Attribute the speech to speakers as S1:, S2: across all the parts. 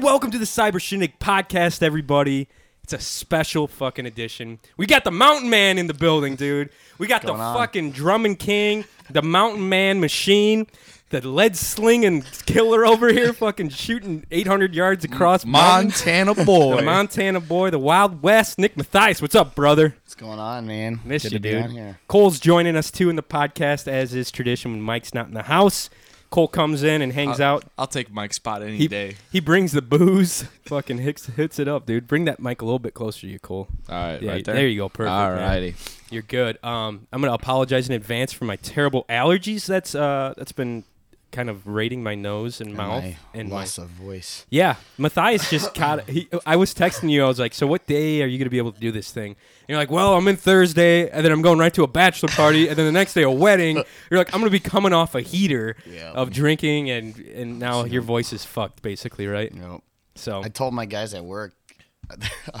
S1: welcome to the Cyber Shindig podcast, everybody. It's a special fucking edition. We got the Mountain Man in the building, dude. We got the
S2: Going on?
S1: fucking Drummond King, the Mountain Man machine, the lead slinging killer over here, fucking shooting 800 yards across mountains.
S2: Montana boy.
S1: The Montana boy, the Wild West, Nick Mathias. What's up, brother?
S2: What's going on, man?
S1: Miss
S2: Good
S1: you,
S2: to be
S1: dude.
S2: on here.
S1: Cole's joining us too in the podcast, as is tradition when Mike's not in the house. Cole comes in and hangs
S2: Uh,
S1: out.
S3: I'll take Mike's spot any
S1: He,
S3: day.
S1: he brings the booze. Fucking hits, hits it up, dude. Bring that mic a little bit closer to you, Cole.
S3: All right,
S1: Yeah,
S3: right there.
S1: you go. Perfect.
S3: All
S1: man.
S3: righty.
S1: You're good. Um, I'm gonna apologize in advance for my terrible allergies. That's uh, that's been kind of raiding my nose and mouth
S2: I
S1: and my
S2: lost a voice.
S1: yeah, Matthias just caught. He, I was texting you. I was like, "So what day are you gonna be able to do this thing?" And you're like, "Well, I'm in Thursday, and then I'm going right to a bachelor party, and then the next day a wedding." You're like, "I'm gonna be coming off a heater
S2: Yeah.
S1: of drinking, and and now your voice is fucked, basically, right?"
S2: You know,
S1: So
S2: I told my guys at work, I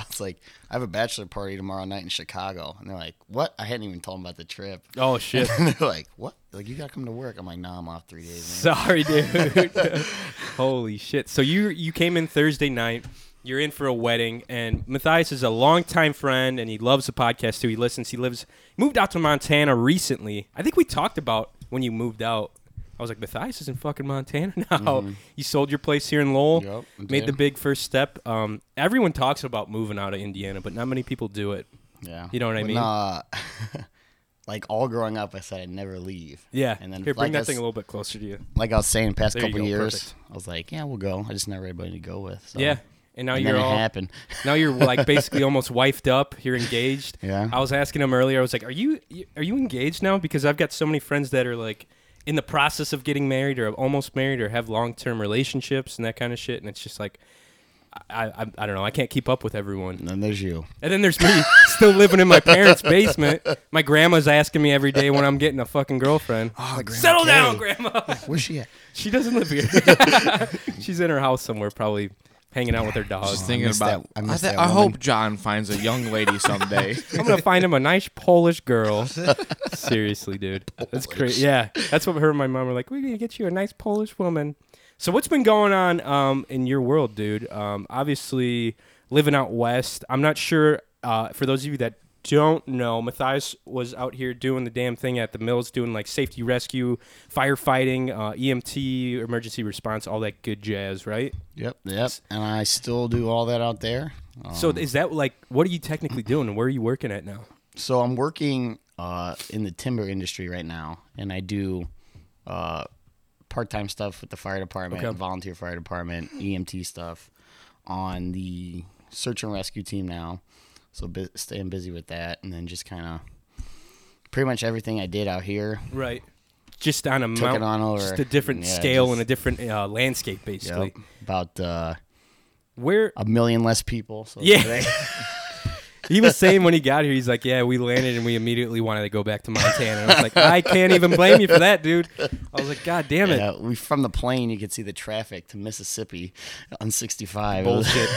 S2: was like, I have a bachelor party tomorrow night in Chicago, and they're like, "What?" I hadn't even told them about the trip.
S1: oh shit,
S2: And they're like, "What?" Like, you gotta come to work. I'm like, "Nah, I'm off three days." Man.
S1: sorry, dude. Holy shit. So you you came in Thursday night. You're in for a wedding, and Matthias is a longtime friend, and he loves the podcast too. He listens. He lives moved out to Montana recently. I think we talked about when you moved out. I was like, Matthias is in fucking Montana now.
S2: Mm-hmm.
S1: You sold your place here in Lowell,
S2: Yep, I
S1: made the
S2: did.
S1: big first step. Um, everyone talks about moving out of Indiana, but not many people do it.
S2: yeah.
S1: You know what I
S2: But
S1: mean?
S2: Nah. like all growing up, I said I'd never leave.
S1: Yeah.
S2: And then
S1: Here,
S2: like
S1: bring that
S2: I s-
S1: thing a little bit closer to you.
S2: like I was saying, past
S1: There you
S2: couple
S1: go,
S2: years,
S1: perfect.
S2: I was like, "Yeah, we'll go." I just never had anybody to go with. So.
S1: Yeah. And now
S2: And
S1: you're
S2: then it
S1: all
S2: happened.
S1: Now you're like basically almost wifed up. You're engaged.
S2: Yeah.
S1: I was asking him earlier. I was like, "Are you are you engaged now?" Because I've got so many friends that are like in the process of getting married or almost married or have long term relationships and that kind of shit. And it's just like, I, I I don't know. I can't keep up with everyone.
S2: And then there's you.
S1: And then there's me still living in my parents' basement. My grandma's asking me every day when I'm getting a fucking girlfriend.
S2: Oh, Grandma
S1: Settle down,
S2: Kay.
S1: grandma.
S2: Where's she at?
S1: She doesn't live here. She's in her house somewhere, probably hanging out with her dog.
S3: Just thinking
S2: missed
S3: about.
S2: that- I
S3: I,
S2: missed
S3: thi-
S2: that
S3: I
S2: woman.
S3: hope John finds a young lady someday.
S1: I'm gonna find him a nice Polish girl. Seriously, dude, that's crazy. Yeah, that's what her and my mom were like. We're gonna get you a nice Polish woman. So what's been going on um, in your world, dude? Um, obviously, living out west. I'm not sure. Uh, for those of you that don't know, Matthias was out here doing the damn thing at the mills, doing like safety rescue, firefighting, uh, EMT, emergency response, all that good jazz, right?
S2: Yep, yep. And I still do all that out there. Um,
S1: so is that like what are you technically doing? and Where are you working at now?
S2: so I'm working uh, in the timber industry right now, and I do uh, part-time stuff with the fire department,
S1: Okay.
S2: volunteer fire department, EMT stuff on the search and rescue team now. So bu- staying busy with that, and then just kind of pretty much everything I did out here.
S1: Right. Just on a
S2: Took
S1: mount,
S2: it on over.
S1: just a different
S2: Yeah,
S1: scale
S2: just-
S1: and a different uh, landscape, basically.
S2: Yep, Oh, about uh,
S1: Where
S2: a million less people. So
S1: Yeah. he was saying when he got here, he's like, "Yeah, we landed and we immediately wanted to go back to Montana." And I was like, "I can't even blame you for that, dude." I was like, "God damn it,
S2: Yeah, we from the plane you could see the traffic to Mississippi on 65. It was-
S1: bullshit."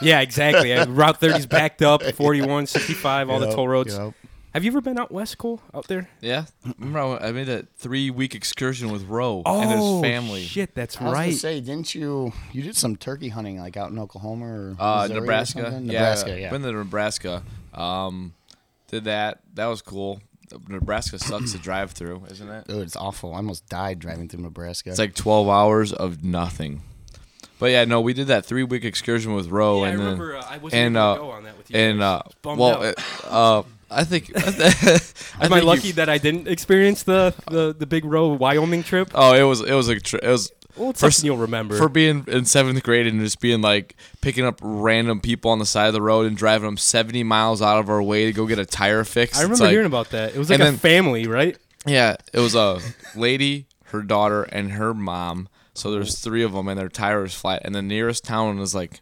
S1: yeah, exactly. Uh, Route 30's backed up, 41, 65, all the
S2: Yep,
S1: toll roads.
S2: yep.
S1: Have you ever been out west, Cole? Out there?
S3: yeah, remember I I made that three-week excursion with Roe and
S1: Oh,
S3: his family.
S1: Shit, that's
S2: I was
S1: right.
S2: gonna say, didn't you? You did some turkey hunting like out in Oklahoma or
S3: Uh,
S2: Missouri or
S3: Nebraska.
S2: something?
S3: Yeah,
S2: Nebraska, yeah.
S3: Been to Nebraska. Um, did that. That was cool. Nebraska sucks to drive through, isn't it?
S2: Dude, it's awful. I almost died driving through Nebraska.
S3: It's like 12 hours of nothing. But yeah, no, we did that three week excursion with
S1: Yeah,
S3: Roe.
S1: I
S3: Oh, and then-
S1: remember, uh, I wasn't
S3: and,
S1: able
S3: uh,
S1: to go on that with you
S3: And
S1: guys.
S3: uh,
S1: I was bummed
S3: well,
S1: out.
S3: uh, uh, I think. I
S1: Am I
S3: think you-
S1: lucky that I didn't experience the, the, the big row Wyoming trip?
S3: oh, it was it was a tr- it was
S1: Well, it's
S3: First-
S1: something you'll remember.
S3: for being in seventh grade and just being like picking up random people on the side of the road and driving them 70 miles out of our way to go get a tire fixed.
S1: I remember hearing about that. It was like
S3: And
S1: a
S3: then-
S1: family, right?
S3: Yeah, it was a lady, her daughter, and her mom. So there's three of them, and their tire was flat. And the nearest town was like,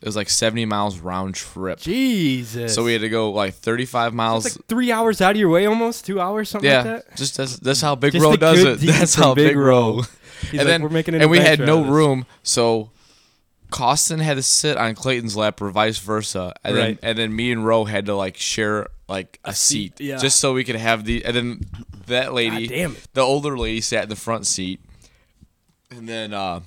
S3: it was like 70 miles round trip.
S1: Jesus.
S3: So we had to go like 35 miles.
S1: it's like three hours out of your way, almost two hours, something
S3: yeah,
S1: like that.
S3: just that's, that's how Big
S1: Just
S3: Row
S1: the
S3: does
S1: good
S3: it.
S1: deeds
S3: That's
S1: from
S3: how
S1: Big
S3: Big,
S1: Row.
S3: Row.
S1: He's
S3: and
S1: like,
S3: then
S1: we're making an
S3: and we had
S1: adventure out
S3: no
S1: of this."
S3: room, so Costin had to sit on Clayton's lap or vice versa, and
S1: Right.
S3: then and then me and Roe had to like share like a,
S1: seat,
S3: seat,
S1: yeah.
S3: just so we could have the. And then that lady,
S1: God damn it.
S3: the older lady, sat in the front seat, and then uh,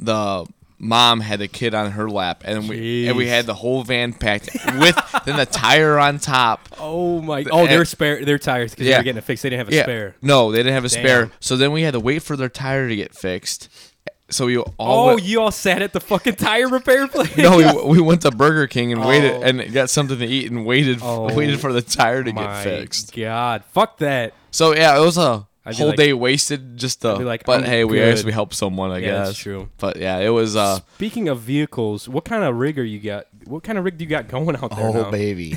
S3: the mom had the kid on her lap, and we and we had the whole van packed with then the tire on top.
S1: Oh my! Oh, they're
S3: and-
S1: spare. They're tires because they
S3: Yeah.
S1: were getting it fixed. They didn't have a
S3: yeah,
S1: spare.
S3: no, they didn't have a spare.
S1: Damn.
S3: So then we had to wait for their tire to get fixed. So we all
S1: Oh,
S3: went-
S1: you all sat at the fucking tire repair place.
S3: no, we, we went to Burger King and waited
S1: Oh.
S3: and got something to eat and waited
S1: Oh,
S3: waited for the tire to
S1: my
S3: get fixed.
S1: God, fuck that.
S3: So yeah, it was a
S1: I'd be
S3: whole
S1: like-
S3: day wasted just to.
S1: be like,
S3: but
S1: I'm
S3: hey, we
S1: good.
S3: actually helped someone, I
S1: Yeah,
S3: guess.
S1: that's true.
S3: But yeah, it was. uh
S1: Speaking of vehicles, what kind of rig are you got? What kind of rig do you got going out there?
S2: Oh
S1: now?
S2: baby,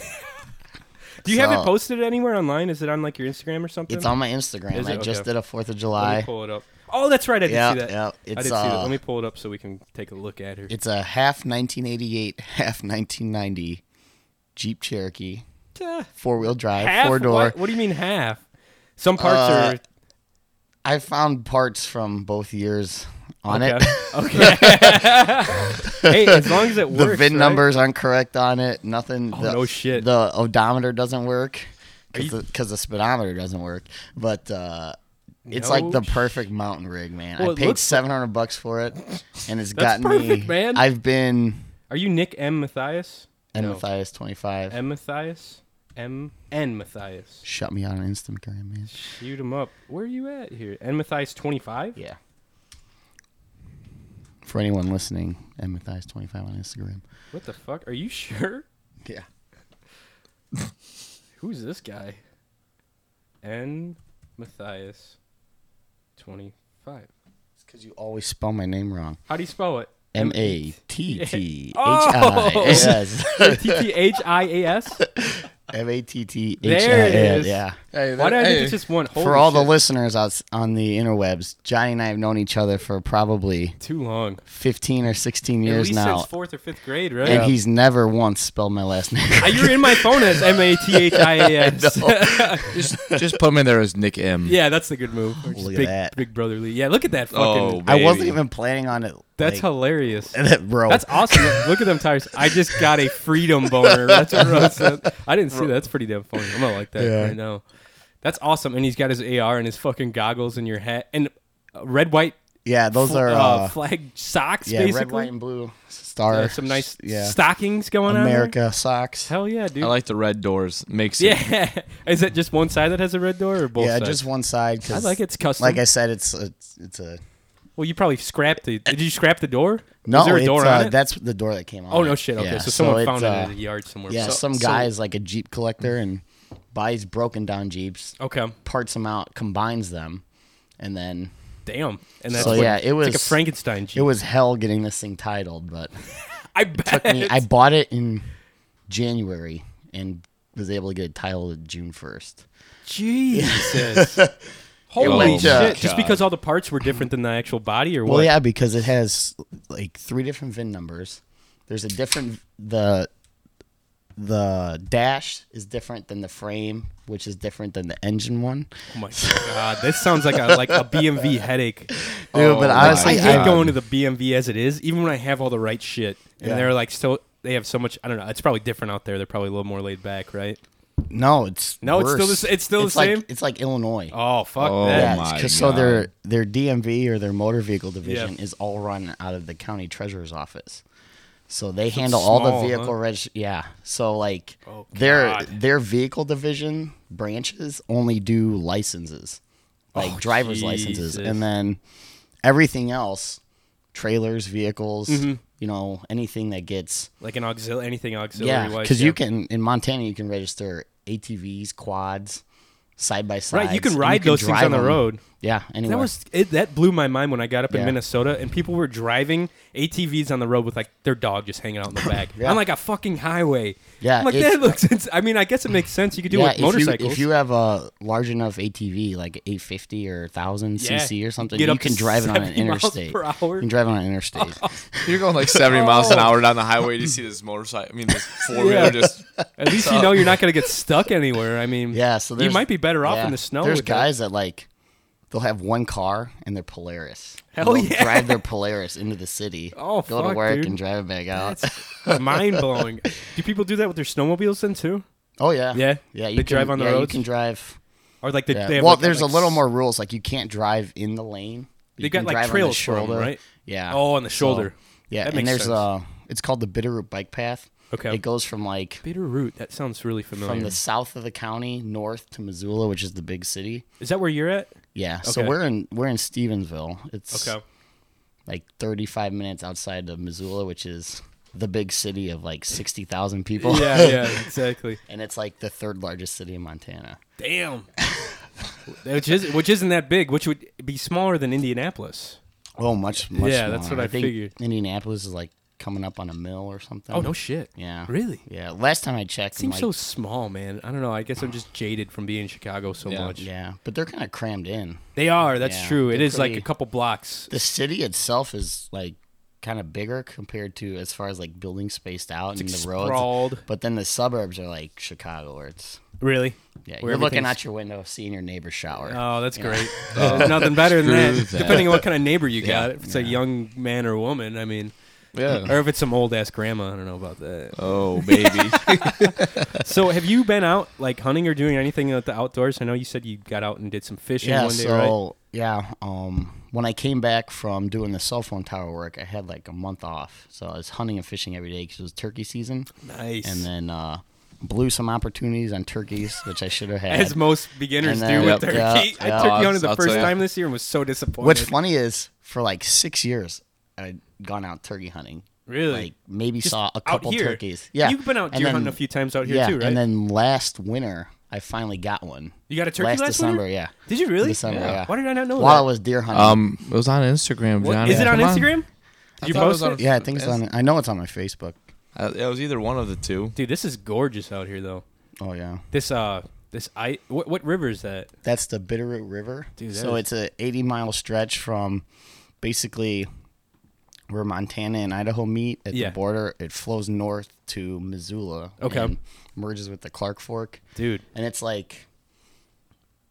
S1: Do you have it
S2: So-
S1: posted anywhere online? Is it on like your Instagram or something?
S2: it's on my Instagram.
S1: Is it?
S2: I just
S1: Okay.
S2: did a Fourth of
S1: Let me
S2: July.
S1: pull it up. Oh, that's right. I did
S2: Yeah,
S1: see that.
S2: yeah,
S1: I
S2: it's,
S1: did see that.
S2: uh,
S1: Let me pull it up so we can take a look at her.
S2: It's a half 1988, half 1990 Jeep Cherokee,
S1: Uh,
S2: four wheel drive,
S1: half.
S2: four door.
S1: What? what do you mean half? Some parts
S2: Uh,
S1: are
S2: I found parts from both years on
S1: okay.
S2: it.
S1: Okay. hey, as long as it
S2: The
S1: works.
S2: VIN
S1: right?
S2: numbers aren't correct on it. Nothing.
S1: Oh,
S2: the,
S1: no shit.
S2: The odometer doesn't work
S1: Are
S2: because
S1: you-
S2: the, 'cause the speedometer doesn't work. But uh, it's
S1: No
S2: like the perfect mountain rig, man.
S1: Well,
S2: I
S1: it
S2: paid
S1: looks-
S2: seven hundred bucks for it, and it's
S1: That's
S2: gotten
S1: perfect,
S2: me.
S1: man.
S2: I've been
S1: Are you Nick M Matthias?
S2: N
S1: No.
S2: Matthias twenty five.
S1: M Matthias. M N Matthias.
S2: Shut me out on Instagram, man.
S1: Shoot him up. Where are you at here? N Matthias twenty five.
S2: Yeah. For anyone listening, M Matthias twenty five on Instagram.
S1: What the fuck? Are you sure?
S2: Yeah.
S1: Who's this guy? N Matthias twenty five.
S2: It's because you always spell my name wrong.
S1: How do you spell it?
S2: M
S1: E
S2: A T E T H I
S1: Oh!
S2: S S.
S1: T T H I A S.
S2: M A T T H I S.
S1: There it is.
S2: Yeah.
S1: Why did I think it's just one? Holy
S2: for all the
S1: shit.
S2: listeners out on the interwebs, Johnny and I have known each other for probably
S1: Too long.
S2: 15 or 16
S1: At
S2: years
S1: least
S2: now.
S1: since fourth or fifth grade, right?
S2: And he's never once spelled my last name.
S1: Uh, You're in my phone as M A T H I A S.
S3: just, just put him in there as Nick M.
S1: Yeah, that's the good move. Or just
S2: Look at
S1: big,
S2: that.
S1: big brotherly. Yeah, look at that
S3: Oh,
S1: fucking.
S3: baby.
S2: I wasn't even planning on it.
S1: that's
S2: like,
S1: hilarious.
S2: Bro.
S1: That's awesome. Look- Look at them tires. I just got a freedom boner. That's what Ron said. I didn't see that. That's pretty damn funny. I'm gonna like that
S2: Yeah.
S1: right now. That's awesome. And he's got his AR and his fucking goggles and your hat and uh, red, white,
S2: yeah, those
S1: fl-
S2: are.
S1: uh,
S2: Uh,
S1: flag socks.
S2: yeah,
S1: basically.
S2: red, white, and blue. Star.
S1: Uh, some nice
S2: Yeah.
S1: stockings going on. there.
S2: America socks.
S1: Hell yeah, dude.
S3: I like the red doors. Makes it
S1: yeah. Is it just one side that has a red door or both?
S2: yeah,
S1: sides?
S2: just one side.
S1: I
S2: 'cause
S1: like it's custom.
S2: Like I said, it's it's, it's a
S1: Well, you probably scrapped the. Did you scrap the door?
S2: no.
S1: Is there a
S2: it's,
S1: door
S2: uh,
S1: on it?
S2: That's the door that came on.
S1: oh no
S2: it.
S1: shit. Okay,
S2: Yeah,
S1: so someone
S2: it's,
S1: found
S2: uh,
S1: it in a yard somewhere.
S2: Yeah,
S1: So-
S2: some
S3: so-
S2: guy is like a Jeep collector and buys broken down Jeeps,
S1: okay.
S2: parts them out, combines them, and then
S1: Damn. And that's
S2: So,
S1: what-
S2: yeah, it
S1: it's like a
S2: was-
S1: Frankenstein. Jeep.
S2: it was hell getting this thing titled. But
S1: I bet.
S2: I, mean, I bought it in January and was able to get it titled June first.
S1: Jesus. Holy
S3: went,
S1: shit!
S2: uh,
S1: Just because all the parts were different than the actual body, or what?
S2: Well, yeah, because it has like three different VIN numbers. There's a different the the dash is different than the frame, which is different than the engine one.
S1: Oh my god, this sounds like a like a BMV headache.
S2: Dude, but
S1: Oh,
S2: honestly,
S1: I
S3: my
S1: hate
S3: God.
S1: going to the BMV as it is, even when I have all the right shit, and
S2: Yeah.
S1: they're like so they have so much. I don't know. It's probably different out there. They're probably a little more laid back, right?
S2: No, it's
S1: No, it's still the
S2: worse.
S1: s- it's still the
S2: like-
S1: same?
S2: It's like Illinois.
S1: Oh fuck
S3: Oh,
S1: that!
S2: yeah,
S3: my
S2: because so
S3: God.
S2: their their DMV or their motor vehicle division is all run out of the county treasurer's office. So they handle all
S1: small,
S2: the vehicle
S1: huh?
S2: reg. Yeah, so like
S1: Oh,
S2: their
S1: God.
S2: their vehicle division branches only do licenses, like driver's licenses,
S1: Oh, Jesus.
S2: and then everything else, trailers, vehicles,
S1: Mm-hmm.
S2: you know, anything that gets
S1: Like an auxiliary, anything auxiliary
S2: yeah,
S1: wise.
S2: because you can in Montana you can register ATVs, quads, side by side.
S1: Right, you can ride those things on the road.
S2: Yeah, anywhere.
S1: That was it, that blew my mind when I got up in
S2: Yeah.
S1: Minnesota and people were driving ATVs on the road with like their dog just hanging out in the back
S2: Yeah.
S1: on like a fucking highway.
S2: Yeah,
S1: I'm like
S2: it's-
S1: that looks. Ins- I mean, I guess it makes sense. You could do
S2: yeah,
S1: it with motorcycles.
S2: If you, if you have a large enough ATV, like 850 or 1000
S1: Yeah.
S2: cc or something,
S1: Get
S2: you
S1: up to
S2: can drive it on an
S1: 70 miles
S2: interstate.
S1: per hour.
S2: You can drive it on an interstate.
S3: You're going like 70 miles an
S1: Oh.
S3: hour down the highway. and You see this motorcycle. I mean, this four wheeler
S1: Yeah.
S3: just.
S1: At least you know you're not going to get stuck anywhere. I mean,
S2: yeah, so
S1: you
S2: there's-
S1: might be better off
S2: yeah,
S1: in the snow.
S2: There's
S1: with that.
S2: guys that like they'll have one car and they're Polaris. And
S1: Hell
S2: they'll
S1: yeah.
S2: Drive their Polaris into the city.
S1: Oh,
S2: go
S1: fuck,
S2: to work
S1: dude.
S2: and drive it back out.
S1: mind blowing. Do people do that with their snowmobiles then too,
S2: oh yeah,
S1: Yeah?
S2: yeah. You
S1: They
S2: can,
S1: drive on the
S2: yeah, You
S1: roads?
S2: can drive.
S1: or like the,
S2: Yeah.
S1: they have
S2: well,
S1: like,
S2: there's
S1: like
S2: a little
S1: s-
S2: more rules. Like you can't drive in the lane. but you
S1: They've got,
S2: can
S1: like,
S2: drive on the
S1: trails for 'em,
S2: shoulder.
S1: right?
S2: Yeah.
S1: Oh, on the
S2: So,
S1: shoulder.
S2: Yeah,
S1: That
S2: and
S1: makes
S2: there's
S1: sense.
S2: uh it's called the Bitterroot Bike Path.
S1: Okay.
S2: It goes from like
S1: Bitterroot. That sounds really familiar.
S2: from the south of the county north to Missoula, which is the big city.
S1: Is that where you're at?
S2: Yeah. So
S1: Okay.
S2: we're in we're in Stevensville. It's
S1: Okay.
S2: like 35 minutes outside of Missoula, which is the big city of like 60,000 people.
S1: yeah, yeah, exactly.
S2: and it's like the third largest city in Montana.
S1: Damn. which is which isn't that big, which would be smaller than Indianapolis.
S2: Oh, much much.
S1: Yeah, that's
S2: smaller.
S1: what I
S2: think
S1: figured.
S2: Indianapolis is like coming up on a mill or something.
S1: Oh no shit.
S2: Mm-hmm. Yeah.
S1: Really?
S2: Yeah. Last time I checked, I'm
S1: Seems
S2: like,
S1: so small, man. I don't know. I guess I'm just jaded from being in Chicago so
S3: Yeah.
S1: much.
S2: yeah, but they're kind of crammed in.
S1: They are. That's
S2: Yeah,
S1: true. It
S2: they're
S1: is like a
S2: pretty-
S1: couple blocks.
S2: The city itself is like kind of bigger compared to as far as like building spaced out and the roads.
S1: sprawled.
S2: But then the suburbs are like Chicago, where it's
S1: Really?
S2: yeah,
S1: Where
S2: you're looking
S1: everything's-
S2: out your window, seeing your neighbor's shower.
S1: Oh, that's great. There's nothing better than that.
S3: Screw that.
S1: Depending on what kind of neighbor you
S3: Yeah.
S1: got, if it's a young man or woman, I mean,
S3: Yeah.
S1: or if it's some old ass grandma, I don't know about that.
S3: Oh baby.
S1: So, have you been out like hunting or doing anything at the outdoors? I know you said you got out and did some fishing
S2: yeah,
S1: one day,
S2: so
S1: right?
S2: yeah, um, when I came back from doing the cell phone tower work, I had like a month off, so I was hunting and fishing every day because it was turkey season,
S1: Nice.
S2: and then uh, blew some opportunities on turkeys, which I should have had.
S1: as most beginners
S2: And then-
S1: do with
S2: Yep.
S1: turkey.
S2: Yeah,
S1: I
S2: yeah.
S1: turkey hunted the
S3: I'll
S1: first
S3: tell ya.
S1: time this year and was so disappointed.
S2: What's funny is for like six years, I'd gone out turkey hunting.
S1: Really?
S2: Like maybe
S1: Just
S2: saw a
S1: out
S2: couple
S1: here.
S2: turkeys. Yeah,
S1: You've been out
S2: And
S1: deer
S2: then-
S1: hunting a few times out here
S2: yeah,
S1: too, right?
S2: And then last winter, I finally got one.
S1: you got a turkey last,
S2: December,
S1: winter?
S2: yeah.
S1: Did you really?
S2: December, yeah.
S1: Why did I not know
S2: While I
S1: that?
S2: was deer hunting.
S3: um, it was on Instagram,
S1: What-
S3: Johnny.
S1: is it on
S3: Come
S1: Instagram? Did you
S3: thought it was
S1: post it?
S3: on-
S2: yeah, I think it's on. I know it's on my Facebook.
S3: Uh, it was either one of the two.
S1: Dude, this is gorgeous out here though.
S2: Oh yeah,
S1: This uh, this I what, what river is that?
S2: that's the Bitterroot River.
S1: Dude, that
S2: so
S1: is-
S2: it's a 80 mile stretch from basically where Montana and Idaho meet at
S1: Yeah.
S2: the border. It flows north to Missoula.
S1: Okay.
S2: and merges with the Clark Fork.
S1: Dude,
S2: and it's like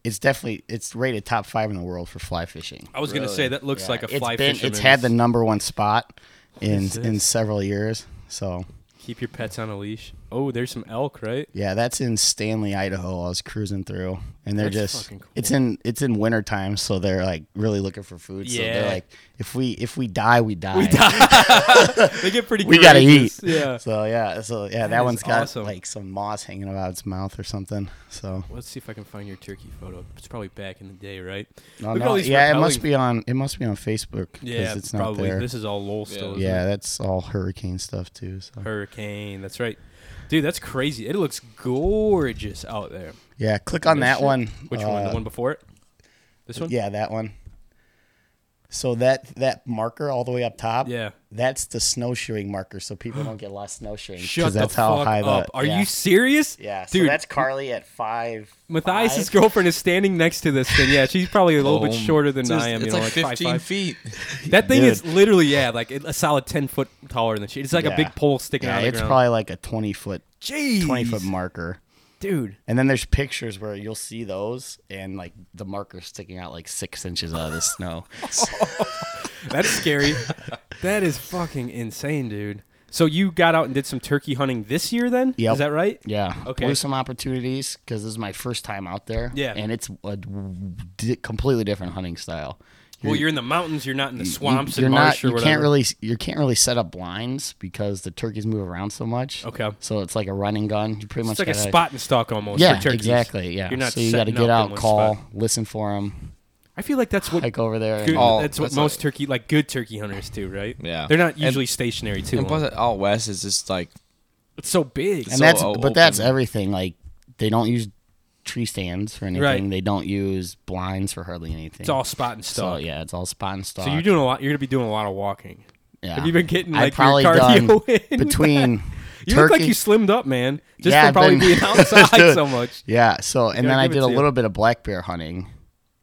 S2: it's definitely it's rated top five in the world for fly fishing.
S1: I was gonna say that looks like a
S2: It's
S1: fly
S2: been-
S1: fisherman.
S2: It's had the number one spot in
S1: is
S2: in
S1: this?
S2: several years. So
S1: keep your pets on a leash. Oh, there's some elk, right?
S2: yeah, that's in Stanley, Idaho. I was cruising through, and they're
S1: That's
S2: just
S1: fucking cool.
S2: it's in it's in winter time, so they're like really looking for food. So
S1: Yeah.
S2: they're like, if we if we die, we die.
S1: They get pretty.
S2: We gotta eat.
S1: courageous. Yeah.
S2: So yeah, so yeah, that,
S1: is
S2: one's got
S1: awesome.
S2: like some moss hanging out of its mouth or something. So
S1: Let's see if I can find your turkey photo. It's probably back in the day, right?
S2: no,
S1: Look at
S2: no,
S1: all these
S2: yeah, it
S1: repelling-
S2: must be on it must be on Facebook. 'cause
S1: Yeah,
S2: it's not
S1: probably.
S2: there.
S1: This is all LOL still. isn't
S2: Yeah,
S1: it?
S2: that's all hurricane stuff too. So
S1: Hurricane. That's right. Dude, that's crazy. It looks gorgeous out there.
S2: yeah, click on that
S1: Shit.
S2: one.
S1: Which one? The
S2: uh,
S1: one before it? This one?
S2: Yeah, that one. So that that marker all the way up top.
S1: Yeah.
S2: That's the snowshoeing marker, so people don't get lost snowshoeing. 'cause
S1: Shut
S2: that's
S1: the
S2: how
S1: fuck
S2: high
S1: up.
S2: The,
S1: Are
S2: yeah.
S1: you serious?
S2: Yeah. So
S1: Dude,
S2: that's Carly at five.
S1: Matthias's
S2: five.
S1: girlfriend is standing next to this thing. Yeah, she's probably a little bit
S3: Oh,
S1: shorter than
S3: it's-
S1: I am.
S3: It's
S1: you know,
S3: like 15
S1: five, five.
S3: feet.
S1: That thing
S2: Dude.
S1: is literally, yeah, like a solid 10 foot taller than she. It's like a
S2: Yeah.
S1: big pole sticking
S2: Yeah,
S1: out of the
S2: it's
S1: ground.
S2: probably like a twenty foot,
S1: Jeez.
S2: twenty foot marker.
S1: Dude.
S2: And then there's pictures where you'll see those, and like the marker sticking out like six inches out of the snow.
S1: That's scary. that is fucking insane, dude. So you got out and did some turkey hunting this year, then?
S2: Yep.
S1: Is that right?
S2: Yeah.
S1: Okay.
S2: Blew some opportunities because this is my first time out there.
S1: Yeah.
S2: And it's a di- completely different hunting style.
S1: well, you're in the mountains. You're not in the swamps
S2: you're
S1: and
S2: not.
S1: marsh or
S2: you
S1: whatever.
S2: can't really. You can't really set up blinds because the turkeys move around so much.
S1: Okay.
S2: So it's like a running gun. You pretty much
S1: It's like a
S2: gotta-
S1: spot and stalk almost.
S2: Yeah.
S1: for turkeys.
S2: Exactly. Yeah.
S1: You're not
S2: so you got to
S1: setting up
S2: get
S1: in
S2: out,
S1: one
S2: call,
S1: spot.
S2: listen for them,
S1: I feel like that's what
S2: hike over there.
S1: good,
S2: and-
S3: All-
S1: that's what
S3: that's
S1: most
S3: all-
S1: turkey like good turkey hunters do, right?
S3: Yeah.
S1: They're not usually stationary too.
S3: And
S1: long.
S3: plus, out west is just like
S1: It's so uh, big.
S2: and
S3: so
S2: that's
S3: o-
S2: but that's
S3: open.
S2: everything. Like they don't use tree stands for anything.
S1: Right.
S2: They don't use blinds for hardly anything.
S1: it's all spot and
S2: so
S1: stalk. So,
S2: yeah, it's all spot and stalk.
S1: you're doing a lot. You're gonna be doing a lot of walking.
S2: Yeah.
S1: Have you been getting
S2: I've
S1: like your cardio in?
S2: between
S1: you
S2: turkey.
S1: look like you slimmed up, man. Just
S2: Yeah,
S1: from
S2: I've
S1: probably
S2: been-
S1: being outside so much.
S2: yeah. So and then
S1: gotta
S2: I
S1: give it
S2: did a
S1: to you.
S2: little bit of black bear hunting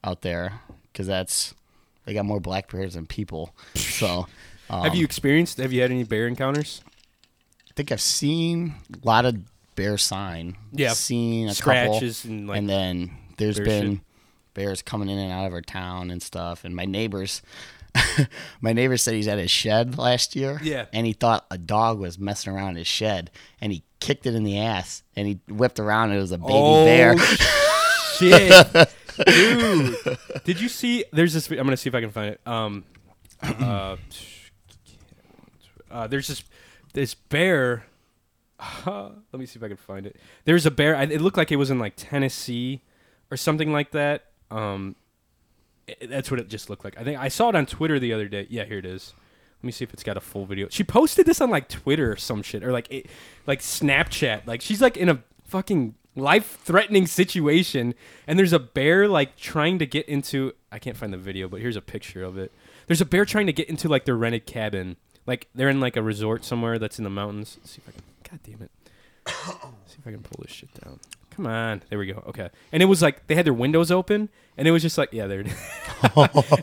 S2: out there because that's they got more black bears than people. So um,
S1: have you experienced? Have you had any bear encounters?
S2: I think I've seen a lot of bear sign.
S1: Yeah.
S2: Seen a
S1: Scratches
S2: couple,
S1: and, like,
S2: and then there's
S1: bear
S2: been
S1: shit.
S2: bears coming in and out of our town and stuff. And my neighbors, my neighbor said he's at his shed last year.
S1: Yeah.
S2: And he thought a dog was messing around his shed, and he kicked it in the ass, and he whipped around. And it was a baby
S1: oh,
S2: bear.
S1: shit, dude! Did you see? There's this. I'm gonna see if I can find it. Um, uh, Uh, there's this this bear. let me see if I can find it. There's a bear. I- It looked like it was in like Tennessee or something like that. Um, i- that's what it just looked like. I think I saw it on Twitter the other day. Yeah, here it is. Let me see if it's got a full video. She posted this on like Twitter or some shit or like it, like Snapchat. Like she's like in a fucking life-threatening situation and there's a bear like trying to get into I can't find the video, but here's a picture of it. There's a bear trying to get into like their rented cabin. Like they're in like a resort somewhere that's in the mountains. Let's see if I can God damn it. See if I can pull this shit down. Come on. There we go. Okay. And it was like they had their windows open and it was just like yeah, there it is.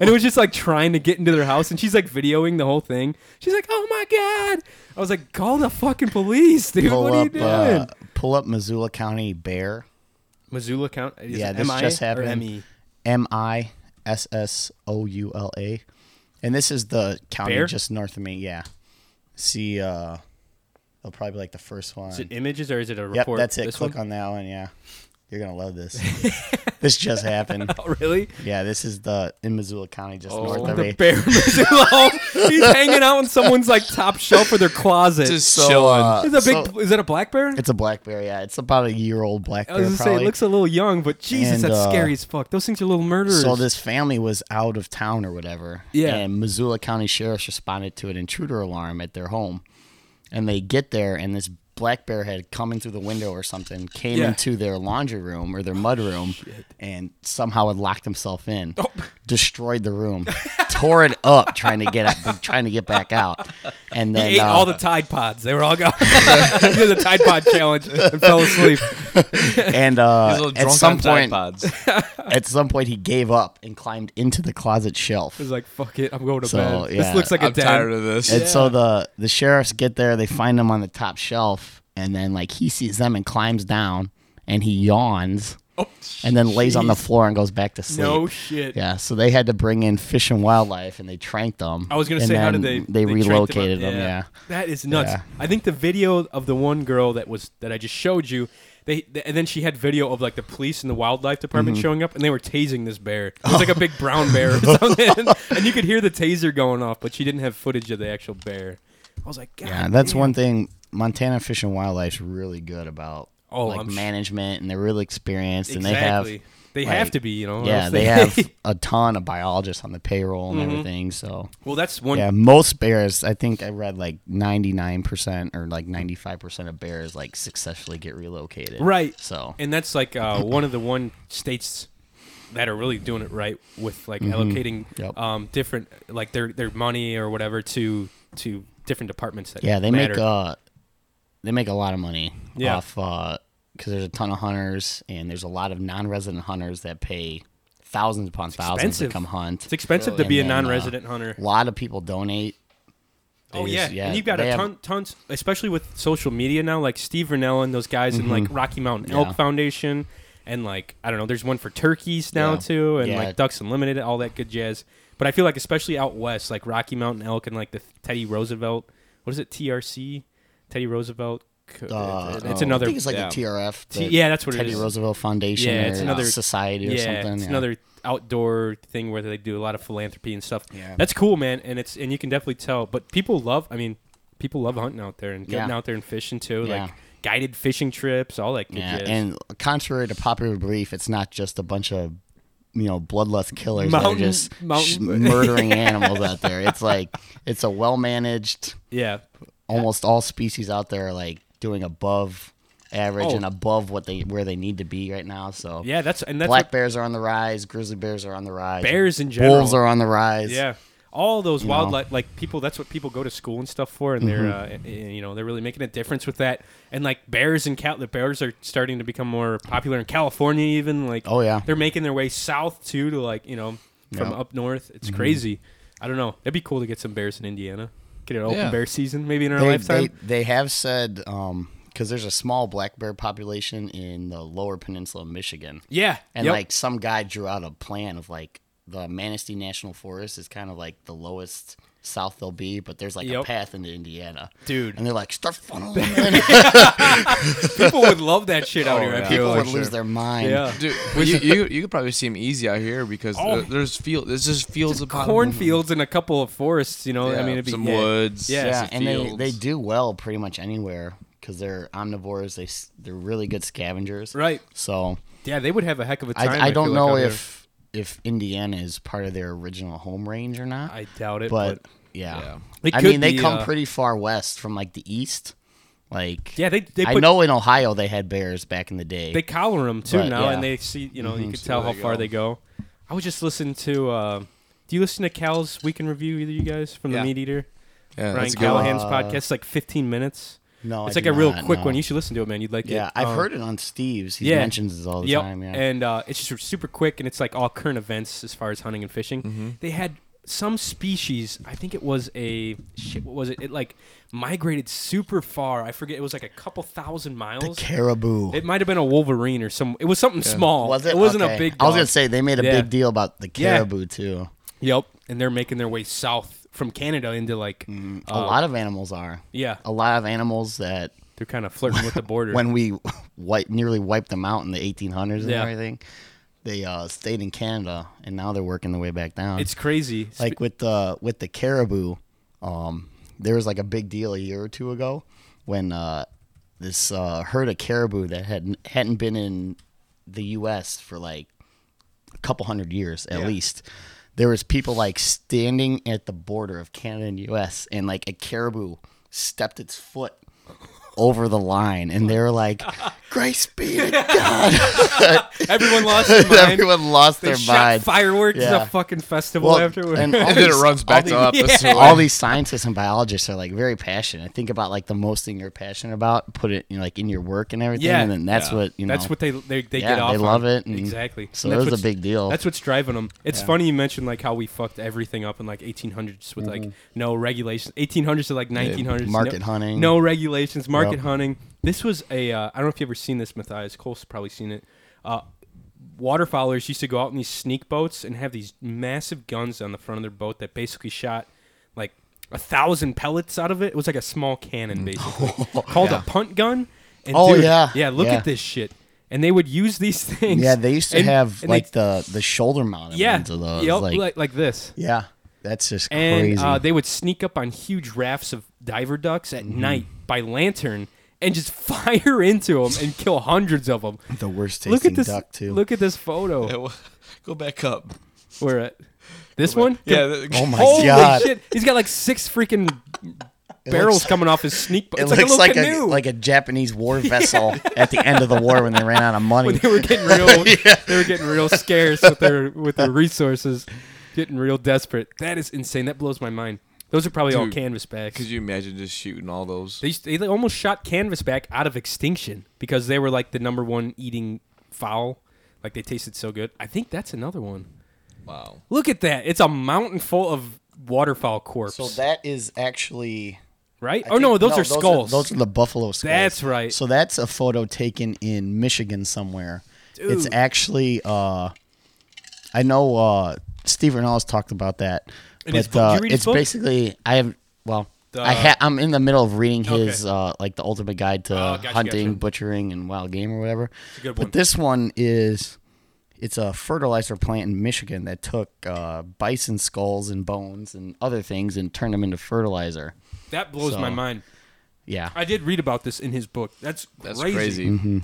S1: and it was just like trying to get into their house and she's like videoing the whole thing. She's like, "Oh my god." I was like, "Call the fucking police, dude.
S2: Pull
S1: what are you
S2: up,
S1: doing?"
S2: uh, pull up Missoula County bear.
S1: Missoula count. Is
S2: Yeah,
S1: it
S2: this
S1: MI
S2: just
S1: or E?
S2: happened.
S1: ME?
S2: M I S S O U L A, and this is the county
S1: Bear?
S2: just north of me. Yeah, see, uh, it'll probably be like the first one.
S1: Is it images or is it a
S2: yep,
S1: report?
S2: that's it.
S1: This
S2: Click
S1: one?
S2: on that one. Yeah, you're gonna love this. this just happened.
S1: Oh, really?
S2: Yeah, this is the in Missoula County, just north of
S1: Oh, The
S2: me.
S1: bear Missoula home. He's hanging out in someone's like top shelf of their closet.
S3: Just
S2: So,
S3: chilling.
S2: uh,
S1: is that a
S2: so-
S1: big? is that a black bear?
S2: It's a black bear. Yeah, it's about a year old black
S1: I
S2: bear.
S1: was gonna
S2: probably.
S1: say it looks a little young, but Jesus,
S2: And,
S1: that's
S2: uh,
S1: scary as fuck. Those things are little murderers.
S2: So this family was out of town or whatever.
S1: Yeah.
S2: And Missoula County sheriffs responded to an intruder alarm at their home, and they get there and this black bear had come in through the window or something, came
S1: Yeah.
S2: into their laundry room or their mud room, and somehow had locked himself in,
S1: Oh.
S2: destroyed the room, tore it up trying to get out, trying to get back out, and then
S1: He ate
S2: uh,
S1: all the Tide Pods. They were all gone. he did the Tide Pod challenge and fell asleep.
S2: and
S3: He's a
S2: uh,
S3: little
S2: at
S3: drunk
S2: some
S3: on Tide
S2: point
S3: Pods.
S2: at some point he gave up and climbed into the closet shelf.
S1: He was like, "Fuck it, I'm going to
S2: So,
S1: bed.
S2: yeah.
S1: This looks like a
S3: I'm
S1: den."
S3: tired of this.
S2: And so the the sheriffs get there, they find him on the top shelf, and then like he sees them and climbs down, and he yawns,
S1: Oh,
S2: and then lays on the
S1: jeez.
S2: floor and goes back to sleep.
S1: No shit.
S2: Yeah, so they had to bring in fish and wildlife, and they tranked them.
S1: I was gonna
S2: and
S1: say, how
S2: then
S1: did they?
S2: They,
S1: tricked him out-
S2: relocated them. Yeah.
S1: that is nuts.
S2: Yeah.
S1: I think the video of the one girl that was that I just showed you, they th- and then she had video of like the police and the wildlife
S2: Mm-hmm.
S1: department showing up, and they were tasing this bear. It was like a big brown bear or something, and you could hear the taser going off, but she didn't have footage of the actual bear. I was like, God
S2: yeah, that's
S1: damn.
S2: one thing. Montana Fish and Wildlife's really good about
S1: Oh,
S2: like
S1: I'm sh-
S2: management, and they're really experienced, and they
S1: Exactly.
S2: have.
S1: They
S2: like-
S1: have to be, you know. or
S2: Yeah,
S1: else Mm-hmm.
S2: they have a ton of biologists on the payroll and everything. So
S1: well, that's one.
S2: Yeah, most bears. I think I read like ninety nine percent or like ninety five percent of bears like successfully get relocated.
S1: Right.
S2: So
S1: and that's like uh, one of the one states that are really doing it right with like allocating
S2: Mm-hmm. Yep.
S1: um, different like their their money or whatever to to different departments that
S2: yeah, they
S1: matter.
S2: make uh they make a lot of money
S1: Yeah.
S2: off uh because there's a ton of hunters and there's a lot of non resident hunters that pay thousands upon thousands to
S1: expensive.
S2: come hunt.
S1: it's expensive to
S2: And
S1: be a
S2: then, uh,
S1: non-resident hunter
S2: A lot of people donate. They
S1: oh
S2: just-
S1: yeah. and you've got
S2: they
S1: a
S2: have-
S1: ton tons especially with social media now like steve Rennell and those guys in like rocky mountain
S2: Mm-hmm. Yeah.
S1: elk foundation and like i don't know there's one for turkeys now
S2: Yeah.
S1: too and
S2: Yeah.
S1: like ducks unlimited all that good jazz but i feel like especially out west like rocky mountain elk and like the teddy roosevelt what is it trc teddy roosevelt co-
S2: uh,
S1: it's
S2: oh,
S1: another
S2: I think it's like
S3: yeah.
S2: the TRF.
S1: T-
S2: the
S1: yeah, that's what it
S2: Teddy
S1: is.
S2: Roosevelt Foundation
S1: Yeah,
S2: or
S1: it's another-
S2: society or
S1: yeah,
S2: something.
S1: It's
S2: yeah.
S1: another outdoor thing where they do a lot of philanthropy and stuff.
S2: Yeah.
S1: That's cool, man, and it's and you can definitely tell. But people love I mean, people love hunting out there and getting
S2: Yeah.
S1: out there and fishing too,
S2: Yeah.
S1: like guided fishing trips, all that good
S2: Yeah,
S1: jazz.
S2: and contrary to popular belief, it's not just a bunch of you know bloodlust killers that
S1: Mountain-
S2: are just sh-
S1: mountain-
S2: murdering animals out there. It's like it's a well managed.
S1: yeah.
S2: Almost all species out there are like doing above average
S1: Oh.
S2: and above what they where they need to be right now. So
S1: Yeah, that's and that's
S2: black
S1: what
S2: bears are on the rise, grizzly bears are on the rise,
S1: bears in general.
S2: wolves are on the rise.
S1: Yeah. All those
S2: You know. Mm-hmm.
S1: wildlife, like people, that's what people go to school and stuff for, and they're, uh, and- and, you know, they're really making a difference with that. And like bears and cal, the bears are starting to become more popular in California, even like,
S2: Oh yeah.
S1: they're making their way south too, to like you know, from
S2: Yeah. Mm-hmm.
S1: up north. It's crazy. I don't know. That'd be cool to get some bears in Indiana. Get an open
S3: Yeah.
S1: bear season, maybe in our
S2: they,
S1: lifetime.
S2: They, they have said um 'cause because there's a small black bear population in the lower peninsula of Michigan.
S1: yeah,
S2: And
S1: Yep.
S2: like some guy drew out a plan of like the Manistee National Forest is kind of like the lowest south they'll be, but there's like
S1: Yep.
S2: a path into Indiana.
S1: Dude.
S2: And they're like, start funneling. in."
S1: People would love that shit out
S3: Oh,
S1: here. I
S3: yeah.
S1: feel
S2: People
S1: like.
S2: would lose their mind.
S1: Yeah.
S3: Dude, you, you, you could probably see them easy out here because
S1: Oh.
S3: there- there's field. There's just fields of
S1: cornfields and a couple of forests. You know, I mean, it'd be
S3: some
S1: yeah.
S3: woods.
S1: Yeah,
S2: yeah,
S3: some
S2: and they,
S3: fields.
S2: they do well pretty much anywhere because they're omnivores. They s- they're really good scavengers.
S1: Right?
S2: So
S1: Yeah, they would have a heck of a time.
S2: I, I don't
S1: feel
S2: know
S1: like, out
S2: if if Indiana is part of their original home range or not,
S1: there. I doubt it,
S2: but,
S1: but,
S2: yeah,
S1: It
S2: I
S1: could
S2: mean they
S1: be,
S2: come
S1: uh,
S2: pretty far west from like the east. Like
S1: yeah, they they
S2: I
S1: put,
S2: know in Ohio they had bears back in the day.
S1: they collar them too
S2: But,
S1: now,
S2: yeah. Mm-hmm.
S1: and they see you know you can tell
S3: where
S1: how
S3: they
S1: far
S3: go.
S1: they go. I was just listening to. Uh, do you listen to Cal's Week in Review? Either you guys from
S3: Yeah.
S1: the Meat Eater,
S3: yeah,
S1: Ryan
S3: that's a good one.
S1: Callahan's podcast? It's like 15 minutes.
S2: Uh, no,
S1: it's
S2: I
S1: like
S2: do
S1: a real
S2: not,
S1: quick
S2: no.
S1: one. You should listen to it, man. You'd like it.
S2: yeah, I've
S1: Um,
S2: heard it on Steve's. He
S1: yeah.
S2: mentions this all the time. Yeah,
S1: And uh, it's just super quick, and it's like all current events as far as hunting and fishing.
S2: Mm-hmm.
S1: They had some species. I think it was a shit. What was it? It like migrated super far. I forget. It was like a couple thousand miles.
S2: caribou.
S1: it might have been a wolverine or some. It was something small.
S2: was it?
S1: wasn't
S2: Okay.
S1: a big.
S2: I was
S1: dog.
S2: gonna say they made a
S1: Yeah.
S2: big deal about the
S1: Yeah.
S2: caribou too.
S1: Yep. And they're making their way south from Canada into like.
S2: Mm,
S1: uh,
S2: A lot of animals are.
S1: Yeah,
S2: A lot of animals that
S1: they're kind of flirting with the border.
S2: when we wipe, nearly wiped them out in the 1800s and
S1: Yeah.
S2: everything, they uh, stayed in Canada and now they're working their way back down.
S1: it's crazy.
S2: like with the with the caribou, um, there was like a big deal a year or two ago when uh, this uh, herd of caribou that hadn't hadn't been in the U.S. for like a couple hundred years at
S1: Yeah.
S2: least. There was people like standing at the border of Canada and U.S. and like a caribou stepped its foot over the line and they were like, "Grace be to God!"
S1: Everyone lost their mind.
S2: Everyone lost
S1: they
S2: their
S1: shot
S2: mind.
S1: fireworks at
S2: Yeah.
S1: a fucking festival
S2: Well,
S1: afterwards.
S2: and all
S3: And then it
S2: these-
S3: runs
S2: all
S3: back
S2: these-
S3: up. That's the
S1: Yeah.
S3: way-
S2: all these scientists and biologists are like very passionate. I think about like the most thing you're passionate about, put it you know, like in your work and everything,
S1: Yeah.
S2: and then that's what you know.
S1: That's what they they, they
S2: yeah,
S1: get off.
S2: they love
S1: on.
S2: it. and-
S1: exactly.
S2: So
S1: And that's
S2: it was a
S1: what's-
S2: big deal.
S1: That's what's driving them. It's funny you mentioned like how we fucked everything up in like 1800s with like no regulations. 1800s to like 1900s. no-
S2: market hunting.
S1: No regulations. Market
S2: Yep.
S1: hunting. This was a. Uh, I don't know if you have ever seen this, Matthias. Cole's probably seen it. Uh, waterfowlers used to go out in these sneak boats and have these massive guns on the front of their boat that basically shot like a thousand pellets out of it. It was like a small cannon, basically called a punt gun. And
S2: Mm. Oh,
S1: dude,
S2: yeah.
S1: yeah. Look
S2: Yeah.
S1: at this shit. And they would use these things.
S2: yeah, they used to
S1: and-
S2: have
S1: and they-
S2: like the the shoulder mounted
S1: yeah,
S2: ones of those.
S1: yep,
S2: like,
S1: like, like this.
S2: yeah, that's just
S1: And
S2: crazy. Mm-hmm.
S1: uh, they would sneak up on huge rafts of diver ducks at night by lantern and just fire into them and kill hundreds of them.
S2: the worst tasting
S1: Look at this.
S2: duck too.
S1: Look at this photo.
S3: Yeah, well, Go back up.
S1: Where at? This one?
S3: Yeah.
S1: Come-
S3: that-
S2: oh my
S1: Holy
S2: god!
S1: shit! He's got like six freaking barrels coming off his sneak. bo-
S2: It
S1: It's like a
S2: looks
S1: little
S2: like
S1: canoe.
S2: a like a Japanese war vessel at the end of the war when they ran out of
S1: when
S2: money.
S1: they were getting real they were getting real scarce with their with their resources, getting real desperate. That is insane. That blows my mind. Those are probably all
S3: Dude,
S1: canvas backs.
S3: Could you imagine just shooting all those?
S1: they, used- they like, almost shot canvasback out of extinction because they were like the number one eating fowl. Like they tasted so good. I think that's another one.
S3: Wow.
S1: Look at that. It's a mountain full of waterfowl corpse.
S2: so that is actually
S1: right?
S2: I
S1: oh no,
S2: think-
S1: those are skulls.
S2: those are the buffalo skulls.
S1: That's right.
S2: So that's a photo taken in Michigan somewhere. It's
S1: Dude.
S2: actually uh, I know uh, Steve Reynolds talked about that,
S1: In
S2: but
S1: his book-
S2: uh,
S1: you read his
S2: it's
S1: book?
S2: basically I have well.
S1: The-
S2: I ha- I'm in the middle of reading
S1: Okay.
S2: his uh, like the ultimate guide to
S1: Oh, gotcha,
S2: hunting,
S1: gotcha.
S2: butchering, and wild game or whatever.
S1: a good one.
S2: But this one is it's a fertilizer plant in Michigan that took uh, bison skulls and bones and other things and turned them into fertilizer.
S1: that blows my
S2: so-
S1: mind.
S2: Yeah,
S1: I did read about this in his book. That's
S3: That's
S1: crazy.
S3: crazy.
S2: Mm-hmm.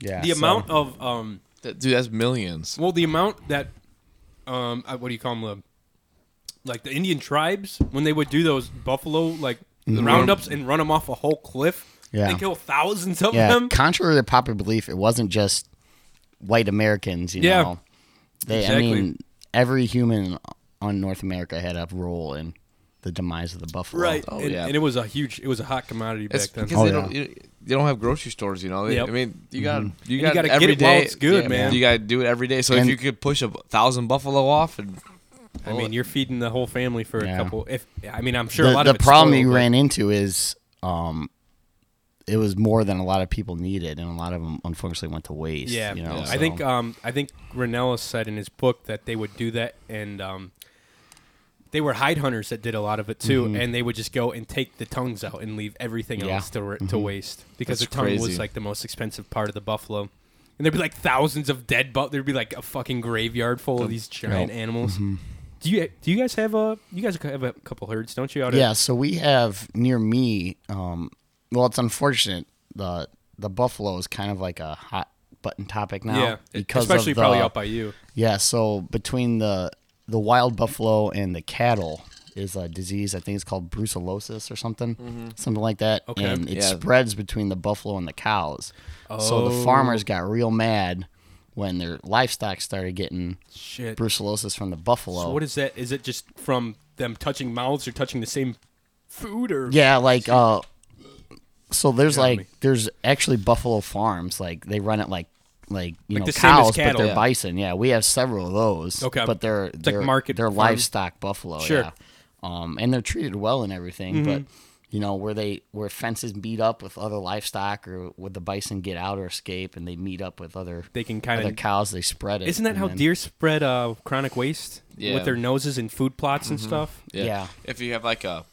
S2: yeah.
S1: The
S2: so-
S1: amount of um,
S3: That- dude, that's millions.
S1: Well, the amount that, um, uh, what do you call them? The, like the Indian tribes when they would do those buffalo like roundups and run them off a whole cliff.
S2: Mm-hmm. Yeah.
S1: they kill thousands of
S2: yeah,
S1: them.
S2: contrary to popular belief, it wasn't just white Americans. You
S1: Yeah.
S2: know, they.
S1: Exactly.
S2: I mean, every human on North America had a role in the demise of the buffalo.
S1: Right,
S3: Oh,
S1: and,
S3: yeah.
S1: and it was a huge, it was a hot commodity back
S3: It's
S1: then.
S3: because
S2: Oh,
S3: they
S2: yeah.
S3: don't you, they don't have grocery stores, you know. They,
S1: Yep.
S3: I mean, you got you
S1: Mm-hmm. you
S3: got
S1: gotta get
S3: every
S1: it while
S3: day-
S1: it's good,
S3: yeah,
S1: man.
S3: You got to do it every day. So if
S2: And-
S3: you could push a b- thousand buffalo off, and
S1: I mean, you're feeding the whole family for
S2: Yeah.
S1: a couple. If I mean, I'm sure a
S2: The,
S1: lot
S2: the
S1: of it's
S2: problem
S1: spoiled,
S2: you
S1: but-
S2: ran into is, um, it was more than a lot of people needed, and a lot of them unfortunately went to waste.
S1: Yeah,
S2: you know,
S1: I
S2: so-
S1: think um, I think Ranella said in his book that they would do that, and um, they were hide hunters that did a lot of it too, and they would just go and take the tongues out and leave everything
S2: Mm-hmm. Yeah. Mm-hmm.
S1: else to, ri- to waste because
S3: That's
S1: the tongue
S3: crazy.
S1: was like the most expensive part of the buffalo. And there'd be like thousands of dead but there'd be like a fucking graveyard full of these giant animals.
S2: Mm-hmm.
S1: Do you do you guys have a you guys have a couple herds, don't you? Out at-
S2: Yeah, so we have near me. Um, well, it's unfortunate the the buffalo is kind of like a hot button topic now.
S1: yeah, e,
S2: because of
S1: especially
S2: the-
S1: probably out by you.
S2: Yeah, so between the the wild buffalo and the cattle is a disease. I think it's called brucellosis or something, something like that.
S1: Mm-hmm. Okay.
S2: And it
S3: Yeah.
S2: spreads between the buffalo and the cows. So the farmers got real mad when their livestock started getting
S1: Shit.
S2: brucellosis from the buffalo.
S1: So what is that? Is it just from them touching mouths or touching the same food or
S2: Yeah, like uh so there's
S1: Got
S2: like
S1: me.
S2: there's actually buffalo farms like they run it like like you
S1: Like
S2: know
S1: the same as
S2: cows but
S1: cattle.
S2: they're
S1: Yeah.
S2: bison. Yeah, we have several of those.
S1: Okay.
S2: But they're
S1: It's like
S2: they're
S1: market
S2: they're
S1: farm.
S2: livestock buffalo,
S1: Sure. Mm-hmm.
S2: yeah. Um and they're treated well and everything, but you know, where they where fences meet up with other livestock or would the bison get out or escape and they meet up with other
S1: they can kind
S2: other
S1: of
S2: cows, they spread it.
S1: Isn't that
S2: and
S1: how
S2: then-
S1: deer spread uh, chronic waste
S3: Yeah.
S1: with their noses in food plots and stuff?
S2: Mm-hmm. Yeah.
S3: If you have like a,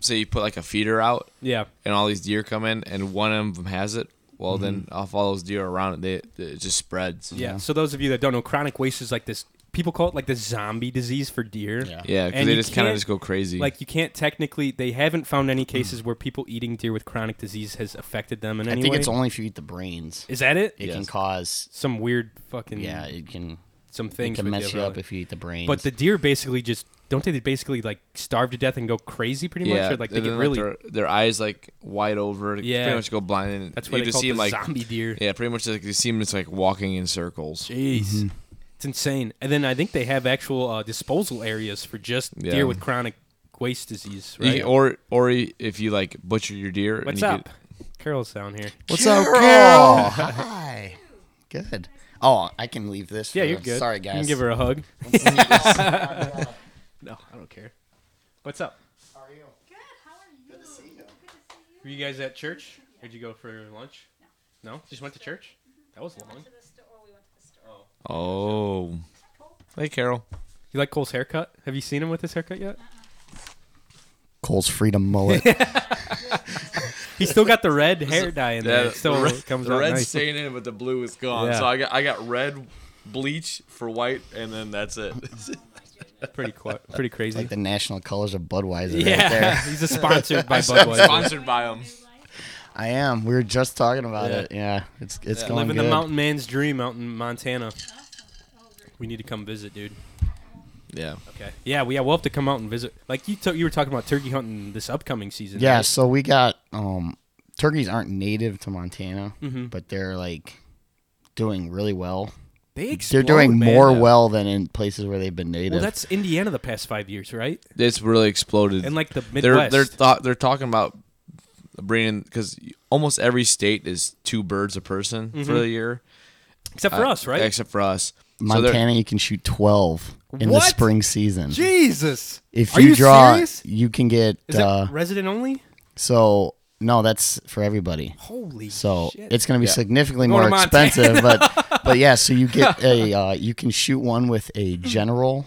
S3: say you put like a feeder out,
S1: Yeah,
S3: and all these deer come in, and one of them has it. Well, then off all those deer around it, they, it just spreads.
S1: Mm-hmm. yeah. So those of you that don't know, chronic waste is like this. People call it like the zombie disease for deer.
S2: Yeah.
S3: Yeah, because
S1: And
S3: they
S1: you
S3: just kind of
S1: can't-
S3: just go crazy.
S1: Like you can't technically. They haven't found
S2: Mm.
S1: any cases where people eating deer with chronic disease has affected them in
S2: I
S1: any
S2: think
S1: way.
S2: it's only if you eat the brains.
S1: is that it?
S2: It can
S3: Yes.
S2: cause
S1: Some weird fucking
S2: yeah, it can
S1: Some
S2: it
S1: things
S2: can
S1: with
S2: mess
S1: deer,
S2: you up
S1: brother.
S2: if you eat the brains.
S1: But the deer basically just don't they basically like starve to death and go crazy pretty
S3: yeah,
S1: much? Or like they
S3: and
S1: get
S3: then,
S1: really.
S3: their, their eyes like wide over.
S1: Yeah.
S3: Yeah, pretty much go blind. And
S1: that's
S3: you
S1: why they
S3: just
S1: call
S3: see
S1: it
S3: them
S1: the
S3: like
S1: zombie deer.
S3: yeah, pretty much like you see them just like walking in circles.
S1: Jeez.
S3: Mm-hmm.
S1: It's insane. And then I think they have actual uh, disposal areas for just
S3: Yeah.
S1: deer with chronic waste disease,
S3: You
S1: right?
S3: can- or or if you like butcher your deer. and
S1: What's
S3: you
S1: up?
S3: get-
S1: Carol's down here.
S2: What's up, Carol? Hi. Good. Oh, I can leave this.
S1: Yeah,
S2: for-
S1: you're good.
S2: Sorry,
S1: You
S2: guys.
S1: can give her a hug. no, I don't care. What's up?
S2: How are you?
S4: Good. How are you? Good to see you. Good to see you.
S1: Were you guys at church? Did you go for lunch? No. No? Just went to church? That was long.
S4: To the store. We went to the store.
S3: Oh, hey Carol.
S1: You like Cole's haircut? Have you seen him with his haircut yet?
S2: Cole's freedom mullet.
S1: He's still got the red hair dye in there.
S3: Yeah,
S1: It still
S3: red-
S1: comes
S3: the
S1: out
S3: red's
S1: nice.
S3: staying in, but the blue is gone.
S1: Yeah.
S3: So I got I got red bleach for white, and then that's it.
S1: Pretty, qu- pretty crazy.
S2: like the national colors of Budweiser right
S1: yeah,
S2: there.
S1: he's a sponsored by Budweiser.
S3: Sponsored by them.
S2: I am. We were just talking about
S1: Yeah.
S2: it. Yeah. It's it's going
S1: Living
S2: good.
S1: the mountain man's dream out in Montana. We need to come visit, dude.
S3: Yeah.
S1: Okay. Yeah, we yeah, we'll have to come out and visit. Like you t- you were talking about turkey hunting this upcoming season.
S2: Yeah,
S1: right?
S2: so we got um turkeys aren't native to Montana,
S1: Mm-hmm.
S2: but they're like doing really well.
S1: They
S2: They're
S1: explode,
S2: doing
S1: man.
S2: more well than in places where they've been native.
S1: Well, that's Indiana the past five years, right?
S3: It's really exploded.
S1: And like the
S3: they're
S1: Midwest.
S3: they're thought they're talking about bringing because almost every state is two birds a person for the year. Uh,
S1: Except Mm-hmm. for us, right?
S3: Except for us. So they're-
S2: Montana you can shoot 12 in the
S1: What?
S2: spring season.
S1: Jesus.
S2: If
S1: Are
S2: you,
S1: you
S2: draw,
S1: serious?
S2: you can get
S1: Is
S2: uh,
S1: that resident only?
S2: So no, that's for everybody.
S1: Holy
S2: So
S1: shit.
S2: it's going to be
S3: Yeah.
S2: significantly
S1: Going
S2: more
S1: to Montana.
S2: expensive, but but yeah. So you get a uh, you can shoot one with a general,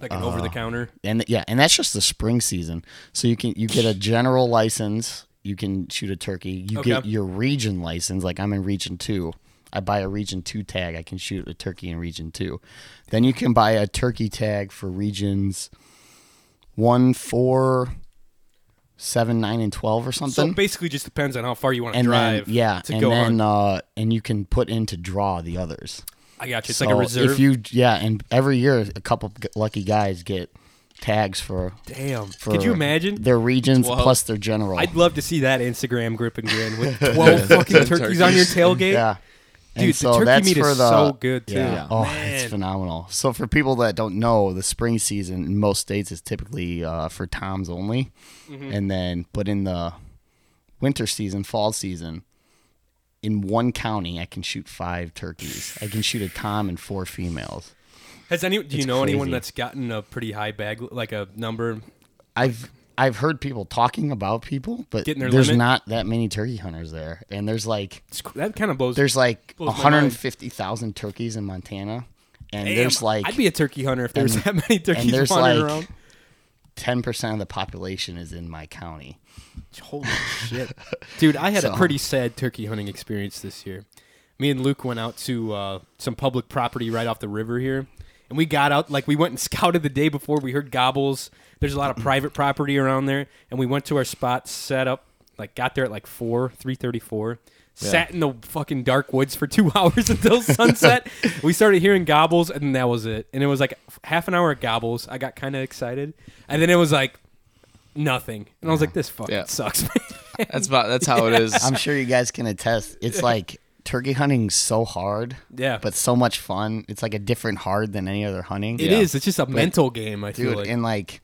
S1: like an over the counter.
S2: and yeah, and that's just the spring season. So you can you get a general license. You can shoot a turkey. You get
S1: Okay.
S2: your region license. Like I'm in region two. I buy a region two tag. I can shoot a turkey in region two. Then you can buy a turkey tag for regions one, four, seven, nine, and twelve or
S1: So
S2: something.
S1: it basically just depends on how far you want to
S2: and
S1: drive.
S2: then yeah,
S1: To
S2: and
S1: go
S2: then
S1: on.
S2: uh, and you can put in to draw the others.
S1: I got you. It's
S2: so
S1: like a reserve.
S2: If you yeah, and every year a couple g- lucky guys get tags for
S1: Damn.
S2: for
S1: Could you imagine?
S2: their regions
S3: Twelve.
S2: plus their general.
S1: I'd love to see that Instagram grip and grin with 12 fucking turkeys on your tailgate.
S2: yeah. And
S1: Dude,
S2: so
S1: the turkey
S2: that's
S1: meat
S2: for
S1: is
S2: the,
S1: so good too.
S2: Yeah. Oh,
S1: Man.
S2: it's phenomenal. So for people that don't know, the spring season in most states is typically uh, for toms only,
S1: Mm-hmm.
S2: and then but in the winter season, fall season, in one county, I can shoot five turkeys. I can shoot a tom and four females.
S1: Has any? Do you
S2: It's
S1: know anyone
S2: crazy.
S1: that's gotten a pretty high bag, like a number?
S2: I've I've heard people talking about people, but
S1: Getting their
S2: there's
S1: limit?
S2: not that many turkey hunters there, and there's like
S1: It's cr- That kind of blows.
S2: there's like
S1: Blows my mind.
S2: 150,000 turkeys in Montana, and
S1: Damn,
S2: there's like
S1: I'd be a turkey hunter if there's that many
S2: and
S1: turkeys
S2: there's
S1: wandering
S2: like
S1: around.
S2: ten percent of the population is in my county.
S1: Holy shit, dude! I had
S2: So-
S1: a pretty sad turkey hunting experience this year. Me and Luke went out to uh, some public property right off the river here, and we got out like we went and scouted the day before. We heard gobbles. There's a lot of private property around there, and we went to our spot, set up, like got there at like four, three thirty-four. Sat in the fucking dark woods for two hours until sunset. we started hearing gobbles, and that was it. And it was like half an hour of gobbles. I got kind of excited, and then it was like nothing. And I was like, this fucking
S3: Yeah.
S1: sucks.
S3: That's about. That's how it is.
S2: I'm sure you guys can attest. It's like turkey hunting's so hard,
S1: Yeah.
S2: but so much fun. It's like a different hard than any other hunting.
S1: It
S3: Yeah.
S1: is. It's just a mental game. I feel
S2: dude,
S1: like.
S2: and like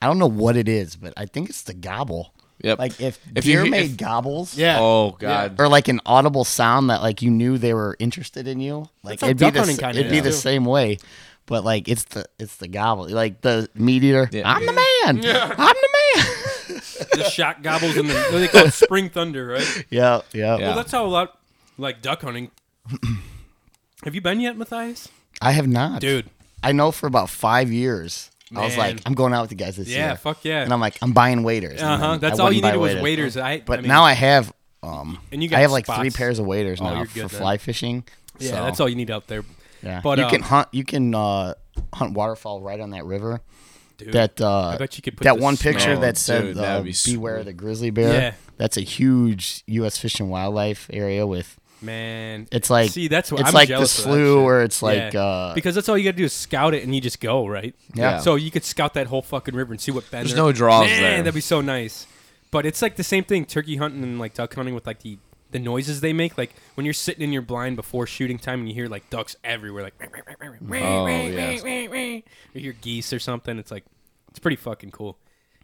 S2: I don't know what it is, but I think it's the gobble.
S3: Yep.
S2: Like if,
S3: If you
S2: deer
S3: hear-
S2: made
S3: if-
S2: gobbles,
S1: yeah.
S3: Oh God.
S2: or like an audible sound that like you knew they were interested in you. Like
S1: That's how
S2: it'd be
S1: duck
S2: the,
S1: hunting
S2: s-
S1: kinda
S2: it'd be
S1: is,
S2: the
S1: too.
S2: same way, but like it's the it's the gobble, like the meat eater.
S3: Yeah.
S2: I'm the man. I'm the man.
S1: the shot gobbles and the what do they call it spring thunder, right?
S2: yeah, yeah,
S3: Yeah.
S1: Well, that's how a lot like duck hunting. Have you been yet, Matthias?
S2: I have not,
S1: Dude.
S2: I know for about five years. I was
S1: Man.
S2: like, I'm going out with the guys this
S1: Yeah,
S2: year.
S1: fuck yeah.
S2: And I'm like, I'm buying waiters. And
S1: Uh huh.
S2: then
S1: That's
S2: I
S1: all
S2: wouldn't
S1: you
S2: buy
S1: needed was waiters. I.
S2: But
S1: I mean,
S2: now I have, um,
S1: And you
S2: I
S1: got
S2: have like three
S1: spots.
S2: pairs of waders
S1: Oh,
S2: now
S1: you're
S2: for
S1: good then.
S2: fly fishing.
S1: Yeah,
S2: so,
S1: that's all you need out there.
S2: Yeah,
S1: But
S2: you
S1: um,
S2: can hunt. You can uh, hunt waterfoll right on that river.
S1: dude,
S2: that uh,
S1: I bet you could put
S2: that
S1: the
S2: one picture
S3: smell-
S2: that said
S3: Dude,
S2: uh,
S3: that'd be
S2: "Beware
S3: sweet.
S2: the grizzly bear."
S1: Yeah.
S2: That's a huge U.S. Fish and Wildlife area with.
S1: man.
S2: It's like
S1: See, that's what
S2: it's
S1: I'm
S2: like the
S1: jealous of that
S2: slough
S1: shit.
S2: where it's like
S1: Yeah.
S2: uh,
S1: because that's all you got to do is scout it and you just go right.
S2: Yeah.
S1: So you could scout that whole fucking river and see what bend.
S3: There's
S1: there-
S3: no draws
S1: Man,
S3: there.
S1: that'd be so nice. But it's like the same thing turkey hunting and like duck hunting with like the the noises they make. Like when you're sitting in your blind before shooting time and you hear like ducks everywhere, like "Meow, meow, meow, meow, meow,
S3: Oh,
S1: meow,
S3: yes.
S1: meow, meow," or you hear geese or something. It's like it's pretty fucking cool.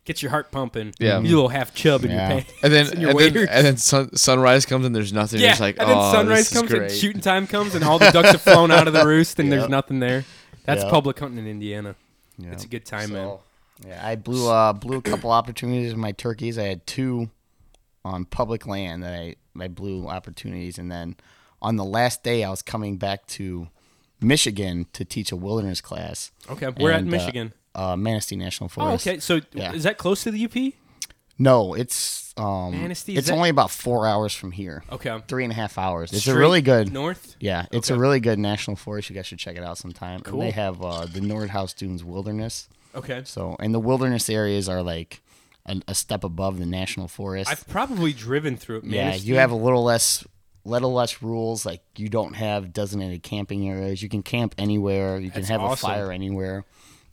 S1: Gets your heart pumping.
S3: Yeah.
S1: You little half chub in
S2: Yeah.
S1: your pants.
S3: And then,
S1: your
S3: and then,
S1: waders.
S3: and then sun, sunrise comes and there's nothing.
S1: Yeah,
S3: You're just like,
S1: and then
S3: oh,
S1: sunrise
S3: this is
S1: comes and
S3: great."
S1: shooting time comes, and all the ducks have flown out of the roost, and there's nothing there. That's
S2: Yeah.
S1: public hunting in Indiana. It's a good time,
S2: so,
S1: man.
S2: Yeah, I blew uh, blew a couple opportunities with my turkeys. I had two on public land that I I blew opportunities, and then on the last day I was coming back to Michigan to teach a wilderness class.
S1: Okay, we're at
S2: And, uh,
S1: Michigan.
S2: Uh, Manistee National
S1: oh,
S2: Forest.
S1: okay. So
S2: yeah.
S1: is that close to the UP?
S2: No, it's um,
S1: Manistee, is
S2: it's
S1: that-
S2: only about four hours from here.
S1: Okay.
S2: Three and a half hours. It's
S1: Straight
S2: a really good.
S1: north.
S2: Yeah, it's a
S1: Okay.
S2: really good national forest. You guys should check it out sometime. And
S1: Cool.
S2: they have uh, the Nordhaus Dunes Wilderness.
S1: Okay.
S2: So, and the wilderness areas are like a, a step above the national forest.
S1: I've probably driven through it.
S2: yeah,
S1: Manistee.
S2: you have a little less, little less rules. Like you don't have designated camping areas. You can camp anywhere. You can
S1: That's
S2: have
S1: awesome.
S2: a fire anywhere.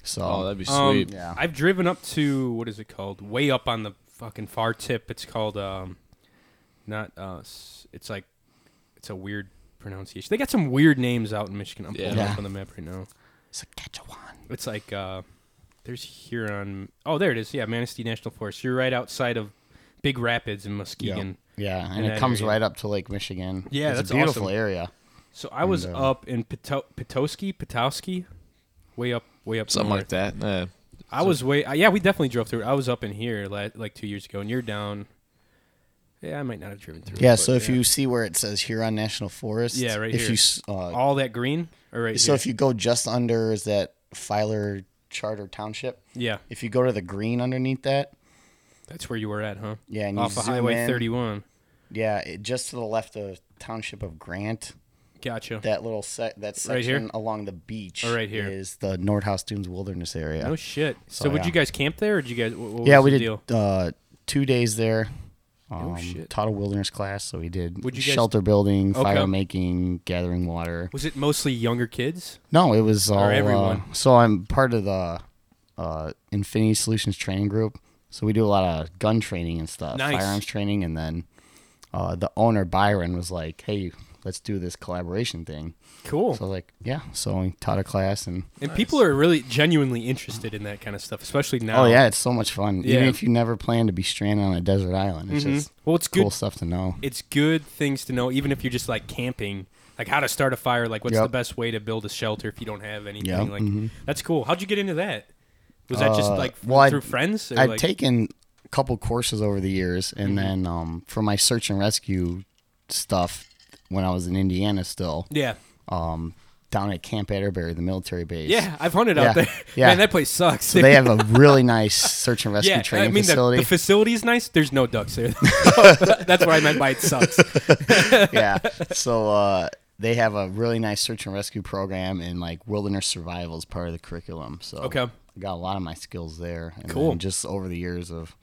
S2: So
S3: Oh, that'd be
S1: Um,
S3: sweet.
S2: Yeah.
S1: I've driven up to what is it called? Way up on the fucking far tip. It's called um, not uh, s- it's like it's a weird pronunciation. They got some weird names out in Michigan. I'm pulling
S3: Yeah.
S1: it
S2: Yeah.
S1: up on the map right now.
S2: Saskatchewan.
S1: It's like uh, there's Huron. Oh, there it is. Yeah, Manistee National Forest. You're right outside of Big Rapids in Muskegon.
S2: Yeah, and
S1: In
S2: it
S1: that
S2: comes
S1: area.
S2: right up to Lake Michigan.
S1: Yeah,
S2: it's
S1: that's
S2: a beautiful
S1: awesome.
S2: area.
S1: So I was
S2: And, uh,
S1: up in Pito- Petoskey, Petoskey, way up, way up
S3: Something
S1: north.
S3: like that. Yeah.
S1: I was way. Uh, yeah, we definitely drove through. it. I was up in here la- like two years ago, and you're down. Yeah, I might not have driven through. it,
S2: Yeah,
S1: but
S2: so if you see where it says Huron National Forest,
S1: Yeah, right
S2: if
S1: here.
S2: you s- uh,
S1: all that green, all right.
S2: so if you go just under is that Filer Charter Township?
S1: yeah,
S2: If you go to the green underneath that,
S1: that's where you were at, huh?
S2: yeah, and you
S1: Off of
S2: zoom
S1: Highway
S2: in,
S1: 31.
S2: yeah, it, just to the left of Township of Grant,
S1: Gotcha.
S2: that little sec, that section
S1: Right here?
S2: along the beach,
S1: Oh, right here.
S2: is the Nordhaus Dunes Wilderness area.
S1: No shit. So,
S2: So,
S1: would
S2: yeah.
S1: you guys camp there, or did you guys? What, what
S2: yeah,
S1: was
S2: we
S1: the
S2: did
S1: Deal?
S2: uh, two days there. Um,
S1: shit.
S2: Taught a wilderness class, so we did
S1: Would you guys-
S2: shelter building,
S1: Okay.
S2: fire making, gathering water.
S1: Was it mostly younger kids?
S2: No, it was all.
S1: everyone.
S2: uh, so I'm part of the uh, Infinity Solutions training group. So we do a lot of gun training and stuff,
S1: Nice.
S2: firearms training, and then uh, the owner Byron was like, "Hey, let's do this collaboration thing."
S1: Cool.
S2: So I was like, "Yeah." So we taught a class, and
S1: and people are really genuinely interested in that kind of stuff, especially now.
S2: oh yeah, it's so much fun. Even
S1: Yeah.
S2: if you never plan to be stranded on a desert island, it's just
S1: Well, it's
S2: cool
S1: good
S2: stuff to know.
S1: it's good things to know, even if you're just like camping, like how to start a fire, like what's
S2: Yep.
S1: the best way to build a shelter if you don't have anything.
S2: Yep, Mm-hmm.
S1: Like that's cool. How'd you get into that? Was that just
S2: Uh,
S1: like f-
S2: well, I'd-
S1: through friends? Or,
S2: I've
S1: like, Mm-hmm.
S2: taken a couple courses over the years, and then um, for my search and rescue stuff when I was in Indiana, still.
S1: yeah.
S2: um, down at Camp Atterbury, the military base.
S1: Yeah, I've hunted
S2: Yeah,
S1: out there.
S2: yeah.
S1: Man, that place sucks.
S2: So they have a really nice search and rescue
S1: yeah, I
S2: training
S1: mean
S2: facility.
S1: The, the facility's nice. There's no ducks there. That's what I meant by it sucks.
S2: yeah. So uh, they have a really nice search and rescue program, and like wilderness survival is part of the curriculum. So
S1: Okay.
S2: I got a lot of my skills there. And
S1: Cool.
S2: then Just over the years of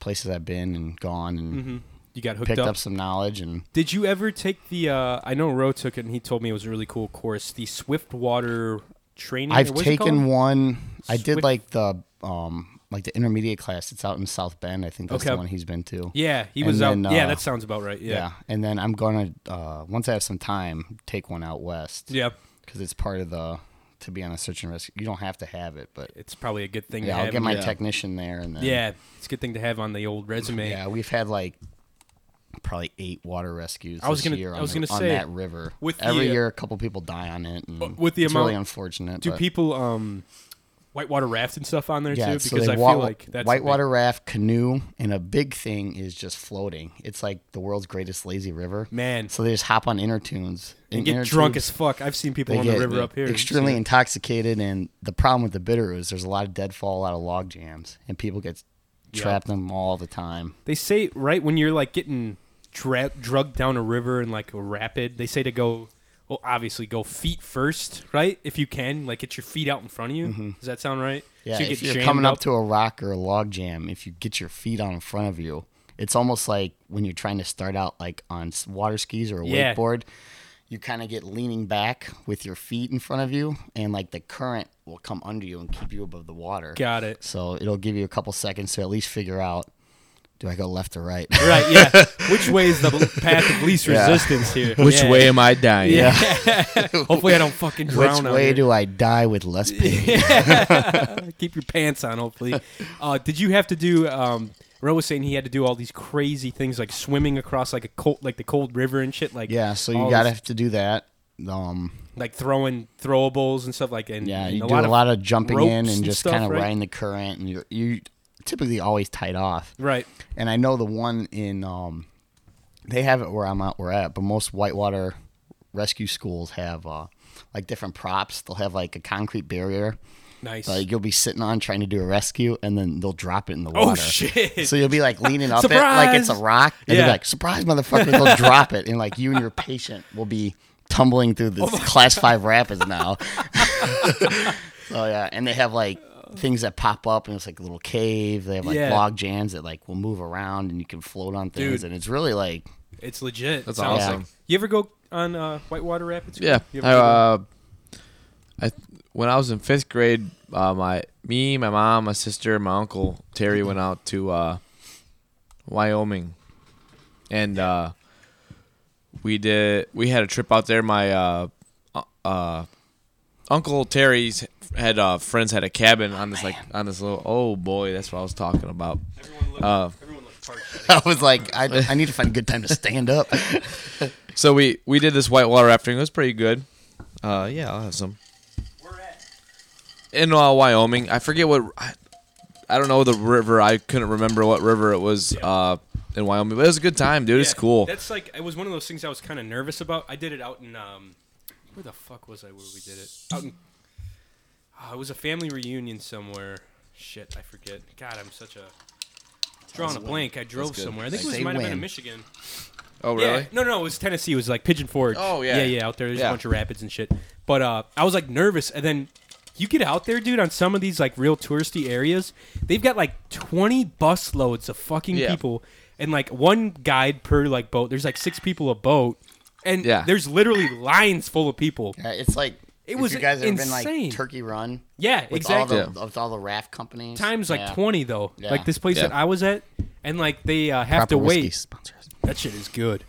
S2: places I've been and gone and
S1: You got Mm-hmm. hooked
S2: picked
S1: up.
S2: up some knowledge and
S1: Did you ever take the? Uh, I know Roe took it, and he told me it was a really cool course. The Swiftwater training. or
S2: I've
S1: Mm-hmm. what's it
S2: taken
S1: called?
S2: one. I did
S1: Swift-
S2: like the um like the intermediate class. It's out in South Bend. I think that's
S1: Okay.
S2: the one he's been to.
S1: Yeah, he
S2: and
S1: was out.
S2: then,
S1: yeah,
S2: uh,
S1: that sounds about right.
S2: Yeah.
S1: Yeah.
S2: And then I'm gonna uh once I have some time, take one out west.
S1: yeah,
S2: Because it's part of the to be on a search and rescue. You don't have to have it, but
S1: It's probably a good thing to
S2: yeah, I'll
S1: have.
S2: get my
S3: yeah.
S2: technician there and then
S1: yeah, it's a good thing to have on the old resume.
S2: yeah. We've had like probably eight water rescues.
S1: I was
S2: this
S1: gonna-
S2: year
S1: I
S2: on
S1: was
S2: the-
S1: gonna
S2: on
S1: say,
S2: that river.
S1: with
S2: every
S1: the- uh,
S2: year, a couple people die on it. And
S1: with the
S2: it's really
S1: amount-
S2: unfortunate.
S1: Do
S2: but-
S1: people um, whitewater raft and stuff on there
S2: yeah,
S1: too?
S2: so
S1: Because
S2: they
S1: I
S2: wa-
S1: feel like that's a big-
S2: whitewater raft, canoe, and a big thing is just floating. It's like the world's greatest lazy river.
S1: Man,
S2: So they just hop on inner tunes
S1: and
S2: In
S1: get
S2: inner
S1: drunk
S2: tubes,
S1: as fuck. I've seen people
S2: they
S1: on the
S2: get
S1: river up here.
S2: Extremely intoxicated, and the problem with the bitter is there's a lot of deadfall, a lot of log jams, and people get trapped in them all the time.
S1: They say right when you're like getting dra- drugged down a river in like a rapid, they say to go. Well, obviously, go feet first, right? If you can, like get your feet out in front of you. Does that sound right?
S2: Mm-hmm. Yeah,
S1: so you
S2: if
S1: get
S2: you're
S1: jammed
S2: coming up to a rock or a log jam, if you get your feet on in front of you, it's almost like when you're trying to start out like on s- water skis or a
S1: Yeah.
S2: wakeboard, you kind of get leaning back with your feet in front of you, and like the current will come under you and keep you above the water.
S1: Got it.
S2: So it'll give you a couple seconds to at least figure out, do I go left or right?
S1: Right, yeah. Which way is the path of least resistance here?
S3: Which
S1: Yeah.
S3: way am I dying?
S1: Yeah. Hopefully, I don't fucking drown.
S2: Which
S1: out
S2: way
S1: here.
S2: do I die with less pain?
S1: Keep your pants on, hopefully. Uh, did you have to do? Um, Ro was saying he had to do all these crazy things like swimming across like a cold, like the cold river and shit. Like
S2: yeah, so you
S1: all
S2: gotta
S1: this-
S2: have to do that. Um,
S1: like throwing throwables and stuff like and
S2: Yeah,
S1: and
S2: you do a lot, of jumping in and,
S1: ropes and
S2: just
S1: stuff,
S2: kind of
S1: right?
S2: riding the current, and you're you typically always tied off.
S1: right.
S2: And I know the one in um, they have it where I'm at, we're at, but most whitewater rescue schools have uh, like different props. They'll have like a concrete barrier.
S1: Nice.
S2: Like you'll be sitting on trying to do a rescue, and then they'll drop it in the
S1: Oh,
S2: water.
S1: shit.
S2: So you'll be like leaning up it like it's a
S1: Surprise!
S2: rock, and you're
S1: Yeah.
S2: like, "Surprise, motherfucker!" They'll drop it, and like you and your patient will be tumbling through this
S1: Oh
S2: class five rapids now. so yeah, and they have like things that pop up, and it's like a little cave. They have like
S1: Yeah.
S2: log jams that like will move around, and you can float on things,
S1: Dude.
S2: and it's really like
S1: it's legit.
S3: That's
S1: Sounds-
S3: awesome.
S1: You ever go on uh, whitewater rapids?
S3: Yeah.
S1: You
S3: I,
S1: ever go-
S3: uh, I when I was in fifth grade, uh, my me, my mom, my sister, my uncle Terry went out to uh, Wyoming, and uh, we did we had a trip out there. My uh, uh, uh, uncle Terry's had uh, friends had a cabin on this like on this little oh boy that's what I was talking about.
S1: everyone looked,
S3: uh,
S1: everyone looked parched.
S2: I was like, I, I need to find a good time to stand up.
S3: So we we did this whitewater rafting. It was pretty good. Uh, yeah, I'll have some.
S1: We're at
S3: in uh, Wyoming. I forget what I, I don't know the river. I couldn't remember what river it was uh, in Wyoming, but it was a good time, dude. it's
S1: Yeah,
S3: cool.
S1: That's like it was one of those things I was kind of nervous about. I did it out in um, where the fuck was I? Where we did it? Out in, Ah, it was a family reunion somewhere. Shit, I forget. God, I'm such a drawing a blank. I drove
S3: good.
S1: somewhere. I think it was
S2: Say
S1: might have been in
S2: when.
S1: Michigan.
S3: Oh
S1: Yeah. No, no, it was Tennessee. It was like Pigeon Forge.
S3: Oh, yeah.
S1: Yeah, yeah, out there. There's
S3: Yeah.
S1: a bunch of rapids and shit. But uh, I was like nervous. And then you get out there, dude, on some of these like real touristy areas. They've got like 20 bus loads of fucking
S3: Yeah.
S1: people. And like one guide per like boat. There's like six people a boat. And
S3: Yeah.
S1: there's literally lines full of people.
S2: Yeah, it's like
S1: It
S2: if
S1: was
S2: you guys ever been
S1: insane.
S2: like Turkey Run.
S1: Yeah,
S2: with
S1: exactly.
S2: All the, with all the raft companies,
S1: Times like
S2: Yeah.
S1: 20 though.
S2: Yeah.
S1: Like this place
S3: Yeah.
S1: that I was at. And like they uh, have
S2: Proper
S1: to wait.
S2: whiskey sponsors.
S1: That shit is good.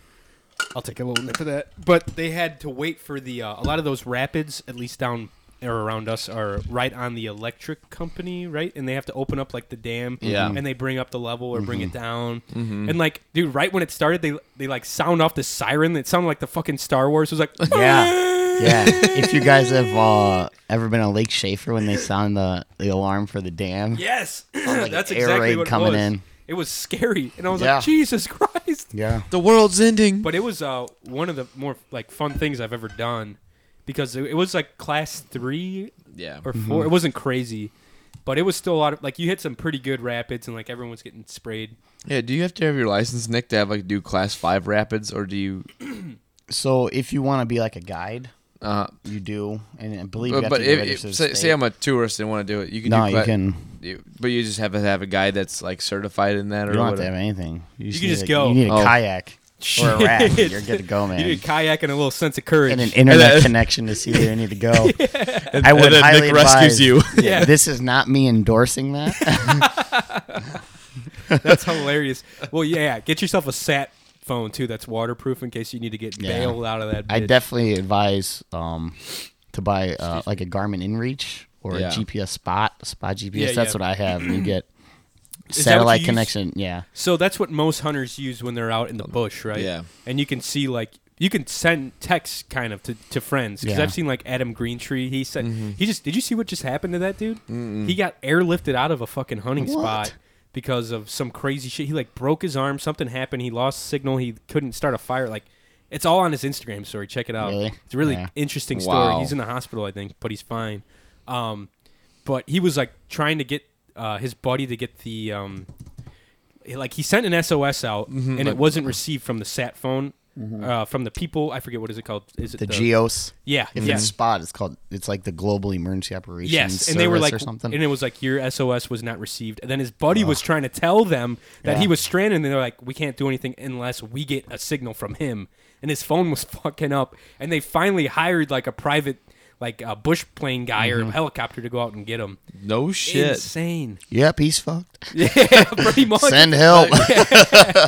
S1: I'll take a little nip of that. But they had to wait for the uh, a lot of those rapids, at least down or around us, are right on the electric company, right? And they have to open up like the dam,
S3: Yeah.
S1: And they bring up the level or bring it
S2: Mm-hmm.
S1: down, and like, dude, right when it started, they they like sound off the siren. It sounded like the fucking Star Wars It was like, "Oh,
S2: Yeah. Yeah. If you guys have uh, ever been on Lake Schaefer when they sound the, the alarm for the dam,
S1: yes,
S2: like
S1: that's
S2: an air
S1: exactly
S2: raid
S1: what
S2: coming
S1: it was.
S2: in.
S1: It was scary, and I was
S2: Yeah.
S1: like, Jesus Christ.
S2: yeah.
S3: The world's ending.
S1: But it was uh, one of the more like fun things I've ever done because it, it was like class three
S3: Yeah.
S1: or 4
S2: Mm-hmm.
S1: It wasn't crazy, but it was still a lot of like you hit some pretty good rapids and like everyone's getting sprayed.
S3: Yeah. Do you have to have your license, Nick, to have like do class five rapids, or do you?
S2: So if you want to be like a guide,
S3: Uh,
S2: you do, and I believe you
S3: but
S2: have
S3: but
S2: to be
S3: if,
S2: registered
S3: if- say, say
S2: state.
S3: I'm a tourist and want to do it, you can. do
S2: no, you
S3: cla-
S2: can.
S3: you- but you just have to have a guy that's like certified in that, or
S2: You don't have to
S3: whatever.
S2: have anything. You,
S1: can
S2: need
S1: just
S2: a-
S1: go.
S2: You need a
S3: Oh.
S2: kayak or a raft.
S1: Shit.
S2: You're good to go, man.
S1: You need a kayak and a little sense of courage.
S2: and an internet
S3: then-
S2: connection to see where you need to go. I would highly
S3: Nick
S2: advise.
S3: rescues you.
S1: Yeah.
S2: This is not me endorsing that.
S1: That's hilarious. Well, yeah, get yourself a sat phone too. That's waterproof in case you need to get
S2: Yeah.
S1: bailed out of that.
S2: I
S1: bitch.
S2: definitely advise um, to buy uh, like a Garmin InReach or
S3: Yeah.
S2: a GPS Spot, Spot GPS.
S1: Yeah,
S2: That's
S1: yeah.
S2: what I have. You get
S1: that what
S2: satellite
S1: you use?
S2: connection. Yeah.
S1: So that's what most hunters use when they're out in the bush, right?
S3: Yeah.
S1: And you can see like you can send texts kind of to, to friends because
S2: Yeah. Mm-hmm.
S1: I've seen like Adam Greentree. He said he just did you see what just happened to that dude? He got airlifted out of a fucking hunting
S2: What?
S1: spot because of some crazy shit. He like broke his arm. Something happened. He lost signal. He couldn't start a fire. Like. It's all on his Instagram story. Check it out.
S2: Really?
S1: It's a really
S2: Yeah.
S1: interesting story.
S3: Wow.
S1: He's in the hospital, I think, but he's fine. Um, but he was like trying to get uh, his buddy to get the um, like he sent an SOS out and it
S3: Mm-hmm. like- Mm-hmm.
S1: wasn't received from the sat phone uh, from the people. I forget what is it called. Is it
S2: The, Geos.
S1: Yeah,
S2: If
S1: yeah.
S2: it's Spot, it's called. It's like the Global Emergency Operations
S1: Yes, and they were
S2: Service
S1: like,
S2: or something.
S1: and it was like your SOS was not received. And then his buddy was trying to tell them that he
S2: Yeah.
S1: was stranded. And they're like, we can't do anything unless we get a signal from him. And his phone was fucking up. And they finally hired like a private, like a bush plane guy
S2: Mm-hmm.
S1: or a helicopter to go out and get him.
S3: No shit.
S1: Insane.
S2: yep, he's fucked.
S1: Yeah, pretty much.
S2: Send help.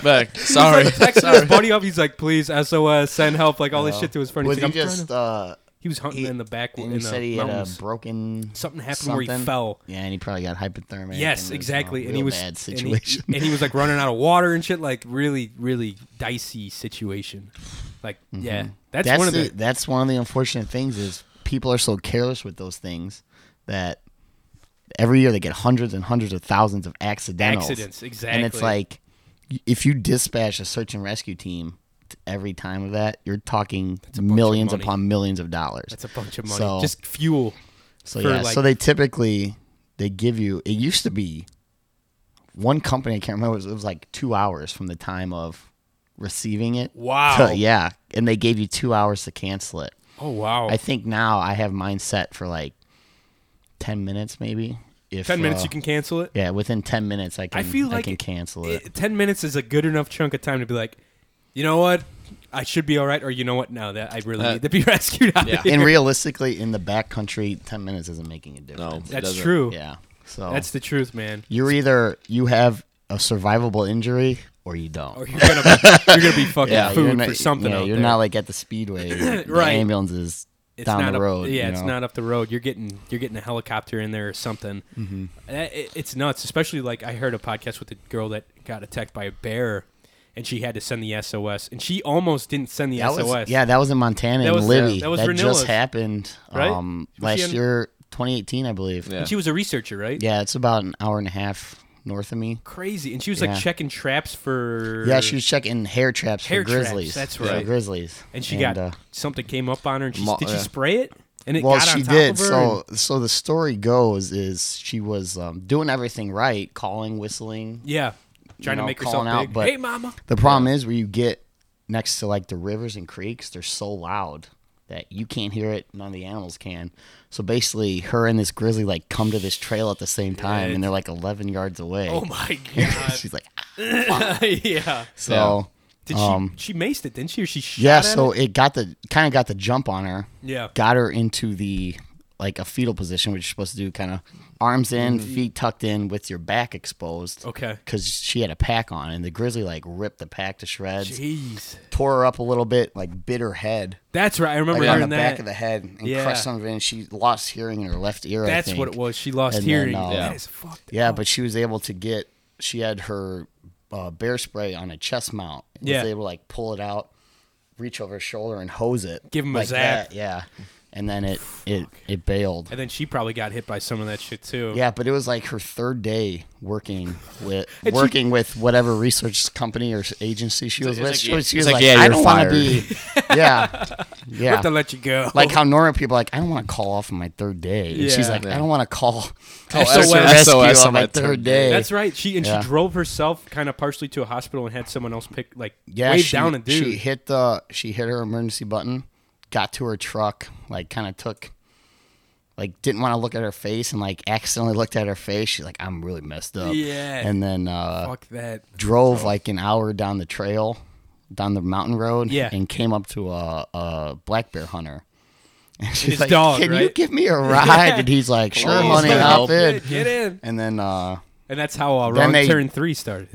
S3: Back. Sorry.
S1: He's like texting his buddy up. He's like, please, SOS, send help, like all this shit to his friend. He's
S2: was
S1: like,
S2: he
S1: I'm trying to-
S2: just? Uh,
S1: He was hunting
S2: He-
S1: in the back in
S2: and he
S1: the
S2: said he had a
S1: mountains.
S2: broken
S1: Something happened where he
S2: something.
S1: fell.
S2: Yeah, and he probably got hypothermic.
S1: Yes,
S2: and it was, uh,
S1: exactly. And he
S2: real
S1: was
S2: bad
S1: and he-
S2: situation.
S1: and he, was like running out of water and shit. Like really, really dicey situation. Like yeah, that's,
S2: Mm-hmm. that's
S1: one of
S2: the,
S1: the.
S2: that's one of the unfortunate things is people are so careless with those things that every year they get hundreds and hundreds of thousands of accidentals.
S1: Accidents,
S2: And it's
S1: exactly.
S2: like if you dispatch a search and rescue team to every time of that, you're talking
S1: a bunch of
S2: millions
S1: money.
S2: upon millions of dollars.
S1: that's a bunch of money.
S2: So-
S1: Just fuel.
S2: So
S1: for,
S2: yeah,
S1: like-
S2: so they typically they give you. It used to be one company. I can't remember. It was, it was like two hours from the time of receiving it.
S1: Wow.
S2: to- yeah, and they gave you two hours to cancel it.
S1: Oh wow.
S2: I think now I have mine set for like ten minutes, maybe. If
S1: Ten minutes,
S2: uh,
S1: you can cancel it.
S2: Yeah, within ten minutes, I can.
S1: I feel like
S2: I can
S1: it-
S2: cancel
S1: Eh,
S2: it.
S1: Ten minutes is a good enough chunk of time to be like, you know what, I should be all right, or you know what, no, that I really
S3: Uh,
S1: need to be rescued out
S3: yeah.
S1: of here.
S2: and realistically, in the backcountry, ten minutes isn't making a
S3: No.
S2: difference.
S3: it
S1: That's
S3: doesn't.
S1: true.
S2: Yeah. So
S1: That's the truth, man.
S2: you're either you have a survivable injury or you don't.
S1: Or you're gonna be, you're gonna be fucking
S2: you're
S1: food
S2: not-
S1: for something.
S2: yeah,
S1: out
S2: you're
S1: there.
S2: not like at the speedway. like, the
S1: Right.
S2: ambulance is down
S1: not
S2: the
S1: up-
S2: road.
S1: yeah,
S2: you
S1: it's
S2: know?
S1: not up the road. You're getting you're getting a helicopter in there or something. Mm-hmm. it's nuts, especially like I heard a podcast with a girl that got attacked by a bear, and she had to send the SOS, and she almost didn't send the
S2: That
S1: SOS.
S2: was- yeah, that was in Montana
S1: That
S2: in
S1: was- uh,
S2: Libby.
S1: that was
S2: that
S1: Vernillas,
S2: just happened
S1: right?
S2: um,
S1: Was she
S2: last
S1: in-
S2: year, 2018, I believe.
S3: Yeah.
S1: and she was a researcher, right?
S2: Yeah, it's about an hour and a half north of me.
S1: crazy. And she was
S2: Yeah.
S1: like checking traps for
S2: Yeah, she was checking hair traps
S1: Hair
S2: for
S1: traps,
S2: grizzlies.
S1: that's
S2: for
S1: right.
S2: grizzlies.
S1: and she got
S2: uh,
S1: something came up on her, and she
S3: Mo-
S1: did she
S3: yeah.
S1: spray it? And it
S2: well,
S1: got
S2: she
S1: on top
S2: did.
S1: of her
S2: So, so the story goes is she was um, doing everything right, calling, whistling,
S1: and- yeah, trying to
S2: know,
S1: make herself
S2: calling out,
S1: big.
S2: but-
S1: hey, mama.
S2: The problem is where you get next to like the rivers and creeks, they're so loud that you can't hear it, none of the animals can. So basically her and this grizzly like come to this trail at the same time and they're like 11 yards away.
S1: Oh my god.
S2: She's like "Ah."
S1: yeah.
S2: so
S1: Did
S2: Um,
S1: she she maced it, didn't she? Or she shot
S2: yeah,
S1: at
S2: so
S1: it?
S2: it got the kind of got the jump on her.
S1: Yeah.
S2: Got her into the like a fetal position, which you're supposed to do kind of arms in, feet tucked in with your back exposed.
S1: Mm-hmm. Okay.
S2: Cuz she had a pack on and the grizzly like ripped the pack to shreds.
S1: Jeez.
S2: tore her up a little bit, like bit her head,
S1: That's right. I remember
S2: like on the
S1: hearing
S2: back
S1: that.
S2: of the head, and
S1: Yeah.
S2: crushed some of it. And she lost hearing in her left ear. I
S1: That's what
S2: think.
S1: it was. She lost
S2: And then,
S1: hearing.
S2: uh,
S1: That
S3: Yeah.
S1: is fucked.
S2: Yeah,
S1: up.
S2: but she was able to get. She had her uh, bear spray on a chest mount. and
S1: Yeah.
S2: was able to like pull it out, reach over her shoulder and hose it.
S1: Give 'em a
S2: like
S1: zap.
S2: that, Yeah, and then it it it bailed.
S1: And then she probably got hit by some of that shit too.
S2: Yeah, but it was like her third day working with
S1: And she-
S2: working with whatever research company or agency she was
S3: it's
S2: with.
S3: like,
S2: she
S3: yeah-
S2: was, she
S3: it's
S2: was
S3: like,
S2: like,
S3: yeah,
S2: I
S3: you're
S2: don't want to
S3: fired."
S2: be. Yeah,
S1: I
S2: yeah.
S1: have to let you go.
S2: like how normal people are like, I don't want to call off on my third day. And she's
S1: Yeah.
S2: like,
S3: Yeah.
S2: I don't want to call
S1: SOS.
S2: SOS rescue
S3: SOS
S2: on my third day.
S1: That's right. She and
S2: Yeah.
S1: she drove herself kind of partially to a hospital and had someone else pick like
S2: yeah,
S1: wave
S2: she,
S1: down a dude.
S2: she hit the she hit her emergency button, got to her truck, like kind of took, like didn't want to look at her face and like accidentally looked at her face. She's like, I'm really messed up.
S1: Yeah.
S2: and then uh,
S1: Fuck that.
S2: drove like an hour down the trail, down the mountain road,
S1: Yeah.
S2: and came up to a, a black bear hunter. And she's
S1: his
S2: like,
S1: dog,
S2: "Can you
S1: right?
S2: give me a ride?" And he's like, "Sure,
S3: Please,
S2: honey,
S3: can I
S2: hop
S3: help
S2: in."
S1: Get in.
S2: And then uh,
S1: And that's how uh,
S2: Then
S1: Wrong
S2: they-
S1: Turn 3 started.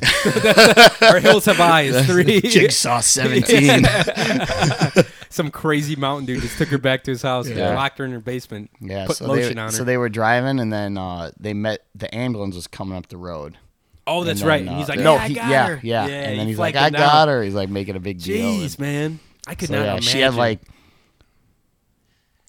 S1: Our Hills Have Eyes 3.
S2: Jigsaw Seventeen. Yeah.
S1: Some crazy mountain dude just took her back to his house
S3: Yeah.
S1: and locked her in her basement. put
S2: so
S1: lotion
S2: they
S1: on her.
S2: so they were driving, and then uh, they met the ambulance was coming up the road.
S1: oh, that's
S2: And
S1: right.
S2: then,
S1: And he's
S2: uh,
S1: like,
S2: no,
S1: yeah, I
S2: he-
S1: got
S2: yeah,
S1: her.
S2: yeah. And then
S1: he
S2: he's like,
S1: flagged
S2: "I
S1: him
S2: got
S1: down.
S2: her." He's like making a big deal. and-
S1: Jeez, man. I could
S2: So,
S1: not
S2: yeah,
S1: imagine.
S2: she had like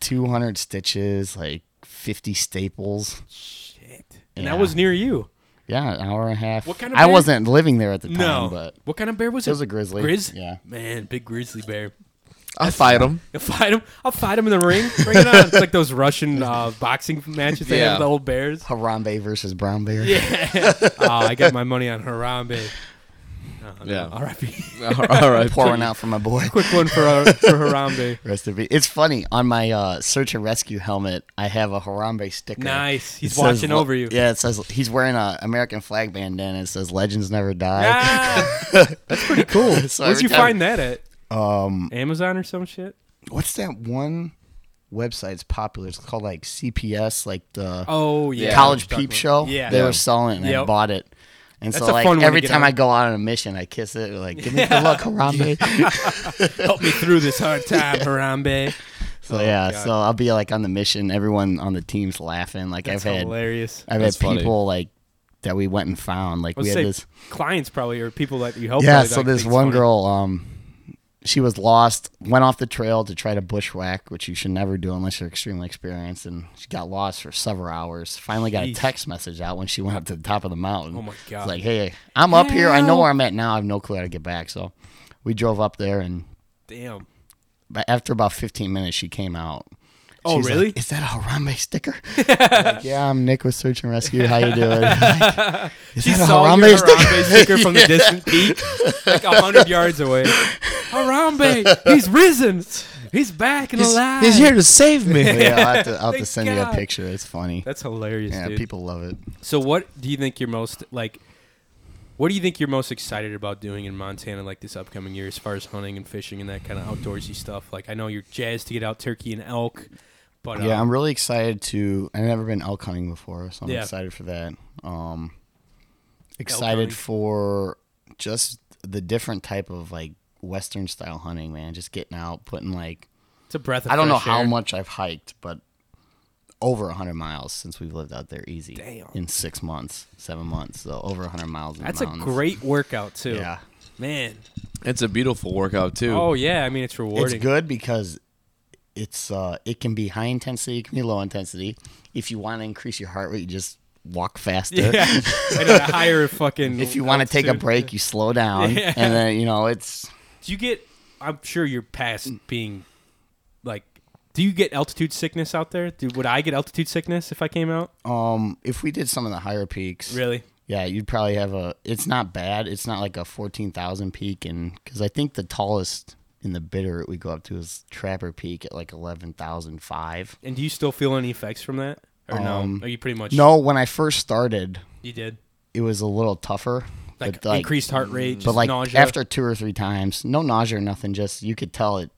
S2: 200 stitches, like 50 staples.
S1: Shit. And
S2: Yeah.
S1: that was near you.
S2: Yeah, an hour and a half.
S1: What kind of
S2: I
S1: bear-
S2: wasn't living there at the time,
S1: no.
S2: but
S1: what kind of bear was it?
S2: It was a grizzly.
S1: Grizz?
S2: Yeah.
S1: Man, big grizzly bear.
S3: I'll fight him.
S1: I'll fight him. I'll fight him in the ring. Bring it on. It's like those Russian uh, boxing matches they have
S3: Yeah.
S1: with the old bears.
S2: Harambe versus brown bear.
S1: Yeah. oh, I got my money on Harambe.
S3: Yeah.
S1: All right.
S3: All right.
S2: Pouring out for my boy.
S1: Quick one for, uh, for Harambe.
S2: Rest of it. It's funny. On my uh, search and rescue helmet, I have a Harambe sticker.
S1: Nice. He's
S2: It says
S1: watching
S2: le-
S1: over you.
S2: Yeah, it says he's wearing a American flag bandana. It says "Legends Never Die."
S1: Ah,
S2: That's pretty cool. so
S1: where'd
S2: every
S1: you
S2: time-
S1: find that at? Um, Amazon or some shit?
S2: What's that one website? It's popular. It's called like CPS, like the
S1: Oh yeah,
S2: college
S1: We're talking
S2: peep
S1: about-
S2: show.
S1: Yeah,
S2: they
S1: yeah.
S2: were selling it and I
S1: Yep.
S2: bought it. And
S1: That's
S2: so
S1: a
S2: like
S1: fun one to
S2: every
S1: get
S2: time
S1: on.
S2: I go out on a mission, I kiss it. Like give me good luck,
S1: Oh,
S2: Harambe.
S1: help me through this hard time, Harambe.
S2: so yeah,
S1: God.
S2: so I'll be like on the mission. Everyone on the team's laughing. Like
S1: That's
S2: I've had,
S1: hilarious.
S2: I've
S3: That's
S2: had
S3: funny.
S2: people like that we went and found. Like
S1: Let's
S2: we
S1: say
S2: had this.
S1: clients probably or people that you help.
S2: yeah.
S1: probably
S2: So
S1: like
S2: this
S1: think it's
S2: one
S1: funny.
S2: girl, um, she was lost, went off the trail to try to bushwhack, which you should never do unless you're extremely experienced. And she got lost for several hours. Finally got a
S1: Jeez.
S2: text message out when she went up to the top of the mountain.
S1: Oh my
S2: It's
S1: God.
S2: like, hey, I'm up here. I know
S1: Help.
S2: where I'm at now. I have no clue how to get back. So we drove up there, and
S1: Damn.
S2: ba- after about 15 minutes, she came out.
S1: Oh,
S2: She's like,
S1: really?
S2: Is that a Harambe sticker? like, yeah, I'm Nick with Search and Rescue. How you doing? Like, Is
S1: She
S2: that a
S1: saw
S2: Harambe
S1: your
S2: sticker?
S1: Harambe sticker from the distant peak, like a hundred yards away. Harambe, he's risen. He's back and alive.
S3: to save me.
S2: yeah, I'll have to, I'll have to
S1: Thank
S2: send you
S1: God.
S2: a picture. It's funny.
S1: That's hilarious,
S2: yeah,
S1: dude.
S2: people love it.
S1: So, what do you think you're most like? What do you think you're most excited about doing in Montana, like this upcoming year, as far as hunting and fishing and that kind of outdoorsy stuff? Like, I know you're jazzed to get out turkey and elk, but
S2: Yeah,
S1: um,
S2: I'm really excited to. I've never been elk hunting before, so I'm
S1: Yeah.
S2: excited for that. Um,
S1: hunting.
S2: excited for just the different type of like Western style hunting, man. Just getting out, putting like
S1: it's a breath. of
S2: I don't know
S1: fresh
S2: how
S1: air.
S2: much I've hiked, but over hundred miles since we've lived out there, easy
S1: Damn.
S2: in six months, seven months, so over hundred miles. In
S1: That's
S2: the
S1: a
S2: mountains.
S1: great workout too.
S2: Yeah,
S1: man.
S3: It's a beautiful workout too.
S1: Oh yeah, I mean it's
S2: it's
S1: rewarding.
S2: good because it's uh it can be high intensity, it can be low intensity. If you want to increase your heart rate, you just walk faster.
S1: Yeah, and at a higher fucking.
S2: if you want to take a
S1: altitude.
S2: break, you slow down,
S1: Yeah.
S2: and then you know it's
S1: do you get? I'm sure you're past being, like, do you get altitude sickness out there? Do would I get altitude sickness if I came out?
S2: um if we did some of the higher peaks,
S1: Really?
S2: yeah, you'd probably have a. It's not bad. It's not like a fourteen thousand peak, and because I think the tallest in the Bitterroot we go up to is Trapper Peak at like eleven thousand five.
S1: And do you still feel any effects from that, or
S2: Um,
S1: no? Are you pretty much
S2: No, when I first started,
S1: You did
S2: it was a little tougher.
S1: like,
S2: but, like
S1: increased heart rate, just
S2: but like
S1: nausea,
S2: after two or three times, no nausea or nothing. Just you could tell it.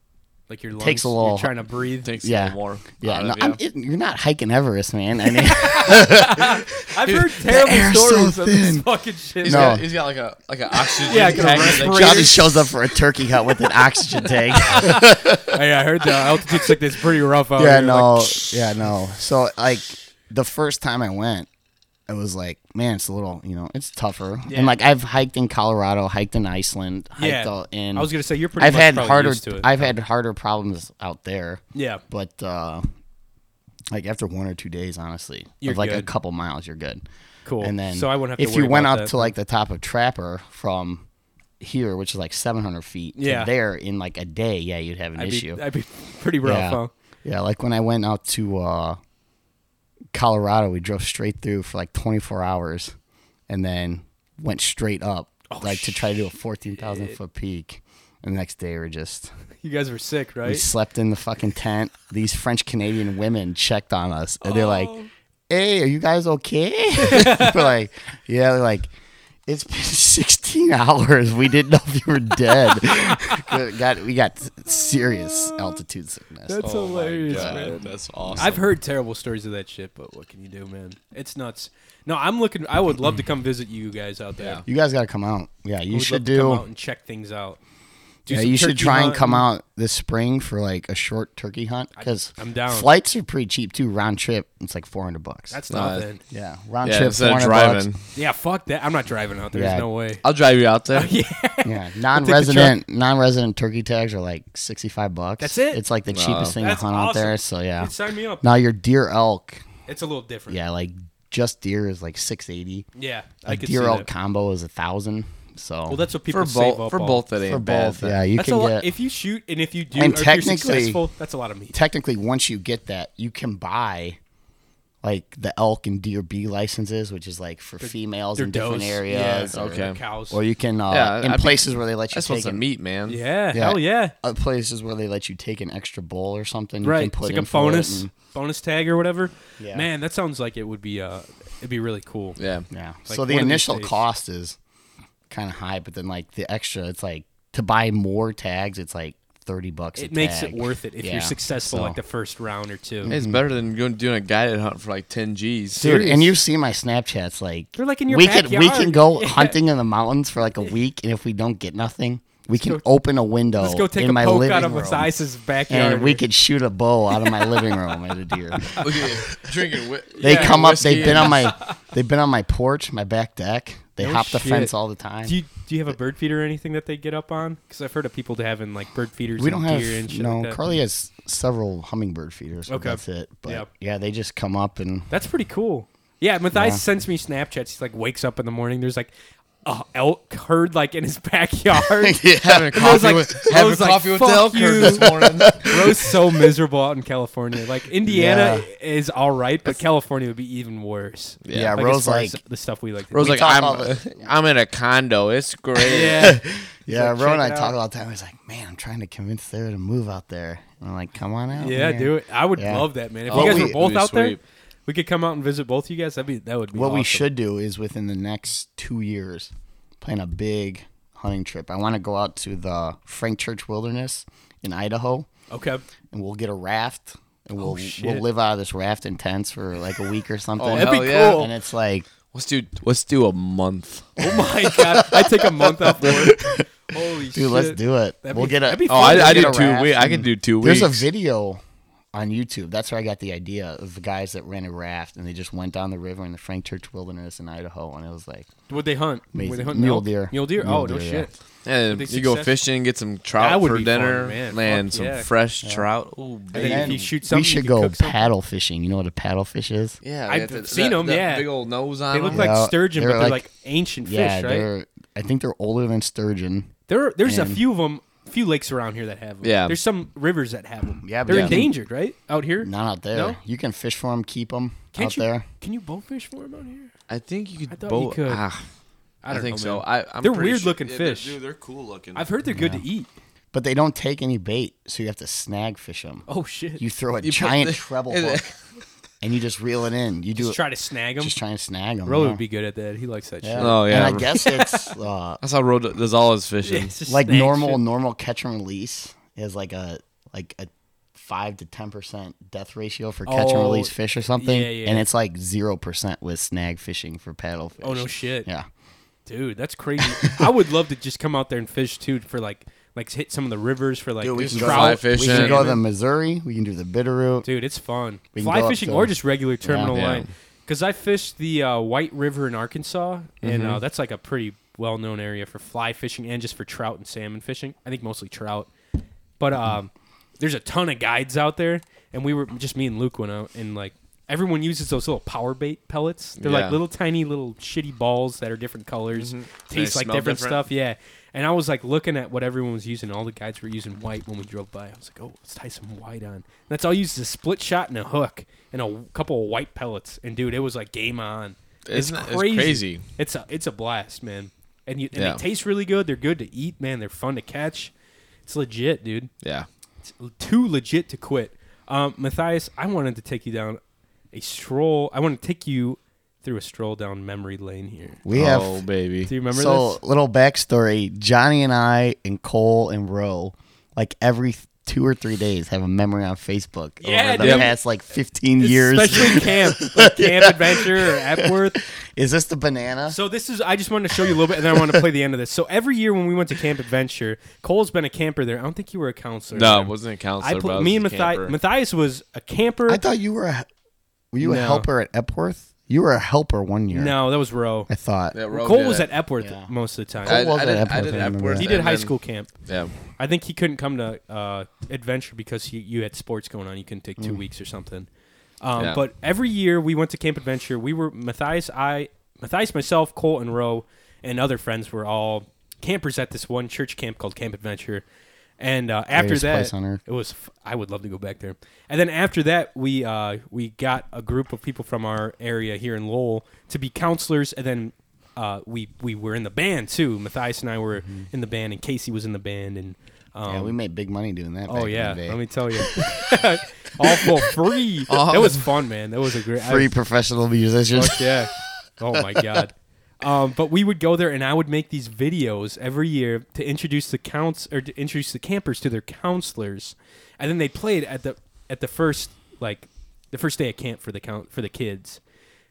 S1: like your lungs,
S2: takes a
S1: You're
S2: little-
S1: trying to breathe.
S3: Takes a
S2: yeah.
S3: little more.
S2: Yeah,
S3: out
S2: no,
S3: of
S2: I'm,
S3: you.
S2: it, you're not hiking Everest, man. I mean,
S1: I've heard
S2: air's
S1: terrible
S2: so
S1: stories of this
S2: thin.
S1: fucking shit.
S3: He's
S2: No.
S3: got, he's got like a like an oxygen
S1: Yeah, like a
S3: tank. He's
S1: respirator.
S3: like,
S2: Johnny shows up for a turkey hut with an oxygen tank.
S1: Hey, I heard the altitude sickness Oh, is pretty rough out
S2: yeah,
S1: here.
S2: no,
S1: Like,
S2: yeah, no. So like the first time I went, it was like, man, it's a little, you know, it's tougher. And like I've hiked in Colorado, hiked in Iceland, hiked
S1: Yeah.
S2: all in.
S1: I was gonna say, you're pretty
S2: I've
S1: much
S2: had
S1: probably
S2: harder.
S1: used to it.
S2: I've had harder problems out there,
S1: yeah.
S2: but uh, like after one or two days, honestly,
S1: You're
S2: of like a
S1: good.
S2: couple miles, you're good.
S1: Cool.
S2: And then
S1: so I wouldn't have to
S2: if you
S1: worry
S2: went
S1: about
S2: up
S1: that.
S2: to like the top of Trapper from here, which is like 700 feet, to
S1: Yeah.
S2: there in like a day, yeah, you'd have an
S1: I'd
S2: issue.
S1: be, I'd be pretty rough,
S2: yeah.
S1: huh?
S2: Yeah, like when I went out to uh, Colorado, we drove straight through for like 24 hours and then went straight up
S1: Oh,
S2: like to try to do a 14,000 foot peak. And the next day we are just
S1: You guys were sick,
S2: we
S1: right?
S2: slept in the fucking tent. These French Canadian women checked on us and they're like,
S1: Oh.
S2: "Hey, are you guys okay?" we're like, "Yeah." They're like, "It's been 16 hours. We didn't know if you were dead." got we got serious altitude sickness.
S1: That's hilarious, man.
S3: that's awesome.
S1: I've heard terrible stories of that shit, but what can you do, man? It's nuts. No, I'm looking. I would love to come visit you guys out there.
S3: Yeah.
S2: You guys got to come out. Yeah,
S1: I
S2: you
S1: would
S2: should
S1: love to come
S2: do.
S1: out and check things out. Do
S2: Yeah,
S1: some
S2: you should
S1: turkey
S2: try and come
S1: hunting.
S2: out this spring for like a short turkey hunt because
S1: I'm down.
S2: flights are pretty cheap too. Round trip, it's like 400 bucks.
S1: That's
S3: Nah.
S1: nothing.
S2: yeah, round
S3: yeah,
S2: trip
S3: instead of
S2: 400
S3: driving,
S2: bucks.
S1: Yeah, fuck that. I'm not driving out there.
S2: Yeah. Oh,
S1: There's no way.
S3: I'll drive you out there.
S2: Yeah, non-resident non-resident turkey tags are like 65 bucks.
S1: That's it?
S2: It's like the cheapest thing
S1: That's
S2: to hunt out there.
S1: awesome.
S2: So yeah.
S1: Dude, sign me up.
S2: now your deer elk,
S1: It's a little different.
S2: yeah, like just deer is like 680.
S1: yeah. I
S2: A
S1: could see
S2: deer elk
S1: that.
S2: combo is a thousand. So
S1: Well, that's what people
S3: For
S1: save up
S3: both, for
S1: on.
S3: both, that ain't
S2: for
S3: bad.
S2: both.
S3: thing.
S2: Yeah, you
S1: That's a
S2: can
S1: lot.
S2: get
S1: if you shoot and if you do,
S2: And
S1: or
S2: technically-
S1: if you're successful, that's a lot of meat.
S2: technically once you get that, you can buy like the elk and deer B licenses, which is like for females
S1: They're
S2: in different
S1: does.
S2: areas.
S1: Yeah,
S2: or,
S3: okay.
S1: Cows.
S2: or you can uh,
S3: Yeah,
S2: in
S3: I- I-
S2: places where they let you
S3: That's
S2: take
S3: what's a
S2: an,
S3: meat, man.
S1: yeah,
S2: Yeah.
S1: Hell yeah.
S2: uh, places where they let you take an extra bull or something. You can
S1: Right.
S2: put
S1: It's like
S2: in
S1: a
S2: for it
S1: bonus,
S2: and-
S1: bonus tag or whatever.
S2: Yeah.
S1: Man, that sounds like it would be. Uh, it'd be really cool.
S3: Yeah.
S2: Yeah.
S1: Like
S2: so
S1: one of
S2: the
S1: these
S2: initial
S1: days.
S2: cost is kind of high, but then like the extra, it's like to buy more tags, it's like thirty bucks.
S1: It
S2: a
S1: makes
S2: tag.
S1: it worth it if
S2: Yeah,
S1: you're successful
S2: so-
S1: like the first round or two.
S3: Hey, It's better than going doing a guided hunt for like ten G's.
S2: Mm-hmm. Dude,
S1: serious.
S2: and you see my Snapchats like
S1: They're like in your
S2: we can we
S1: backyard.
S2: can go
S1: Yeah.
S2: hunting in the mountains for like a week, and if we don't get nothing, we can
S1: go-
S2: open a window
S1: Let's go take
S2: in
S1: a
S2: my
S1: poke
S2: living
S1: out of
S2: room,
S1: Matthias's backyard.
S2: and we could shoot a bow out of my living room at a deer.
S3: Look at it, drinking. Whi-
S2: They
S3: yeah,
S2: come up.
S3: whiskey
S2: They've been
S3: and-
S2: on my they've been on my porch, my back deck. They
S1: No
S2: hop the
S1: shit.
S2: fence all the time.
S1: Do you do you have a bird feeder or anything that they get up on? Because I've heard of people having like bird feeders.
S2: we don't
S1: and
S2: have
S1: deer and shit
S2: no.
S1: like that.
S2: Carly has several hummingbird feeders. Okay,
S1: Okay.
S2: that's it. But
S1: Yep.
S2: yeah, they just come up and
S1: That's pretty cool. Yeah, Matthias
S2: Yeah.
S1: sends me Snapchats. He's like wakes up in the morning. There's like a elk herd like in his backyard.
S3: having
S1: And I was
S3: coffee
S1: like-
S3: with
S1: I
S3: having
S1: was like,
S3: coffee with
S1: "Fuck
S3: the elk herd
S1: you."
S3: this morning.
S1: Bro's so miserable out in California. Like Indiana is all right, but California would be even worse.
S2: yeah,
S3: Yeah,
S1: Like, as
S2: Rose
S1: far as
S2: like
S1: the stuff we like. To
S3: Rose
S1: do.
S3: like
S2: talk
S3: I'm
S2: all the-
S3: I'm in a condo. It's great.
S1: yeah,
S2: Yeah,
S1: Like,
S2: Ro
S1: check
S2: and I
S1: it out.
S2: talk all the time. He's like, man, I'm trying to convince Sarah to move out there. And I'm like, come on out.
S1: yeah,
S2: man."
S1: do it. I would
S2: Yeah.
S1: love that, man. If
S2: Oh,
S1: you guys
S2: we-
S1: were both
S3: That'd be
S1: out there,
S3: sweet.
S1: we could come out and visit both you guys. That'd be that would be
S2: What we
S1: awesome.
S2: should do is within the next two years, plan a big hunting trip. I want to go out to the Frank Church Wilderness in Idaho,
S1: Okay.
S2: and we'll get a raft, and we'll we'll
S1: Oh, shit. Oh,
S2: live out of this raft in tents for like a week or something.
S1: That'd
S3: Hell
S1: be
S3: yeah.
S1: cool.
S2: and it's like,
S3: Let's do let's do a month.
S1: Oh my god, I take a month off work. Holy shit,
S2: dude, let's do it.
S1: That'd
S2: we'll
S1: be-
S2: get a.
S1: that'd be
S3: Oh, I,
S1: We'll
S3: I
S2: get
S3: did
S2: a
S3: two
S2: raft
S3: weeks. I could
S2: and-
S3: do two
S2: There's
S3: weeks.
S2: a video on YouTube. That's where I got the idea of the guys that ran a raft and they just went down the river in the Frank Church Wilderness in Idaho, and it was like,
S1: Would they hunt? Would they
S2: Amazing.
S1: hunt
S2: Mule
S1: elk?
S2: deer.
S1: Mule deer.
S2: Mule
S1: oh no
S2: deer, yeah.
S1: shit.
S3: And
S1: Big
S3: you go
S1: success.
S3: fishing, get some
S1: That
S3: trout
S1: would
S3: for
S1: be
S3: dinner,
S1: fun, man.
S3: land
S1: Fuck
S3: some
S1: yeah.
S3: fresh trout. Ooh,
S1: think
S3: baby.
S1: if you shoot
S2: we
S1: something, you
S2: should
S1: can
S2: go
S1: cook something.
S2: paddle fishing. You know what a paddle fish is?
S3: yeah,
S1: I've
S3: they got
S1: seen 'em,
S3: that
S1: yeah.
S3: big old nose on
S1: They look
S3: them.
S2: Yeah,
S1: like sturgeon, but
S2: they're
S1: they're
S2: like-
S1: like, ancient
S2: yeah,
S1: fish, right?
S2: they're. I think they're older than sturgeon.
S1: There, there's a
S2: and-
S1: few of them, few lakes around here that have them.
S3: Yeah.
S1: there's some rivers that have them.
S2: Yeah, but
S1: they're
S2: you can-
S1: endangered, right? Out here,
S2: Not out there.
S1: No?
S2: You can fish for them, keep them
S1: Can't
S2: out
S1: you,
S2: there.
S1: Can you bowfish for them out here?
S3: I think you
S1: I
S3: could
S1: thought you
S3: boat.
S1: could.
S3: ah, I,
S1: don't
S3: think
S1: know,
S3: so.
S1: man.
S3: I, I'm
S1: They're
S3: pretty
S1: weird
S3: sure-
S1: looking
S3: yeah, they're-
S1: fish.
S3: dude, they're cool looking.
S1: I've heard they're good to eat.
S2: But they don't take any bait, so you have to snag fish them.
S1: Oh shit!
S2: You throw a
S3: You put
S2: giant
S3: the-
S2: treble hook, and you just reel it in. You do
S1: just
S2: it,
S1: try to snag them.
S2: just try and snag them.
S1: Roe would be good at that. He likes that
S2: Yeah.
S1: shit.
S3: Oh, yeah.
S2: And I guess it's uh,
S3: That's how Rhoda does all his fishing.
S1: Yeah, it's just
S2: like
S1: snag
S2: normal
S1: shit.
S2: normal catch and release is like a like a five to ten percent death ratio for catch and
S1: Oh,
S2: release fish or something,
S1: yeah, yeah.
S2: and it's like zero percent with snag fishing for paddlefish.
S1: Oh no shit!
S2: Yeah,
S1: Dude, that's crazy. I would love to just come out there and fish too for like like hit some of the rivers for like
S2: Dude, we can go
S3: fly
S1: trout.
S3: fishing.
S2: we can
S3: Fishing.
S2: go to the Missouri. We can do the Bitterroot.
S1: Dude, it's fun.
S2: We can
S1: Fly
S2: go up
S1: fishing
S2: to-
S1: or just regular terminal
S3: Yeah.
S1: line. because I fished the uh, White River in Arkansas, and
S2: Mm-hmm.
S1: uh, that's like a pretty well-known area for fly fishing and just for trout and salmon fishing. I think mostly trout, but um, there's a ton of guides out there, and we were just me and Luke went out, and like everyone uses those little power bait pellets. They're
S3: Yeah. Mm-hmm.
S1: like little tiny little shitty balls that are different colors, taste
S3: They
S1: like
S3: smell
S1: different,
S3: different.
S1: stuff. Yeah, and I was like looking at what everyone was using. All the guides were using white when we drove by. I was like, oh, let's tie some white on. And that's all I used is a split shot and a hook and a w- couple of white pellets. And dude, it was like game on.
S3: Isn't that- it's crazy.
S1: It's a it's a blast, man. And you and
S3: Yeah.
S1: they taste really good. They're good to eat, man. They're fun to catch. It's legit, dude
S3: Yeah.
S1: too legit to quit. Um, Matthias, I wanted to take you down a stroll. I want to take you through a stroll down memory lane here.
S2: We have
S3: oh baby.
S1: Do you remember
S2: so
S1: this?
S2: little backstory. Johnny and I and Cole and Roe, like every th- two or three days, have a memory on Facebook
S1: Yeah,
S2: over the
S1: dude.
S2: past like 15 years.
S1: Especially camp, like camp adventure or Epworth.
S2: Is this the banana?
S1: So this is. I just wanted to show you a little bit, and then I want to play the end of this. So every year when we went to camp adventure, Cole's been a camper there. I don't think you were a counselor.
S3: No,
S1: there.
S3: it wasn't a counselor.
S1: I
S3: but I
S1: pl-
S3: was
S1: me and
S3: a
S1: Matthias,
S3: camper.
S1: Matthias was a camper.
S2: I thought you were a, were you a
S1: No.
S2: helper at Epworth? You were a helper one year.
S1: no, that was Roe.
S2: I thought.
S3: Yeah, Ro
S1: Cole
S3: did
S1: was
S3: it.
S1: at Epworth
S2: Yeah.
S1: most of the time.
S3: I,
S2: Cole was
S3: I
S2: at
S3: did,
S2: Epworth,
S3: I did
S2: I remember
S3: Epworth.
S2: that.
S1: he did
S3: and
S1: high
S3: then-
S1: school camp.
S3: Yeah.
S1: I think he couldn't come to uh, adventure because he, you had sports going on. You couldn't take two
S2: Mm.
S1: weeks or something. Um,
S3: Yeah.
S1: But every year we went to camp adventure. We were Matthias, I, Matthias, myself, Colt, and Roe, and other friends were all campers at this one church camp called Camp Adventure. And uh, after
S2: Greatest
S1: that,
S2: place on earth.
S1: it was. f- I would love to go back there. And then after that, we uh, we got a group of people from our area here in Lowell to be counselors, and then uh, we we were in the band too. Matthias and I were in the band, and Casey was in the band, and um,
S2: Mm-hmm. Yeah, we made big money doing that. back
S1: oh
S2: in the
S1: yeah,
S2: day.
S1: let me tell you, all for free. That was fun, man. That was a great I-
S2: Free professional musicians.
S1: Fuck yeah. Oh my god. Um, but we would go there, and I would make these videos every year to introduce the counts or to introduce the campers to their counselors, and then they played at the at the first like the first day at camp for the count for the kids,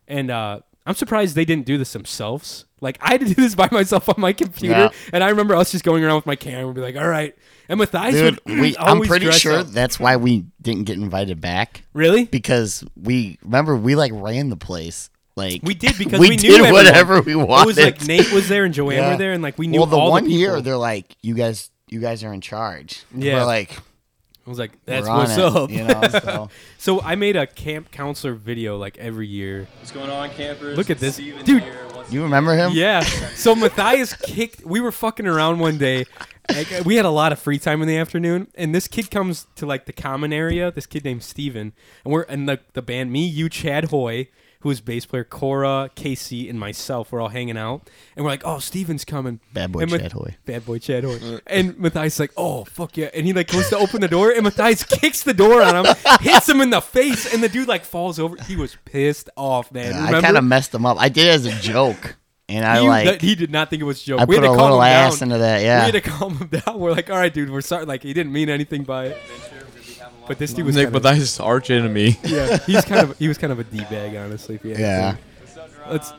S1: and uh, I'm surprised they didn't do this themselves. Like I had to do this by myself on my computer,
S2: Yeah.
S1: and I remember us just going around with my camera and be like, "All right," and Matthias
S2: Dude,
S1: would
S2: we, I'm
S1: always
S2: pretty
S1: dress
S2: sure
S1: up.
S2: that's why we didn't get invited back
S1: really
S2: because we remember we like ran the place. Like
S1: We did because
S2: we
S1: we knew
S2: did
S1: everyone.
S2: whatever we
S1: it
S2: wanted.
S1: was like Nate was there and Joanne
S2: Yeah.
S1: were there, and like we knew
S2: well, the
S1: all
S2: one
S1: the people.
S2: year they're like, you guys, you guys are in charge.
S1: Yeah.
S2: we're like,
S1: I was like, "That's
S2: we're on
S1: what's
S2: it,
S1: up."
S2: You know, so.
S1: So I made a camp counselor video like every year.
S5: What's going on, campers?
S1: Look at
S5: It's
S1: this.
S5: Steven
S1: Dude.
S5: here once
S2: you remember him?
S1: Yeah. So Matthias kicked. We were fucking around one day. Like, we had a lot of free time in the afternoon, and this kid comes to like the common area. This kid named Steven. and we're and the the band me, you, Chad Hoy, who is bass player, Cora, Casey, and myself. We're all hanging out, and we're like, "Oh, Steven's coming."
S2: Bad boy
S1: And Ma-
S2: Chad Hoy.
S1: Bad boy Chad Hoy. And Matthias is like, "Oh fuck yeah!" And he like goes to open the door, and Matthias kicks the door on him, hits him in the face, and the dude like falls over. He was pissed off, man.
S2: Yeah, I
S1: Remember?
S2: kind of messed him up. I did it as a joke, and I
S1: he,
S2: like
S1: that- he did not think it was a joke.
S2: I
S1: we
S2: put
S1: had
S2: a
S1: to calm
S2: little
S1: him
S2: ass
S1: down.
S2: into that.
S1: We
S2: Yeah,
S1: had to calm him down. We're like, all right, dude, we're sorry. Like he didn't mean anything by it.
S5: here. We're gonna be having a lot
S1: But
S5: of
S1: this dude was
S3: Nick
S1: kind of,
S3: Matthias' arch enemy.
S1: yeah, he's kind of he was kind of a d bag, honestly. If you ask
S2: yeah.
S1: me. Let's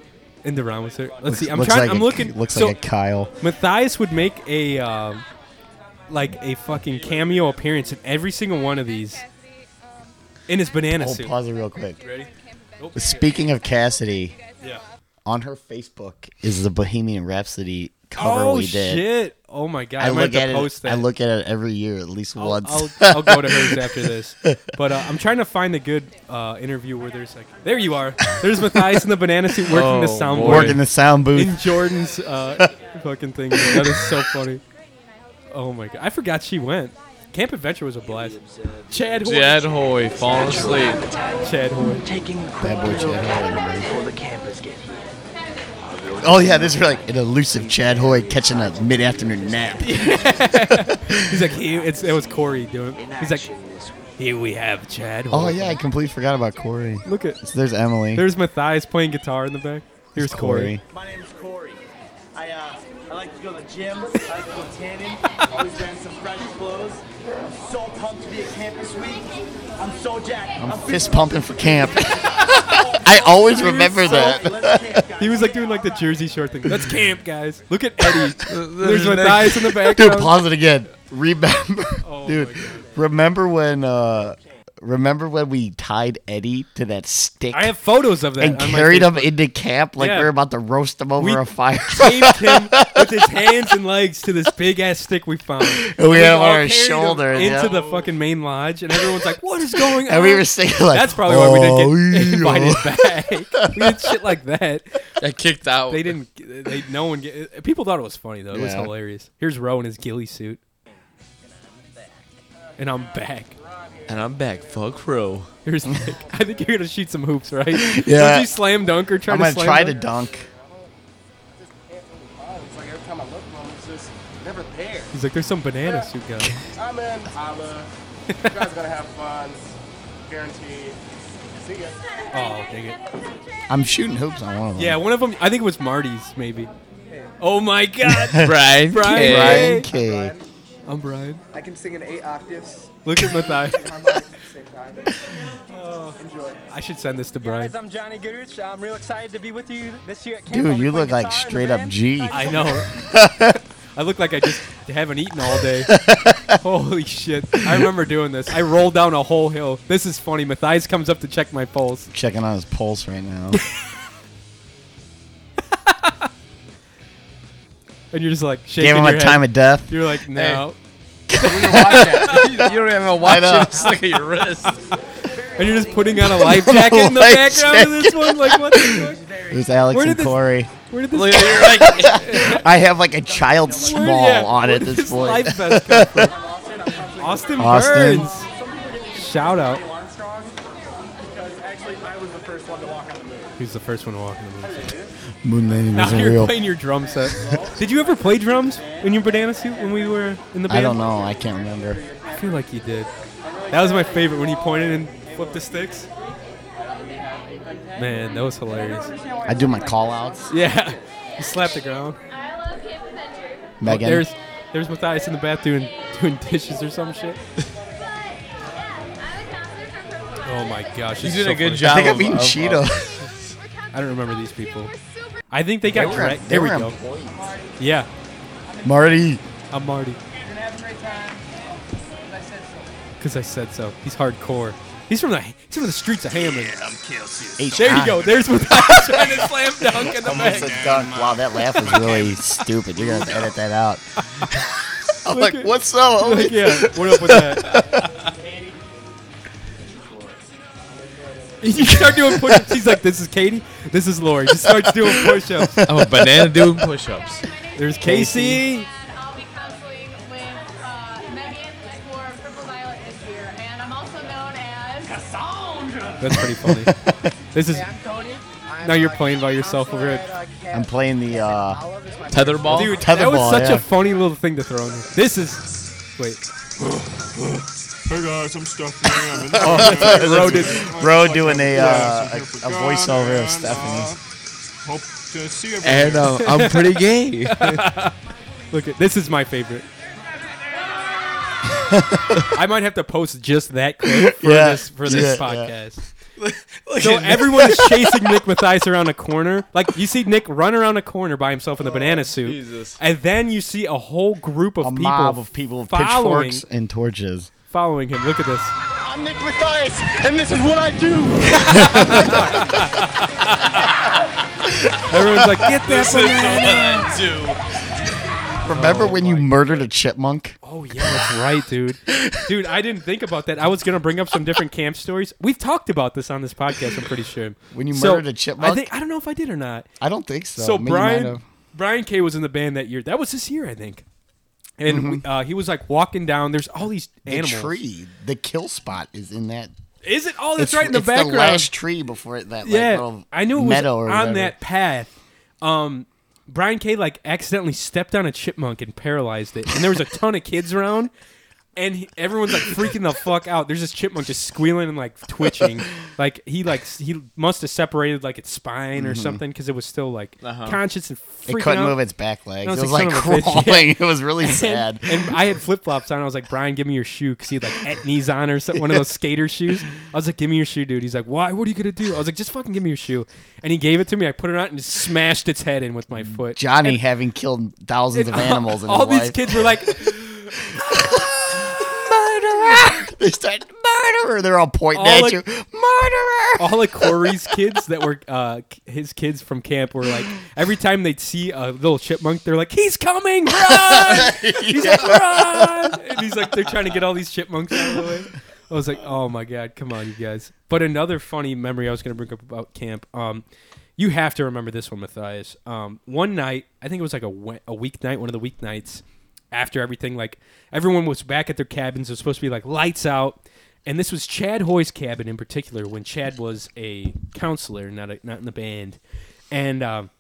S1: and the round was there. Let's see. I'm
S2: looks
S1: trying.
S2: like
S1: I'm
S2: a-
S1: looking.
S2: Looks
S1: so
S2: like a Kyle.
S1: Matthias would make a um, like a fucking cameo appearance in every single one of these
S4: Cassidy, um,
S1: in his banana
S2: Hold
S1: suit.
S2: pause it real quick.
S1: Ready?
S4: Camp
S1: Nope.
S4: Adventure.
S2: Speaking of Cassidy,
S4: You guys have
S1: Yeah.
S4: a-
S2: on her Facebook is the Bohemian Rhapsody cover
S1: Oh
S2: we did.
S1: shit! Oh my god!
S2: I
S1: I, might
S2: look
S1: have
S2: at
S1: to
S2: it.
S1: post that.
S2: I look at it every year at least
S1: I'll-
S2: once.
S1: I'll, I'll go to hers after this. But uh, I'm trying to find a good uh, interview where there's like, there you are. There's Matthias in the banana suit working the
S3: Oh,
S1: soundboard
S2: Work in the sound
S1: in
S2: booth.
S1: Jordan's uh, fucking thing. That is so funny. Oh my god! I forgot she went. Camp Adventure was a blast. Chad Hoy.
S3: Jed Hoy falling asleep.
S1: Chad Hoy.
S6: taking
S2: Bad boy Chad Hoy, everybody.
S6: before the campers get here.
S2: Oh yeah, this is like an elusive Chad Hoy catching a mid-afternoon nap.
S1: He's like, he, it's, it was Corey doing.
S6: In
S1: it. He's like,
S6: action this week.
S1: here we have Chad. Hoy.
S2: Oh yeah, I completely forgot about Corey.
S1: Look at
S2: So there's Emily.
S1: there's Matthias playing guitar in the back. Here's Corey.
S7: My name is Corey. I uh, I like to go to the gym. I like to go tanning. Always wearing some fresh clothes. I'm so pumped to be at camp this week. I'm so jacked.
S2: I'm fist pumping for camp. I always remember that.
S7: Let's camp, guys.
S1: He was like doing like the Jersey Shore thing. Let's camp, guys. Look at Eddie. There's
S3: There's Nick.
S1: Matthias in the
S2: Dude,
S1: background.
S2: pause it again. Remember,
S1: Oh my
S2: dude.
S1: God.
S2: Remember when uh, remember when we tied Eddie to that stick
S1: I have photos of that.
S2: and
S1: on my
S2: carried
S1: Facebook.
S2: him into camp like
S1: Yeah.
S2: we are about to roast him over
S1: We-
S2: a fire?
S1: taped him with his hands and legs to this big ass stick we found.
S2: And we had him
S1: all
S2: on our
S1: carried him
S2: shoulders,
S1: into
S2: yeah.
S1: the fucking main lodge, and everyone's like, "What is going on?"
S2: and we were singing like,
S1: That's probably why we didn't get
S2: "Oh, yeah."
S1: invited back. we did shit like that.
S3: I kicked out.
S1: They didn't. They no one. Get, uh, people thought it was funny though. It was
S2: Yeah.
S1: hilarious. Here's Roe in his ghillie suit. And I'm back.
S3: And I'm back. Fuck Ro.
S1: Here's Nick. I think you're gonna shoot some hoops, right?
S2: Yeah.
S1: Don't you slam dunk or try
S2: I'm
S1: to
S2: gonna
S1: slam
S2: try to
S1: dunk?
S2: dunk.
S7: It's like every time I look at him, it's just never there.
S1: He's like, "There's some banana suit guy."
S7: I'm in. Holla. You guys gonna have fun. Guaranteed. See ya.
S1: Oh, dang it.
S2: I'm shooting hoops on one of them.
S1: Yeah, one of them. I think it was Marty's, maybe. Oh my God, Brian.
S3: Brian. K.
S1: Brian.
S2: Brian K.
S1: I'm Brian.
S7: I can sing in eight octaves.
S1: Look at Matthias.
S7: I'm at the same time. Enjoy.
S1: I should send this to Brian.
S7: I'm Johnny Goodrich. I'm real excited to be with you this year at Camp.
S2: Dude, you look like straight up G.
S1: I know. I look like I just haven't eaten all day. Holy shit! I remember doing this. I rolled down a whole hill. This is funny. Matthias comes up to check my pulse.
S2: Checking on his pulse right now.
S1: And you're just like shaking
S2: Gave him
S1: your
S2: a
S1: head.
S2: time of death.
S1: You're like, no.
S3: you don't even watch
S2: know.
S3: it. Just look at your wrist.
S1: And you're just putting on a life jacket in the
S2: Life
S1: background of this one. Like, what the fuck?
S2: It was Alex
S1: Where did
S2: and
S1: this-
S2: Corey.
S1: Where did this?
S3: Look at your right.
S2: I have like a child
S1: where-
S2: small
S1: yeah,
S2: on
S1: where
S2: it at
S1: did
S2: this point.
S1: life vest come from? Austin,
S2: Austin.
S1: Burns. Shout out.
S7: Armstrong. Because actually, I was the first one to walk on the moon.
S1: Who's the first one to walk in the moon?
S2: Moon landing
S1: Now
S2: wasn't
S1: you're
S2: real.
S1: playing your drum set. Did you ever play drums in your banana suit when we were in the band?
S2: I don't know. I can't remember.
S1: I feel like you did. That was my favorite when you pointed and flipped the sticks. Man, that was hilarious.
S2: I do my call outs.
S1: Yeah, you slapped the ground.
S4: I love Camp Adventure.
S2: Megan.
S1: Oh, There's there's Matthias in the bath doing doing dishes or some shit.
S4: But, yeah, I'm a counselor for Pokemon.
S1: Oh my gosh,
S3: You
S1: it's
S3: did
S1: so
S3: a good
S1: funny.
S3: job.
S2: I think
S3: of-
S2: I'm eating
S3: of-
S2: Cheetos.
S4: We're counselors
S1: I don't remember these
S4: out here.
S1: people.
S4: We're super
S1: I think they got
S2: They were-
S1: dragged.
S2: they
S1: There we
S2: were
S1: go. Yeah,
S2: Marty.
S1: I'm Marty
S7: You're gonna have a great time. I said so.
S1: because I said so. He's hardcore. He's from the he's from the streets of Hammond.
S2: H-
S1: There you
S2: I-
S1: go. There's Matthias trying to slam dunk in the
S2: Almost
S1: back.
S2: said dunk. Wow, that laugh was really stupid. You're gonna have to edit that out. I'm
S1: Look
S2: like,
S1: at-
S2: what's up?
S1: Like, yeah, what up with that? You start doing push-ups. He's like, "This is Katie. This is Lori." Just starts doing push-ups.
S3: I'm a banana doing push-ups.
S1: There's Casey.
S4: And I'll be counseling with uh, Megan for Purple Violet this year. And I'm also known as.
S1: That's pretty funny. This is
S7: Tony. I'm
S1: now you're playing by yourself over
S7: at,
S1: it.
S7: uh,
S2: I'm playing the. uh
S3: Tetherball.
S1: Dude,
S2: Tetherball,
S1: that was such
S2: yeah.
S1: a funny little thing to throw in. there. This is wait.
S6: Hey guys, I'm Steph Graham. and-
S1: Bro did
S2: Bro doing a uh,
S6: Yeah.
S2: a, a voiceover of Stephanie.
S6: Uh, Hope to see everyone.
S3: and uh, I'm pretty gay.
S1: look at this is my favorite. I might have to post just that clip for
S2: Yeah,
S1: this for this
S2: yeah, yeah.
S1: podcast. So everyone is chasing Nick Mathias around a corner. Like you see Nick run around a corner by himself in the banana suit,
S3: Jesus.
S1: and then you see a whole group of
S2: Oh, A
S1: people
S2: mob of people with
S1: following
S2: pitchforks and torches.
S1: following him. Look at this.
S7: I'm Nick Mathias, and this is what I do.
S1: Everyone's like, "Get that banana!"
S2: Remember when you murdered a chipmunk?
S1: Oh yeah, that's right, dude. Dude, I didn't think about that. I was gonna bring up some different camp stories. We've talked about this on this podcast. I'm pretty sure.
S2: When you
S1: So,
S2: murdered a chipmunk?
S1: I think I don't know if I did or not.
S2: I don't think so.
S1: So
S2: Maybe you might
S1: Brian
S2: have.
S1: Brian K was in the band that year. That was this year, I think. And we, uh, he was like walking down. There's all these
S2: Mm-hmm. the
S1: animals.
S2: tree, the kill spot is in that.
S1: Is it? Oh, that's
S2: it's
S1: right in the
S2: it's
S1: background.
S2: The last tree before it- that. Like,
S1: yeah,
S2: little
S1: I knew it was
S2: meadow or
S1: on
S2: whatever.
S1: that path. Um, Brian K like accidentally stepped on a chipmunk and paralyzed it, and there was a ton of kids around, and he- everyone's like freaking the fuck out. There's this chipmunk just squealing and like twitching, like he like s- he must have separated like its spine or something because it was still like conscious and
S2: Mm-hmm. Uh-huh. It
S1: freaking
S2: couldn't
S1: out.
S2: move its back legs.
S1: No,
S2: it
S1: it's
S2: was
S1: like
S2: like
S1: son of a bitch, yeah.
S2: crawling. It was really sad.
S1: And, and I had flip flops on. I was like, Brian, give me your shoe, because he had like etnies on or something, one of those skater shoes. I was like, give me your shoe, dude. He's like, why? What are you gonna do? I was like, just fucking give me your shoe. And he gave it to me. I put it on and just smashed its head in with my foot.
S2: Johnny having killed thousands of animals in
S1: All
S2: his
S1: these
S2: life.
S1: kids were like,
S2: they start murderer. They're all pointing
S1: All
S2: at
S1: like-
S2: you, Oh, murderer.
S1: all of Corey's kids that were uh, c- his kids from camp were like every time they'd see a little chipmunk, they're like, "He's coming! Run!" He's like, "Run!" And he's like, they're trying to get all these chipmunks out of the way. I was like, "Oh my god, come on, you guys!" But another funny memory I was going to bring up about camp. Um, you have to remember this one, Matthias. Um, one night, I think it was like a we- a weeknight, one of the weeknights after everything. Like everyone was back at their cabins. It was supposed to be like lights out, and this was Chad Hoy's cabin in particular when Chad was a counselor, not a, not in the band, and um,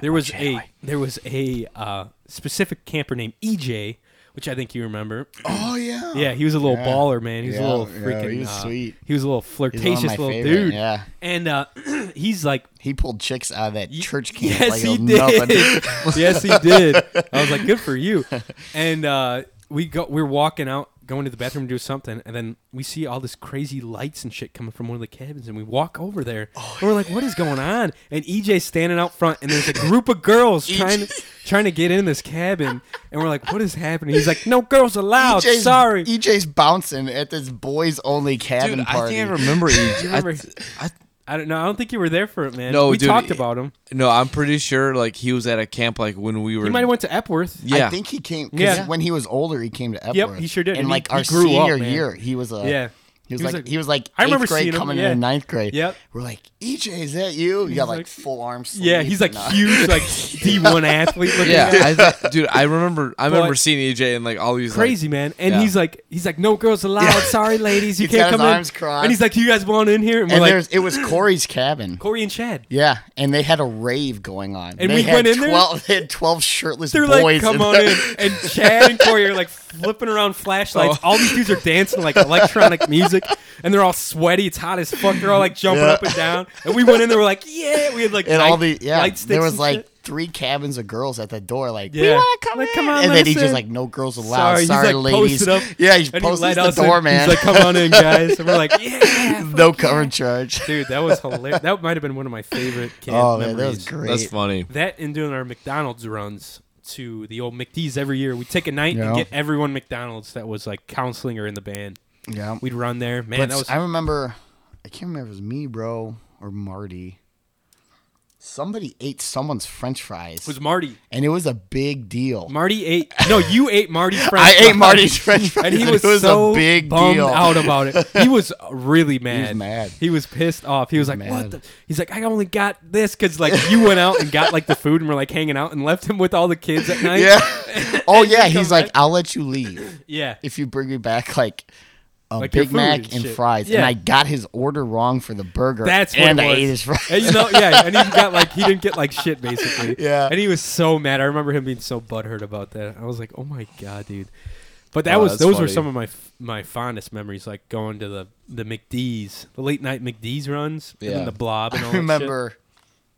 S1: there was a there was a uh, specific camper named EJ, which I think you remember.
S2: Oh yeah,
S1: Yeah, he was a little
S2: Yeah.
S1: baller, man. He was
S2: Yeah,
S1: a little
S2: yeah,
S1: freaking.
S2: he was
S1: uh,
S2: sweet.
S1: He was a little
S2: He's one of
S1: flirtatious
S2: my
S1: little
S2: favorite,
S1: dude.
S2: Yeah,
S1: And uh, he's like
S2: he pulled chicks out of that
S1: Y-
S2: church camp
S1: Yes,
S2: like it
S1: he
S2: was
S1: did.
S2: nothing.
S1: yes, he did. I was like, good for you. And uh, we go, we were walking out, going to the bathroom to do something, and then we see all this crazy lights and shit coming from one of the cabins, and we walk over there,
S3: Oh,
S1: and we're like, what is going on? And EJ's standing out front, and there's a group of girls
S3: E
S1: trying trying to get in this cabin, and we're like, what is happening? He's like, no girls allowed.
S3: E
S2: EJ's
S1: Sorry.
S2: EJ's E bouncing at this boys only cabin
S3: Dude, I
S2: party.
S3: think I remember. EJ. I
S1: remember-
S3: th- I th-
S1: I don't know. I don't think you were there for it, man.
S3: No,
S1: we
S3: dude,
S1: talked
S3: it-
S1: about him.
S3: no, I'm pretty sure like he was at a camp like when we were.
S1: He might have went to Epworth.
S3: yeah,
S2: I think he came. 'cause
S1: Yeah.
S2: when he was older, he came to Epworth.
S1: he sure did.
S2: And,
S1: And he-
S2: like
S1: he
S2: our
S1: grew up,
S2: senior
S1: man.
S2: year, he was a
S1: Yeah.
S2: He was, like he was like
S1: I remember
S2: eighth grade
S1: seeing him,
S2: coming
S1: yeah.
S2: into ninth grade.
S1: Yep.
S2: We're like EJ, is that you? You got like,
S1: like-
S2: full arm sleeves.
S1: Yeah, he's like
S2: and, uh,
S1: huge, like D1 athlete. looking
S3: yeah.
S1: guy.
S3: I th- dude, I remember. I remember
S1: But-
S3: seeing EJ and like all these like-
S1: crazy man and
S3: Yeah.
S1: he's like he's like no girls allowed sorry ladies you
S2: He's got
S1: can't
S2: his
S1: come in
S2: arms crossed.
S1: and he's like you guys want in here and we're
S2: And
S1: like
S2: there's it was Corey's cabin.
S1: corey and chad
S2: Yeah, and they had a rave going on.
S1: And
S2: they
S1: we
S2: had
S1: went in there?
S2: 12, They had twelve shirtless
S1: they're like
S2: boys.
S1: come on
S2: there.
S1: in and chad and corey are like flipping around flashlights
S2: Oh.
S1: all these dudes are dancing like electronic music and they're all sweaty it's hot as fuck they're all like jumping
S2: Yeah.
S1: up and down and we went in there we're like yeah we had like
S2: And
S1: light,
S2: all the yeah,
S1: light sticks
S2: there was
S1: and
S2: like
S1: shit.
S2: three cabins of girls at the door. Like we
S1: Yeah.
S2: want to come
S1: Like,
S2: in.
S1: come on,
S2: and
S1: let
S2: then he
S1: us
S2: just
S1: in.
S2: like no girls
S1: Sorry,
S2: allowed.
S1: he's
S2: Sorry,
S1: like
S2: ladies.
S1: posted up.
S2: yeah, he
S1: and he
S2: posted
S1: let
S2: the
S1: us in.
S2: doorman.
S1: He's like, "Come on in, guys," and we're like, "Yeah,
S2: no cover charge.
S1: dude, that was hilarious. That might have been one of my favorite camp
S2: Oh man,
S1: memories."
S2: that was great.
S3: That's funny.
S1: That and doing our McDonald's runs to the old McDee's every year. We'd take a night
S2: Yeah.
S1: and get everyone McDonald's that was like counseling or in the band.
S2: Yeah,
S1: We'd run there. Man,
S2: but
S1: that was
S2: I remember. I can't remember if it was me, bro, or Marty. Somebody ate someone's French fries,
S1: was Marty.
S2: and it was a big deal.
S1: Marty ate no, you ate Marty's French.
S2: I ate
S1: fries.
S2: Marty's French fries,
S1: And he was,
S2: it was
S1: so
S2: a big
S1: bummed
S2: deal.
S1: out about it. He was really mad. He
S2: mad.
S1: He was pissed off. He was like, "What?"
S2: mad.
S1: The? He's like, "I only got this because like you went out and got like the food and were like hanging out and left him with all the kids at night."
S2: Yeah. oh
S1: And you
S2: yeah,
S1: come
S2: he's like,
S1: back-
S2: I'll let you leave.
S1: yeah.
S2: if you bring me back like a
S1: Like your
S2: Big
S1: food
S2: Mac
S1: and
S2: and,
S1: shit.
S2: fries, and
S1: Yeah.
S2: I got his order wrong for the burger.
S1: That's what
S2: and
S1: it
S2: I
S1: was.
S2: ate his fries.
S1: And you know, yeah, and he got like he didn't get like shit basically.
S2: Yeah.
S1: and he was so mad. I remember him being so butthurt about that. I was like, oh my god, dude. But that
S3: Oh,
S1: was
S3: that's
S1: those were
S3: funny.
S1: some of my f- my fondest memories, like going to the the McDee's, the late night McDee's runs, and
S3: Yeah.
S1: then the Blob. And all
S2: I
S1: that shit.
S2: remember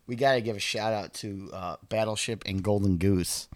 S2: we gotta give a shout out to uh, Battleship and Golden Goose.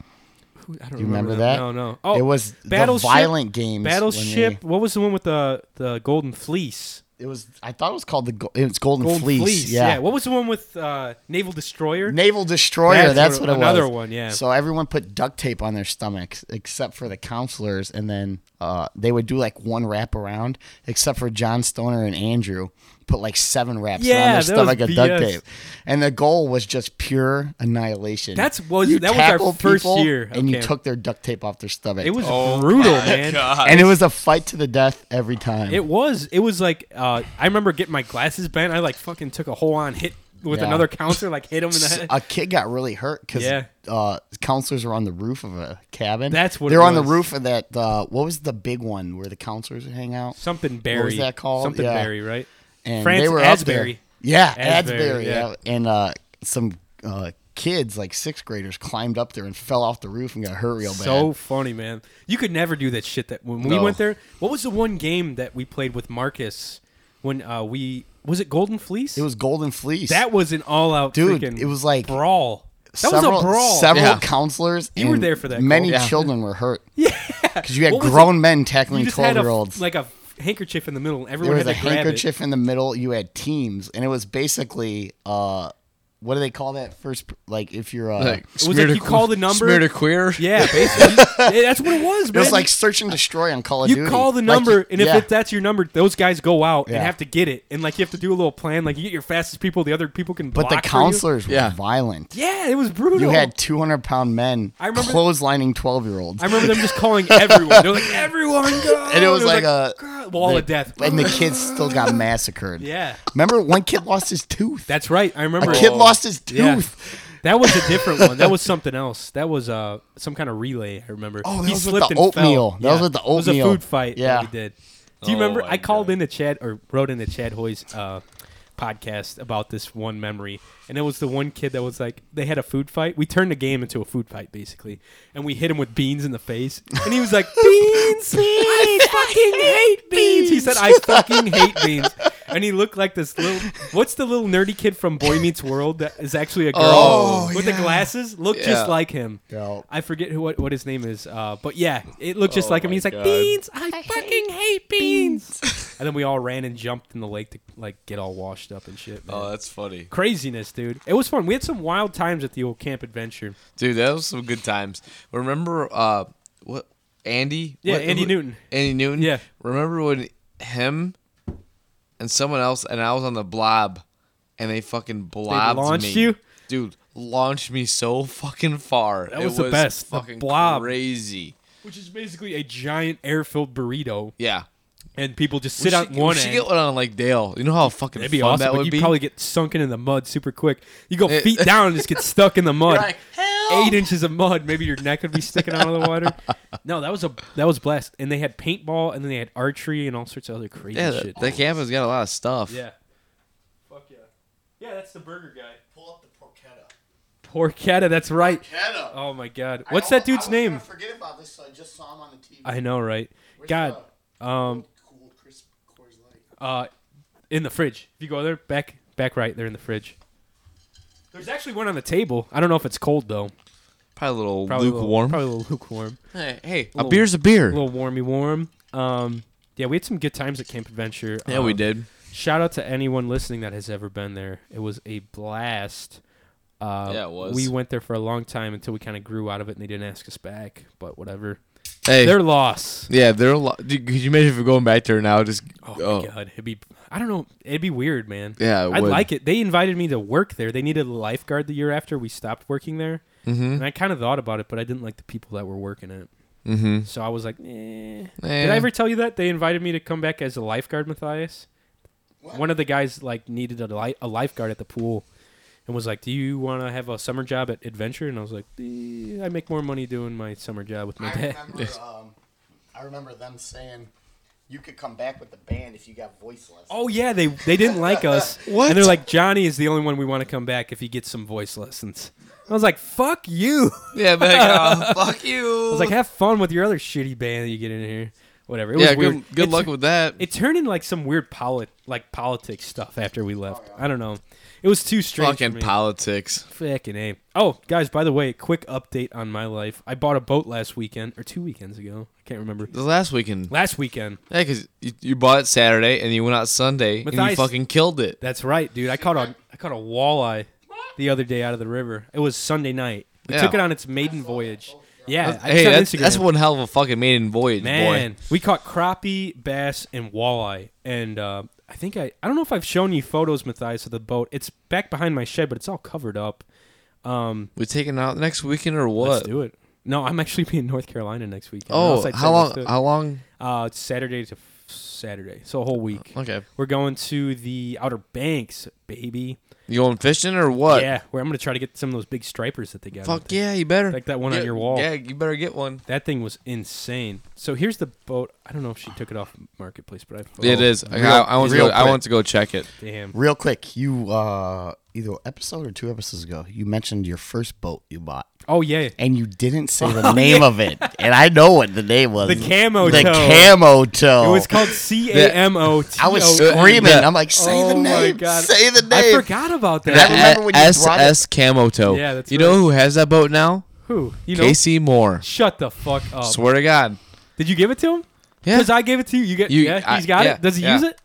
S1: Who- I don't
S2: You remember
S1: that.
S2: that?
S1: No, no. Oh,
S2: it was
S1: Battleship-
S2: the violent games. when
S1: Battleship. What was the one with the the Golden Fleece?
S2: they- it was. I thought it was called the. Go- It was Golden,
S1: Golden
S2: Fleece.
S1: Yeah.
S2: Yeah.
S1: What was the one with uh, Naval Destroyer?
S2: Naval Destroyer.
S1: That's
S2: That's,
S1: what-
S2: what, it was.
S1: another one, yeah.
S2: So everyone put duct tape on their stomachs except for the counselors, and then uh, they would do like one wrap around, except for John Stoner and Andrew put like seven wraps
S1: Yeah,
S2: around their
S1: that was
S2: stomach of duct
S1: BS.
S2: tape, and the goal was just pure annihilation.
S1: That's- was-
S2: You
S1: that was our
S2: tackled
S1: first
S2: people,
S1: year of
S2: and you
S1: camp.
S2: took their duct tape off their stomach.
S1: it was
S2: Oh
S1: brutal, man.
S2: and it was a fight to the death every time.
S1: It was. It was like uh, I remember getting my glasses bent. I like fucking took a whole on hit with
S2: Yeah.
S1: another counselor, like hit him in the
S2: S-
S1: head.
S2: a kid got really hurt because
S1: Yeah.
S2: uh, counselors were on the roof of a cabin.
S1: That's what
S2: they're
S1: it
S2: on the
S1: was.
S2: roof of that. Uh, what was the big one where the counselors would hang out?
S1: Something Barry.
S2: that called?
S1: Something
S2: Yeah.
S1: Barry, right?
S2: And
S1: France
S2: they were
S1: Asbury.
S2: Up there. Yeah,
S1: Asbury,
S2: Asbury.
S1: yeah.
S2: yeah. and uh, some uh, kids like sixth graders climbed up there and fell off the roof and got hurt real bad.
S1: So funny, man. You could never do that shit. That when we
S3: No.
S1: went there, what was the one game that we played with Marcus when uh, we was it Golden Fleece?
S2: it was Golden Fleece.
S1: that was an all out
S2: Dude,
S1: Freaking
S2: it was like
S1: brawl. That
S2: several,
S1: was a brawl.
S2: Several
S3: Yeah.
S2: counselors.
S1: You were
S2: and
S1: there for that,
S2: Many
S3: Cole. Yeah.
S2: children were hurt. Yeah, because you had
S1: What was
S2: grown men
S1: you
S2: tackling
S1: just had
S2: twelve
S1: a,
S2: year olds.
S1: like a handkerchief in the middle. and
S2: there
S1: Everyone
S2: was a
S1: had to grab it.
S2: handkerchief in the middle. You had teams, and it was basically uh, what do they call that first? p- Like if you're uh,
S3: Like,
S1: was like
S3: smeared a
S1: you
S3: que-
S1: call the number-
S3: Smeared a queer.
S1: Yeah, basically. Yeah, that's what it was,
S2: it
S1: man.
S2: was like search and destroy on Call of
S1: you
S2: Duty.
S1: call the
S2: Like,
S1: number,
S2: you-
S1: and if
S2: yeah.
S1: it, that's your number, those guys go out
S2: Yeah.
S1: and have to get it, and like you have to do a little plan. Like you get your fastest people, the other people can.
S2: but the
S1: block for you.
S2: counselors were
S3: Yeah.
S2: violent.
S1: Yeah, it was brutal.
S2: You had 200 pound men
S1: I remember-
S2: clotheslining 12 year olds.
S1: I remember them just calling everyone. They're like, everyone go.
S2: And it was like a-
S1: "God," wall of death.
S2: And the kids still got massacred.
S1: yeah,
S2: Remember, one kid lost his tooth.
S1: that's right. I
S2: a
S1: remember.
S2: kid lost his
S1: Yeah.
S2: tooth.
S1: That was a different one. That was something else. That was uh some kind of relay. I remember.
S2: Oh, that
S1: he
S2: was with
S1: slipped
S2: the
S1: and
S2: oatmeal.
S1: Fell.
S2: That was with the
S1: It
S2: oatmeal.
S1: was a food fight. Yeah,
S2: Yeah.
S1: that we did. Do you
S8: Oh,
S1: remember?
S8: my
S1: I called
S8: God.
S1: in the Chad or wrote in the Chad Hoy's uh, podcast about this one memory, and it was the one kid that was like, they had a food fight. We turned the game into a food fight basically, and we hit him with beans in the face, and he was like, beans, I fucking hate beans. He said, I fucking hate beans. And he looked like this little. What's the little nerdy kid from Boy Meets World that is actually a girl
S3: Oh,
S1: with the glasses? Looked
S3: Yeah.
S1: just like him.
S2: Yeah.
S1: I forget who what, what his name is, uh, but yeah, it looked just
S8: Oh
S1: like him.
S8: my
S1: He's like
S8: God.
S1: beans. I, fucking hate, beans. and then we all ran and jumped in the lake to like get all washed up and shit. Man.
S3: Uh,
S8: Oh, that's funny.
S1: Craziness, dude. It was fun. We had some wild times at the old camp adventure.
S3: Dude, that was some good times. Remember uh what Andy?
S1: Yeah,
S3: What-
S1: Andy
S3: who-
S1: Newton.
S3: Andy Newton?
S1: Yeah.
S3: Remember when him and someone else and I was on the blob and they fucking blobbed
S1: launched
S3: me.
S1: you?
S3: Dude, launched me so fucking far.
S1: That
S3: it
S1: was the best, the
S3: Fucking
S1: blob.
S3: crazy.
S1: Which is basically a giant air-filled burrito,
S3: Yeah.
S1: and people just
S3: We
S1: sit
S3: should,
S1: on one
S3: we should
S1: end.
S3: get one on like Dale. You know how fucking
S1: That'd be
S3: fun
S1: awesome.
S3: that
S1: but
S3: would
S1: you'd
S3: be.
S1: probably get sunken in the mud super quick. You go
S3: It-
S1: feet down and just get stuck in the mud.
S3: like,
S1: Eight inches of mud. Maybe your neck would be sticking out of the water. No, that was a that was blessed. And they had paintball, and then they had archery, and all sorts of other crazy
S3: yeah,
S1: shit.
S3: that, that campus got a lot of stuff.
S1: yeah. Fuck yeah. Yeah, that's the burger guy. Pull up the porchetta. Porchetta, that's right. Oh my god, what's that dude's name?
S2: forget about this. I just saw him on the TV.
S1: I know, right? God, um,
S2: Cool, crisp Coors Light.
S1: uh, in the fridge. If you go there, back back right, they're in the fridge. There's actually one on the table. I don't know if it's cold though.
S3: Probably a little
S1: Probably a little-
S3: lukewarm.
S1: Probably a little lukewarm.
S3: hey, hey, a
S1: little-
S3: beer's a beer.
S1: A little warmy warm. Um, yeah, we had some good times at Camp Adventure.
S3: yeah, we
S1: Um,
S3: did.
S1: Shout out to anyone listening that has ever been there. It was a blast. Uh,
S3: Yeah, it was.
S1: We went there for a long time until we kind of grew out of it, and they didn't ask us back. But whatever,
S3: Hey,
S1: their loss.
S3: Yeah, they're a lot. Dude, could you imagine if we're going back there now? Just
S1: Oh,
S3: oh,
S1: my god, it'd be. I don't know. It'd be weird, man.
S3: Yeah, it
S1: I
S3: would.
S1: like it. They invited me to work there. They needed a lifeguard the year after we stopped working there,
S3: Mm-hmm.
S1: and I kind of thought about it, but I didn't like the people that were working it.
S3: Mhm.
S1: So I was like, eh. Did I ever tell you that they invited me to come back as a lifeguard, Matthias? One of the guys like needed a, li- a lifeguard at the pool, and was like, "Do you want to have a summer job at Adventure?" And I was like, eh, "I make more money doing my summer job with my
S2: I
S1: dad."
S2: remember, um, I remember them saying you could come back with the band if you got voice lessons.
S1: Oh yeah, they they didn't like us.
S3: What?
S1: And they're like, Johnny is the only one we want to come back if he gets some voice lessons. I was like, fuck you.
S3: Yeah, but like, oh, fuck you.
S1: I was like, have fun with your other shitty band that you get in here. Whatever. It was
S3: yeah,
S1: weird.
S3: good, good
S1: It-
S3: luck with that.
S1: It turned into like some weird polit like politics stuff after we left. I don't know. It was too strange. for
S3: Fucking
S1: me.
S3: politics.
S1: Fucking A. Oh, guys, by the way, quick update on my life. I bought a boat last weekend or two weekends ago. I can't remember.
S3: The last weekend.
S1: Last weekend.
S3: Yeah, because you, you bought it Saturday and you went out Sunday and you
S1: Matthias-
S3: fucking killed it.
S1: That's right, dude. I caught a I caught a walleye the other day out of the river. It was Sunday night. We
S3: Yeah.
S1: took it on its maiden voyage. Yeah, I
S3: hey,
S1: it's on
S3: that's,
S1: Instagram.
S3: that's one hell of a fucking maiden voyage,
S1: man.
S3: boy.
S1: We caught crappie, bass, and walleye. And uh, I think I I don't know if I've shown you photos, Matthias, of the boat. It's back behind my shed, but it's all covered up. Um,
S3: We taking it out next weekend or
S1: let's
S3: what?
S1: do it. No, I'm actually being in North Carolina next weekend. Unless
S3: Oh,
S1: I
S3: how
S1: said let's
S3: long?
S1: do it.
S3: How long?
S1: Uh, it's Saturday to f- Saturday, so a whole week.
S3: Okay,
S1: We're going to the Outer Banks, baby.
S3: you going fishing or what?
S1: Yeah, where I'm gonna try to get some of those big stripers that they got. out
S3: Fuck
S1: there.
S3: yeah, you better.
S1: Like that one on
S3: Get-
S1: your wall.
S3: Yeah, you better get one.
S1: That thing was insane. So here's the boat. I don't know if she took it off marketplace, but I. Oh,
S3: it is. I- I, I want to
S2: real
S3: go, I
S2: quick.
S3: want to go check it.
S1: Damn.
S2: Real quick, you uh, either episode or two episodes ago, you mentioned your first boat you bought,
S1: Oh yeah.
S2: and you didn't say the name of it, and I know what the name was.
S1: Oh, The camo
S2: The
S1: toe.
S2: camo toe.
S1: It was
S3: Oh.
S1: called C A M O T.
S2: I was
S1: O-
S2: screaming.
S3: Yeah.
S2: I'm like, say
S1: Oh
S2: the
S1: my
S2: name.
S1: God.
S2: Say the
S1: I
S2: name.
S1: forgot about that.
S2: That- remember when you brought
S3: SS Camo Toe.
S1: Yeah, that's
S3: You
S1: right.
S3: know who has that boat now?
S1: Who? You know?
S3: Casey Moore.
S1: Shut the fuck up.
S3: Swear to God.
S1: Did you give it to him?
S3: Yeah.
S1: Because I gave it to you. You get.
S3: You-
S1: yeah.
S3: I-
S1: He's got
S3: yeah,
S1: it. Does he
S3: yeah.
S1: use it?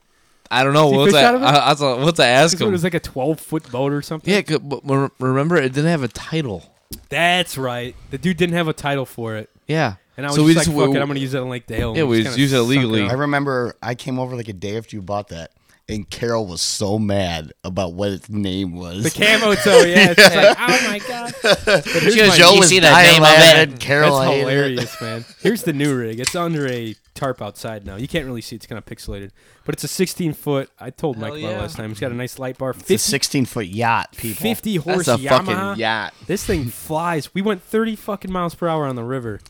S3: I don't know.
S1: Is he
S3: What's
S1: fished
S3: I,
S1: out of it?
S3: I, I thought, what's I ask
S1: This one
S3: him?
S1: was like a 12 foot boat or something.
S3: yeah, 'cause- but re- remember it didn't have a title.
S1: That's right. The dude didn't have a title for it.
S3: Yeah,
S1: And I was just like, fuck it, I'm going to use it on Lake Dale.
S3: Yeah,
S1: and
S3: we
S1: just
S3: just
S1: kinda
S3: use it
S1: suck
S3: illegally.
S1: up.
S2: I remember I came over like a day after you bought that, and Carol was so mad about what its name was.
S1: The camo toe, yeah. It's just like, oh my God. But here's
S2: She goes,
S1: my-
S2: "Yo,
S1: that's
S2: you
S8: was
S2: see the
S8: dying
S2: name
S8: laughing."
S2: of it? Carol hated it.
S1: Mm. hilarious, man. Here's the new rig. It's under a tarp outside now. You can't really see. It's kind of pixelated. But it's a 16 foot. I told Mike about it
S3: yeah.
S1: last time. It's got a nice light bar.
S2: It's a
S1: 50,
S2: 16 foot yacht, people.
S1: 50 horse
S3: That's a
S1: Yamaha.
S3: fucking yacht.
S1: This thing flies. We went 30 fucking miles per hour on the river.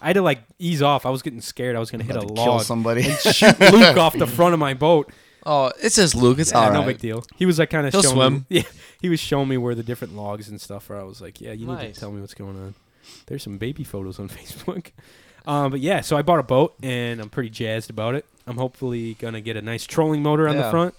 S1: I had to like ease off. I was getting scared. I was going to hit a
S2: to
S1: log.
S2: kill somebody.
S1: and shoot Luke off the front of my boat.
S3: Oh, it's just Luke. It's
S1: Yeah,
S3: all
S1: no
S3: right.
S1: big deal. He was like kind of
S3: He'll
S1: showing
S3: swim.
S1: Me, yeah, he was showing me where the different logs and stuff are. I was like, yeah, you need
S3: Nice.
S1: to tell me what's going on. There's some baby photos on Facebook. Um, but yeah, so I bought a boat and I'm pretty jazzed about it. I'm hopefully gonna get a nice trolling motor on the
S3: Yeah.
S1: front,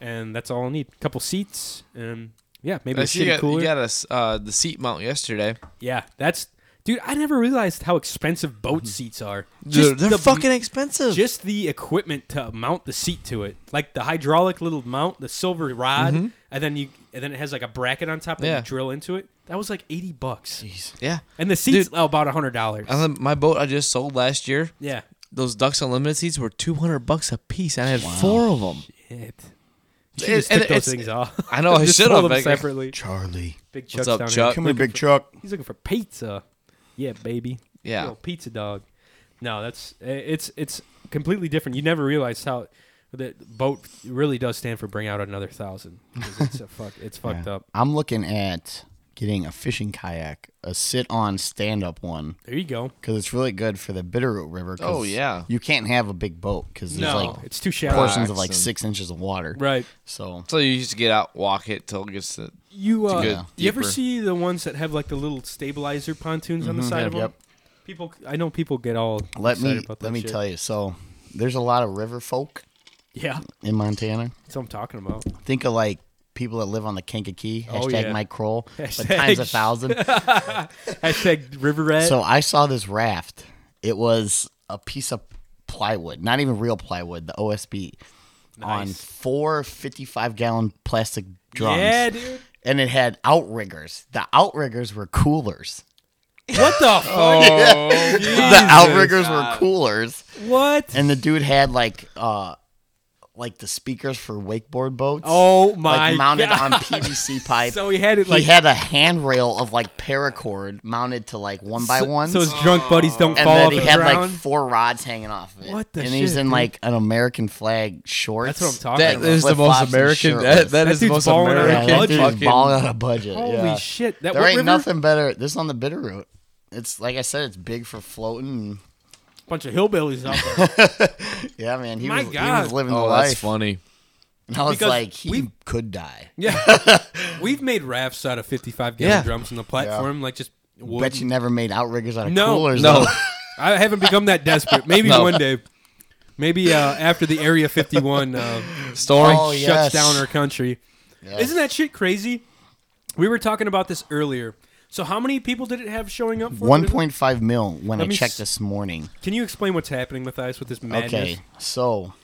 S1: and that's all I need. A couple seats and yeah, maybe
S3: I
S1: a
S3: see you
S1: shitty
S3: got,
S1: cooler.
S3: you got us uh, the seat mount yesterday.
S1: yeah, that's dude. I never realized how expensive boat seats are.
S3: Mm-hmm. Dude, they're
S1: the-
S3: fucking expensive.
S1: just the equipment to mount the seat to it, like the hydraulic little mount, the silver rod, and then you and then it has like a bracket on top that
S3: Mm-hmm. Yeah.
S1: you drill into it. That was like eighty bucks,
S3: yeah.
S1: and the seats
S3: Dude. Uh-huh.
S1: oh, about hundred dollars.
S3: And then my boat I just sold last year.
S1: Yeah,
S3: Those Ducks Unlimited seats were two hundred bucks a piece. and I had four of them.
S1: it. You
S3: It-
S1: should just
S3: and
S1: took those
S3: it's-
S1: things off.
S3: I know, I
S1: Just
S3: should've,
S1: sold them
S3: like-
S1: separately.
S2: Charlie.
S1: Big Chuck's
S3: What's up,
S1: down here.
S3: Chuck?
S2: Come here, big truck.
S1: He's looking for pizza. Yeah, baby.
S3: Yeah.
S1: Little pizza dog. No, that's i- it's it's completely different. You never realize how that boat really does stand for bring out another thousand. 'cause It's a fuck. It's fucked up.
S2: I'm looking at getting a fishing kayak, a sit on stand up one,
S1: There you go.
S2: because it's really good for the Bitterroot River. 'cause
S3: Oh, yeah.
S2: You can't have a big boat because there's like
S1: it's too shallow.
S2: portions of like
S3: Rocks and-
S2: six inches of water.
S1: Right.
S2: So
S3: So you used to get out, walk it till it gets to.
S1: You uh,
S3: good
S1: you ever
S3: deeper.
S1: see the ones that have like the little stabilizer pontoons on the side of them?
S2: Mm-hmm. yep.
S1: People, I know people get all
S2: let
S1: excited
S2: me
S1: about that
S2: let me
S1: shit.
S2: tell you. So there's a lot of river folk
S1: Yeah,
S2: in Montana.
S1: that's what I'm talking about.
S2: Think of like people that live on the Kankakee. Hashtag
S1: Oh, yeah.
S2: Mike Kroll. but
S1: Hashtag-
S2: times a thousand.
S1: Hashtag River Rat.
S2: so I saw this raft. It was a piece of plywood, not even real plywood, the OSB, on
S1: Nice.
S2: four 55 gallon plastic drums.
S1: yeah, dude.
S2: And it had outriggers. The outriggers were coolers.
S1: What the fuck?
S2: Oh. The outriggers were coolers.
S1: What?
S2: And the dude had like uh like the speakers for wakeboard boats.
S1: oh my
S2: like mounted
S1: god!
S2: on PVC pipe.
S1: So he had it like
S2: he had a handrail of like paracord mounted to like one by
S1: so-
S2: one.
S1: So his drunk buddies don't
S2: and
S1: fall
S2: then
S1: off
S2: he
S1: the
S2: had like
S1: ground.
S2: four rods hanging off of it.
S1: What the
S2: And he's
S1: shit,
S2: in
S1: dude?
S2: like an American flag
S1: That's
S2: shorts.
S1: what I'm talking
S3: That
S1: about.
S2: Like
S3: is the most
S2: flip-flops and
S3: American.
S2: shirtless.
S3: That, that
S1: That
S3: is the
S1: dude's
S3: most
S1: balling out of
S3: American.
S2: Yeah, that dude's
S3: fucking,
S2: balling out of budget.
S1: Holy
S2: yeah.
S1: shit! That
S2: There
S1: what
S2: ain't
S1: river?
S2: nothing better. This is on the Bitterroot. It's like I said, it's big for floating.
S1: Bunch of hillbillies out there.
S2: Yeah, man, he,
S1: My
S2: was, he
S1: God.
S2: was living
S3: oh,
S2: the
S3: that's
S2: life.
S3: funny.
S2: And I was
S1: Because
S2: like, he
S1: we-
S2: could die.
S1: yeah, we've made rafts out of 55 gallon
S3: Yeah.
S1: drums on the platform, like just. wooden
S2: Bet you never made outriggers out of
S1: No,
S2: coolers.
S3: No,
S2: though.
S1: I haven't become that desperate. Maybe
S3: No.
S1: one day. Maybe uh, after the Area 51 uh,
S3: storm.
S2: Oh, yeah. yes.
S1: shuts down our country. Isn't that shit crazy? We were talking about this earlier. So how many people did it have showing up for? it?
S2: 1.5 mil when
S1: Let
S2: I
S1: me
S2: checked
S1: s-
S2: this morning.
S1: Can you explain what's happening with us with this madness?
S2: Okay, so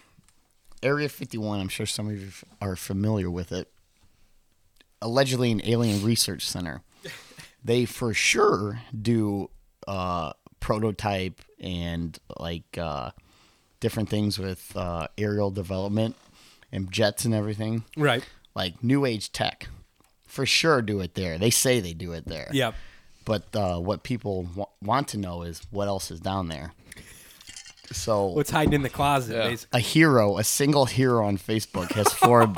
S2: Area 51, I'm sure some of you f- are familiar with it. Allegedly, an alien research center. They for sure do uh, prototype and like uh, different things with uh, aerial development and jets and everything,
S1: Right.
S2: like new age tech. For sure, do it there. They say they do it there.
S1: Yeah.
S2: But uh, what people wa- want to know is what else is down there. So
S1: What's hiding in the closet?
S3: Yeah.
S1: Basically,
S2: a hero, a single hero on Facebook has formed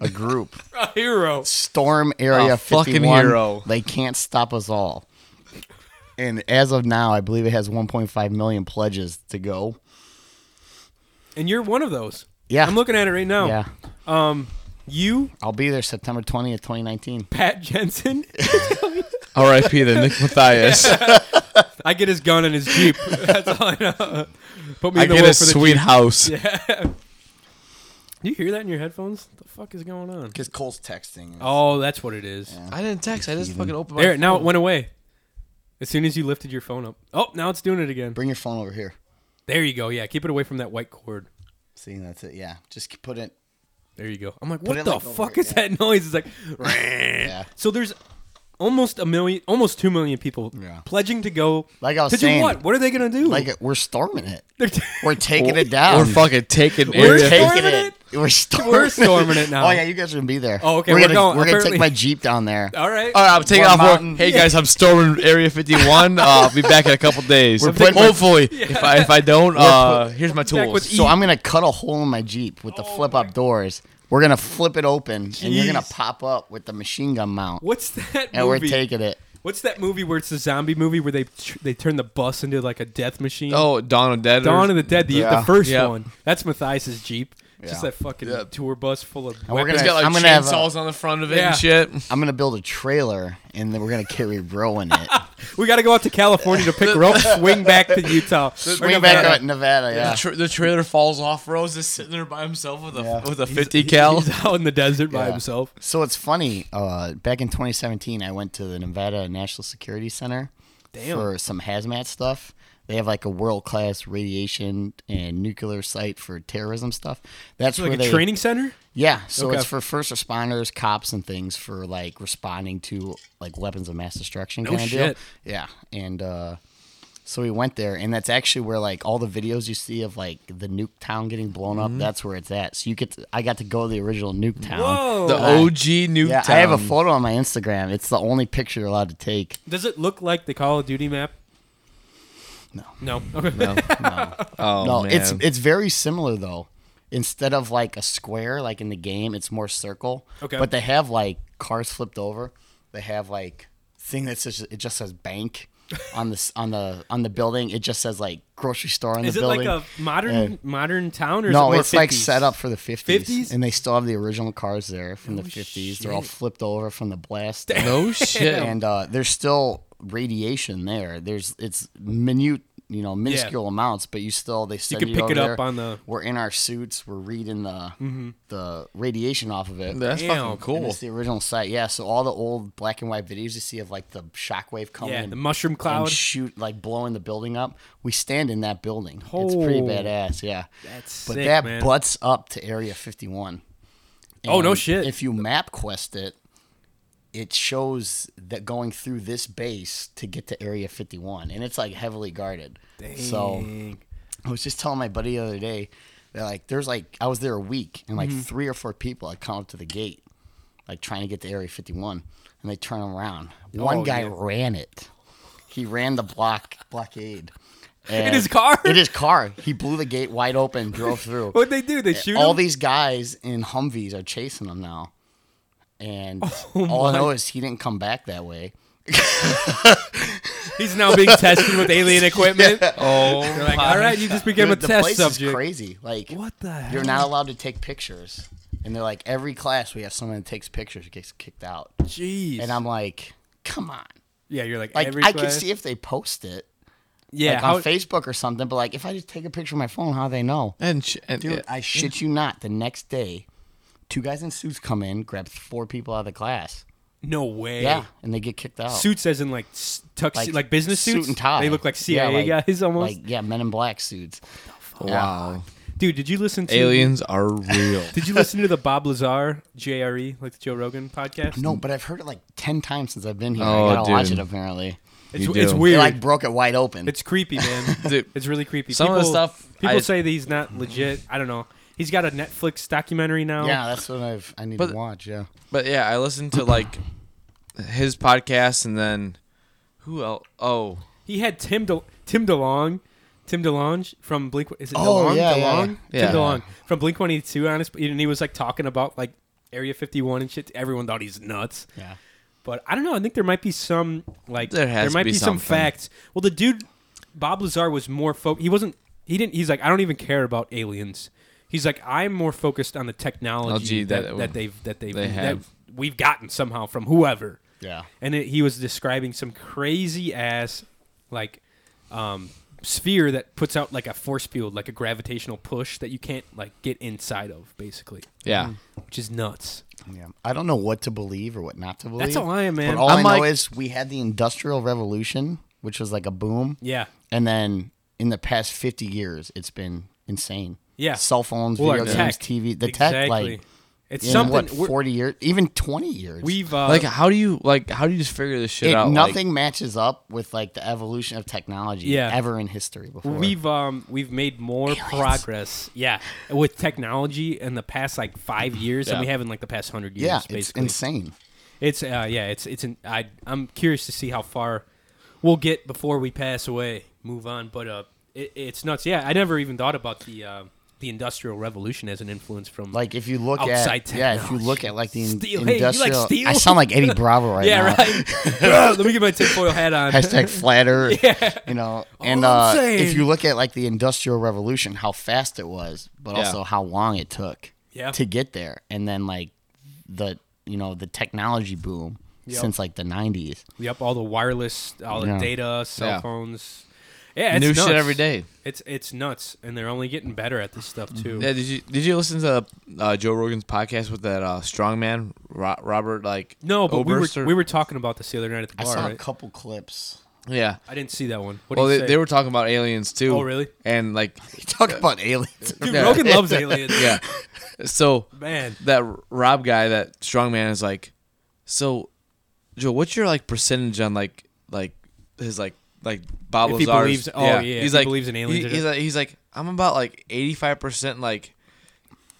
S2: a group.
S1: a hero.
S2: Storm Area
S3: A fucking
S2: 51.
S3: hero.
S2: They can't stop us all. And as of now, I believe it has 1.5 million pledges to go.
S1: And you're one of those.
S2: Yeah.
S1: I'm looking at it right now.
S2: Yeah.
S1: You,
S2: I'll be there September 20th, 2019.
S1: Pat Jensen.
S3: R.I.P. to Nick Matthias.
S1: I get his gun and his jeep. That's all I know. Put me
S3: I
S1: in the
S3: get
S1: will
S3: a
S1: for the
S3: sweet house.
S1: Do you hear that in your headphones? What the fuck is going on?
S2: Because Cole's texting.
S1: Oh, that's what it is.
S3: I didn't text. I just fucking opened my.
S1: There, now it went away. As soon as you lifted your phone up. Oh, now it's doing it again.
S2: Bring your phone over here.
S1: There you go. Yeah, keep it away from that white cord.
S2: See, that's it. Yeah. Just put it
S1: There you go. I'm like, what
S2: it,
S1: the
S2: like, over
S1: fuck
S2: it,
S1: is that noise? It's like,
S2: Yeah.
S1: so there's almost a million, almost two million people
S2: Yeah.
S1: pledging to go.
S2: Like I was
S1: to
S2: saying,
S1: do what? What are they gonna do?
S2: Like we're storming it.
S1: They're
S2: We're taking it down.
S3: We're fucking taking
S1: We're
S3: area.
S1: taking-
S2: taking
S1: Storming
S2: it. We're storming,
S1: We're storming it now.
S2: Oh yeah, you guys are gonna be there.
S1: Oh, okay,
S2: We're,
S1: we're
S2: gonna
S1: going-
S2: we're gonna
S1: apparently-
S2: take my jeep down there.
S1: all right.
S3: All right, I'm taking
S2: We're
S3: off work.
S2: mountain-
S3: Hey guys, I'm storming Area 51. Uh, I'll be back in a couple days.
S2: We're putting-
S3: Hopefully, if I if I don't, uh, here's my
S1: Back with
S3: tools.
S1: E.
S2: So I'm gonna cut a hole in my jeep with the flip up doors. We're gonna flip it open, and you're gonna
S1: Oh Jeez.
S2: pop up with the machine gun mount,
S1: What's that?
S2: and we're
S1: movie?
S2: taking it.
S1: What's that movie where it's the zombie movie where they tr- they turn the bus into like a death machine?
S3: Oh, Dawn of Dead. or-
S1: Dawn of the Dead, the,
S2: Yeah.
S1: the first
S3: Yeah.
S1: one. That's Matthias's Jeep. Just
S2: Yeah.
S1: that fucking tour bus full of
S2: we're
S1: weapons.
S3: It's got like
S2: I'm gonna have a-
S3: chainsaws on the front of it
S1: Yeah.
S3: and shit.
S2: I'm gonna build a trailer, and then we're gonna carry bro in it.
S1: We got to go out to California to pick her up, swing back to Utah.
S2: Swing back out in Nevada. Yeah.
S3: The, tra- the trailer falls off. Rose is sitting there by himself with a with a 50 cal.
S1: He's out in the desert by
S2: Yeah.
S1: himself.
S2: So it's funny. Uh, back in 2017, I went to the Nevada National Security Center
S1: Damn.
S2: for some hazmat stuff. They have like a world class radiation and nuclear site for terrorism stuff. That's
S1: Like
S2: where
S1: a
S2: they
S1: training center?
S2: Yeah, so
S1: Okay.
S2: it's for first responders, cops, and things for like responding to like weapons of mass destruction kind of
S1: shit.
S2: deal. Yeah, and uh, so we went there, and that's actually where like all the videos you see of like the nuke town getting blown
S1: Mm-hmm.
S2: up. That's where it's at. So you get, to, I got to go to the original nuke town.
S1: Whoa.
S3: The OG Newtown.
S2: Yeah, I have a photo on my Instagram. It's the only picture you're allowed to take.
S1: Does it look like the Call of Duty map?
S2: No.
S1: No. Okay.
S3: Oh,
S2: no,
S3: man.
S2: it's it's very similar though. Instead of like a square, like in the game, it's more circle.
S1: Okay.
S2: But they have like cars flipped over. They have like thing that says it just says bank on this on the on the building. It just says like grocery store on
S1: Is
S2: the
S1: it
S2: building.
S1: like a modern
S2: Yeah.
S1: modern town or is it
S2: no,
S1: more
S2: it's like
S1: 50s?
S2: set up for the 50s,
S1: 50s?
S2: and they still have the original cars there from the 50s. They're all
S1: Oh, shit.
S2: flipped over from the blast.
S3: no shit.
S2: and uh, there's still radiation there. There's it's minute, you know, minuscule amounts, but you still they send
S1: can
S2: you,
S1: pick
S2: over
S1: it up
S2: there.
S1: on the- Mm-hmm.
S2: We're in our suits. We're reading the the radiation off of it.
S3: That's
S1: Damn.
S3: fucking cool.
S2: And it's the original site, yeah. So all the old black and white videos you see of like the shockwave coming,
S1: Yeah,
S2: and-
S1: the mushroom cloud.
S2: and shoot like blowing the building up. We stand in that building. It's pretty
S1: Oh.
S2: badass, yeah.
S1: That's
S2: but
S1: sick,
S2: that
S1: man.
S2: butts up to Area 51.
S1: Oh, no
S2: And
S1: shit.
S2: If you map quest it, it shows that going through this base to get to Area 51, and it's like heavily guarded. So
S1: Dang.
S2: I was just telling my buddy the other day that like there's like I was there a week and
S1: Mm-hmm.
S2: like three or four people had come up to the gate, like trying to get to Area 51, and they turn around. One
S1: Oh,
S2: guy
S1: yeah.
S2: ran it. He ran the block blockade. And
S1: his car?
S2: In his car. He blew the gate wide open, drove through.
S1: What'd they do? They shoot
S2: all
S1: him?
S2: these guys in Humvees are chasing him now. And
S1: Oh,
S2: all I
S1: my-
S2: know is he didn't come back that way.
S1: He's now being tested with alien equipment.
S3: Oh,
S1: They're like, all right, you just became
S2: Dude,
S1: a
S2: the
S1: test
S2: place
S1: subject.
S2: is crazy. Like
S1: What the hell?
S2: You're not allowed to take pictures. And they're like, every class we have someone that takes pictures who gets kicked out.
S1: Jeez.
S2: And I'm like, come on.
S1: yeah, you're like,
S2: Like
S1: every
S2: I can
S1: class-
S2: see if they post it
S1: yeah,
S2: like
S1: how-
S2: on Facebook or something, but like if I just take a picture of my phone, how they know?
S3: And, sh- and
S2: Dude,
S3: yeah.
S2: I shit you not. The next day, two guys in suits come in, grab four people out of the class.
S1: no way.
S2: Yeah, and they get kicked out.
S1: Suits as in like s- tux, like, business
S2: suit
S1: suits.
S2: and tie.
S1: They look like
S2: Yeah,
S1: CIA guys almost.
S2: Like yeah, men in black suits.
S3: wow,
S1: Dude, did you listen to
S3: aliens are real.
S1: Did you listen to the Bob Lazar JRE like the Joe Rogan podcast?
S2: No, but I've heard it like ten times since I've been here.
S3: Oh,
S2: I gotta watch
S3: dude.
S2: it apparently.
S1: it's,
S3: You
S1: it's
S3: do.
S2: They
S1: weird.
S2: like broke it wide open.
S1: it's creepy, man.
S3: Dude,
S1: it's really creepy.
S3: Some of
S1: people,
S3: the stuff
S1: people
S3: I-
S1: say that he's not legit. I don't know. He's got a Netflix documentary now.
S2: yeah, that's what I've I need
S3: But-
S2: to watch. Yeah,
S3: But yeah, I listened to like his podcast and then who else? Oh,
S1: He had Tim De- Tim DeLong, Tim DeLonge from Blink. Is it
S2: Oh,
S1: DeLonge?
S2: yeah, yeah,
S1: DeLonge?
S3: yeah. Yeah.
S1: Tim DeLonge from Blink One Eighty Two. Honest, and he was like talking about like Area Fifty One and shit. Everyone thought he's nuts.
S2: yeah.
S1: But I don't know. I think there might be some like
S3: There has to
S1: might
S3: be
S1: some
S3: something.
S1: facts. Well, the dude Bob Lazar was more focused. He wasn't. He didn't. He's like I don't even care about aliens. He's like I'm more focused on the technology
S3: gee,
S1: that,
S3: that-
S1: that, they've that they've
S3: they
S1: that
S3: have.
S1: we've gotten somehow from whoever.
S2: Yeah.
S1: And it, he was describing some crazy ass like um, sphere that puts out like a force field, like a gravitational push that you can't like get inside of, basically,
S3: yeah.
S1: which is nuts.
S2: Yeah. I don't know what to believe or what not to believe.
S1: That's all I am, man.
S2: But all i
S3: I'm
S2: know
S3: like-
S2: is we had the Industrial Revolution, which was like a boom.
S1: Yeah.
S2: And then in the past 50 years, it's been insane.
S1: Yeah.
S2: Cell phones,
S1: Well, our
S2: video
S1: tech.
S2: games, TV, the tech,
S1: Exactly.
S2: like
S1: It's
S2: in
S1: something
S2: what
S1: we're-
S2: forty years, even twenty years.
S1: we've uh,
S3: like, how do you like? How do you just figure this shit
S2: it,
S3: out? Like,
S2: nothing matches up with like the evolution of technology
S1: Yeah.
S2: ever in history before.
S1: We've um we've made more progress, yeah, with technology in the past like five years than
S3: Yeah.
S1: we have in like the past hundred years.
S2: yeah, it's
S1: basically.
S2: insane.
S1: It's uh yeah, it's it's an I I'm curious to see how far we'll get before we pass away, move on. But uh, it, it's nuts. Yeah, I never even thought about the uh, the industrial revolution as an influence from
S2: Like if you look
S1: Outside
S2: at yeah, if you look
S1: technology.
S2: at like the in-
S1: Steel. Hey, you like
S2: industrial,
S1: steel?
S2: I sound like Eddie Bravo right
S1: yeah
S2: now.
S1: right. Let me get my tinfoil hat on.
S2: Hashtag flat earth, you know. And
S1: All
S2: uh,
S1: I'm
S2: if
S1: saying-
S2: you look at like the Industrial Revolution, how fast it was, but
S3: Yeah.
S2: also how long it took
S1: Yeah.
S2: to get there, and then like the you know the technology boom
S1: Yep.
S2: since like the '90s.
S1: Yep, all the wireless, all the
S2: Yeah.
S1: data, cell
S3: Yeah.
S1: phones. Yeah, it's
S3: New shit
S1: nuts.
S3: every day. Mm-hmm.
S1: It's it's nuts, and they're only getting better at this stuff too.
S3: Yeah, did you did you listen to uh, Joe Rogan's podcast with that uh, strongman Ro- Robert like
S1: no, but
S3: Oberst
S1: we
S3: or-
S1: were we were talking about this the other night at the
S2: I
S1: bar.
S2: saw a
S1: right?
S2: couple clips.
S3: yeah.
S1: I didn't see that one. What
S3: Well,
S1: did
S3: they,
S1: you say?
S3: they were talking about aliens too.
S1: Oh, really?
S3: And like,
S2: Talk about aliens.
S1: Dude,
S3: Yeah.
S1: Rogan loves aliens.
S3: yeah. So
S1: man.
S3: that Rob guy, that strongman, is like, so, Joe, what's your like percentage on like like his like like Bob
S1: If he
S3: Lazar's-
S1: believes- oh, yeah, if
S3: he's
S1: he
S3: like
S1: believes in aliens
S3: he-
S1: or
S3: he's,
S1: not.
S3: like, he's like, I'm about like 85 percent like.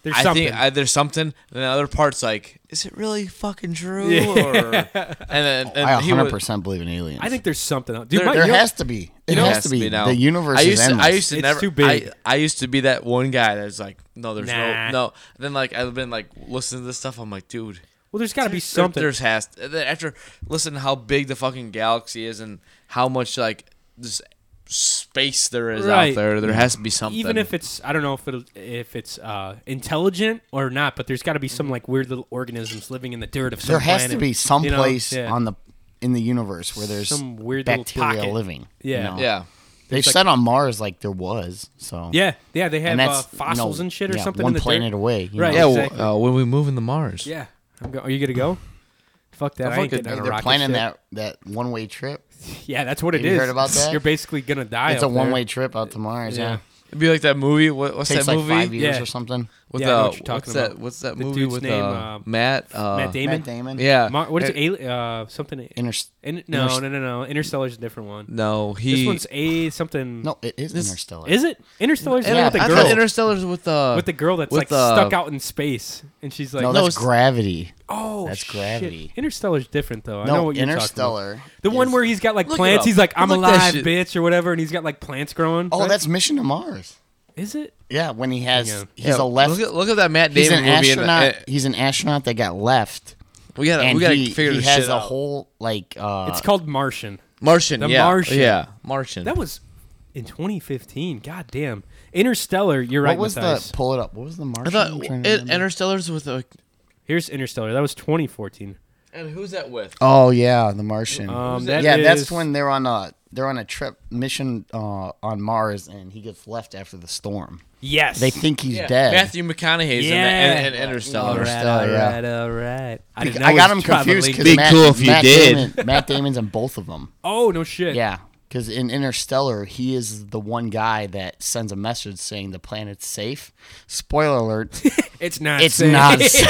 S1: There's
S3: I
S1: something.
S3: think I, there's something, and then the other part's like, is it really fucking true?
S1: Yeah.
S3: Or, and then and
S2: Oh, I
S3: he was-
S2: 100 percent believe in aliens.
S1: I think there's something else. Dude,
S3: There-
S1: my-
S2: there
S1: you know-
S2: has to be. It
S3: You know,
S2: has to be. The universe
S3: I used
S2: is
S3: to,
S2: endless.
S3: I used to
S1: It's
S3: never.
S1: too big.
S3: I, I used to be that one guy that's like, no, there's
S1: Nah.
S3: no, no. And then like I've been like listening to this stuff. I'm like, dude,
S1: well, there's got to be
S3: there-
S1: something.
S3: There's has. and then after listening to how big the fucking galaxy is and how much like this space there is
S1: Right.
S3: out there, there has to be something.
S1: even if it's I don't know if it if it's uh, intelligent or not, but there's got to be some like weird little organisms living in the dirt of some
S2: there has to
S1: planet,
S2: be some
S1: you know?
S2: place
S1: Yeah.
S2: on the in the universe where there's
S1: Some weird little
S2: bacteria
S1: pocket.
S2: living.
S1: Yeah.
S2: you know?
S3: yeah,
S2: They've
S1: like-
S2: said on Mars like there was. So
S1: Yeah, yeah, they have
S2: and
S1: uh,
S2: that's you
S1: fossils
S2: know,
S1: and shit or
S2: yeah,
S1: something
S2: One
S1: in the
S2: planet
S1: dirt.
S2: away, you
S1: Right.
S2: know?
S3: yeah.
S1: exactly.
S3: well, uh, when we move into Mars,
S1: Yeah, I'm go- are you gonna go? Fuck that! I ain't
S3: fucking-
S1: getting on a
S2: They're
S1: rocket ship.
S2: planning that that one way trip.
S1: Yeah, that's what it
S2: you
S1: is.
S2: heard about that?
S1: You're basically gonna die.
S2: It's a
S1: up there.
S2: one way trip out to Mars. Yeah,
S1: Yeah.
S3: it'd be like that movie. What, what's
S2: takes
S3: that
S2: like
S3: movie?
S2: five years
S1: Yeah.
S2: or something.
S3: With
S1: Yeah, I know
S3: uh,
S1: what you're talking
S3: what's
S1: about.
S3: that? What's that
S1: The
S3: movie
S1: dude's
S3: with
S1: name,
S3: uh,
S1: uh,
S3: Matt? Uh,
S1: Matt Damon.
S2: Matt Damon.
S3: Yeah.
S1: Mar- what is
S3: And-
S1: it? Ali- uh, something.
S2: Inter-
S1: in, no,
S2: Inter-
S1: no, no, no. Interstellar's a different one.
S3: No, he.
S1: this one's a something.
S2: No, it is
S3: This-
S2: Interstellar.
S1: Is it Interstellar's the
S2: Yeah,
S1: one with the
S3: I
S1: girl?
S3: thought Interstellar's with uh
S1: with the girl that's
S3: with,
S1: like
S3: uh,
S1: stuck out in space, and she's like,
S2: no,
S1: no,
S2: that's
S1: it's-
S2: gravity.
S1: oh,
S2: that's
S1: shit.
S2: gravity.
S1: Interstellar's different though. I know
S2: No,
S1: what you're talking about.
S2: Interstellar.
S1: The one
S2: is-
S1: where he's got like
S3: Look it
S1: plants.
S3: up.
S1: He's like, I'm
S3: Look that
S1: alive,
S3: shit.
S1: bitch, or whatever, and he's got like plants growing.
S2: oh,
S1: right?
S2: that's Mission to Mars.
S1: is it.
S2: Yeah, when he
S1: Yeah.
S2: has he's
S3: Yeah,
S2: a left.
S3: Look at, look at that Matt
S2: He's
S3: Damon
S2: an
S3: movie. and, uh,
S2: astronaut. he's an astronaut that got left,
S3: we gotta
S2: and
S3: we gotta
S2: he,
S3: figure
S2: he
S3: this
S2: has
S3: shit
S2: a
S3: out.
S2: whole like. Uh,
S1: It's called Martian.
S3: Martian.
S1: The
S3: yeah,
S1: Martian.
S3: Yeah, Martian.
S1: That was in 2015. God damn. Interstellar. You're
S2: what
S1: right,
S2: was the
S1: Matthias.
S2: pull it up? What was the
S3: I
S2: Martian?
S3: thought
S2: I'm trying to
S3: it,
S2: remember.
S3: Interstellar's with like.
S1: Here's Interstellar. That was 2014.
S3: And who's that with?
S2: Oh yeah, the Martian.
S1: Um, that
S2: yeah,
S1: is-
S2: that's when they're on a they're on a trip mission uh, on Mars, and he gets left after the storm.
S1: Yes.
S2: They think he's dead.
S3: Oh, Matthew McConaughey's
S1: Yeah.
S3: in, the, in, in
S1: All
S3: Interstellar.
S1: right, all
S2: Interstellar, yeah.
S1: right, all right. I, didn't know
S2: I got
S1: it
S2: him
S1: was
S2: confused
S1: probably-
S2: because Matt,
S3: cool if you
S2: Matt
S3: did.
S2: Damon, Matt Damon's in both of them.
S1: Oh no shit.
S2: Yeah, because in Interstellar, he is the one guy that sends a message saying the planet's safe. Spoiler alert:
S1: It's not.
S2: it's
S1: safe.
S2: not safe.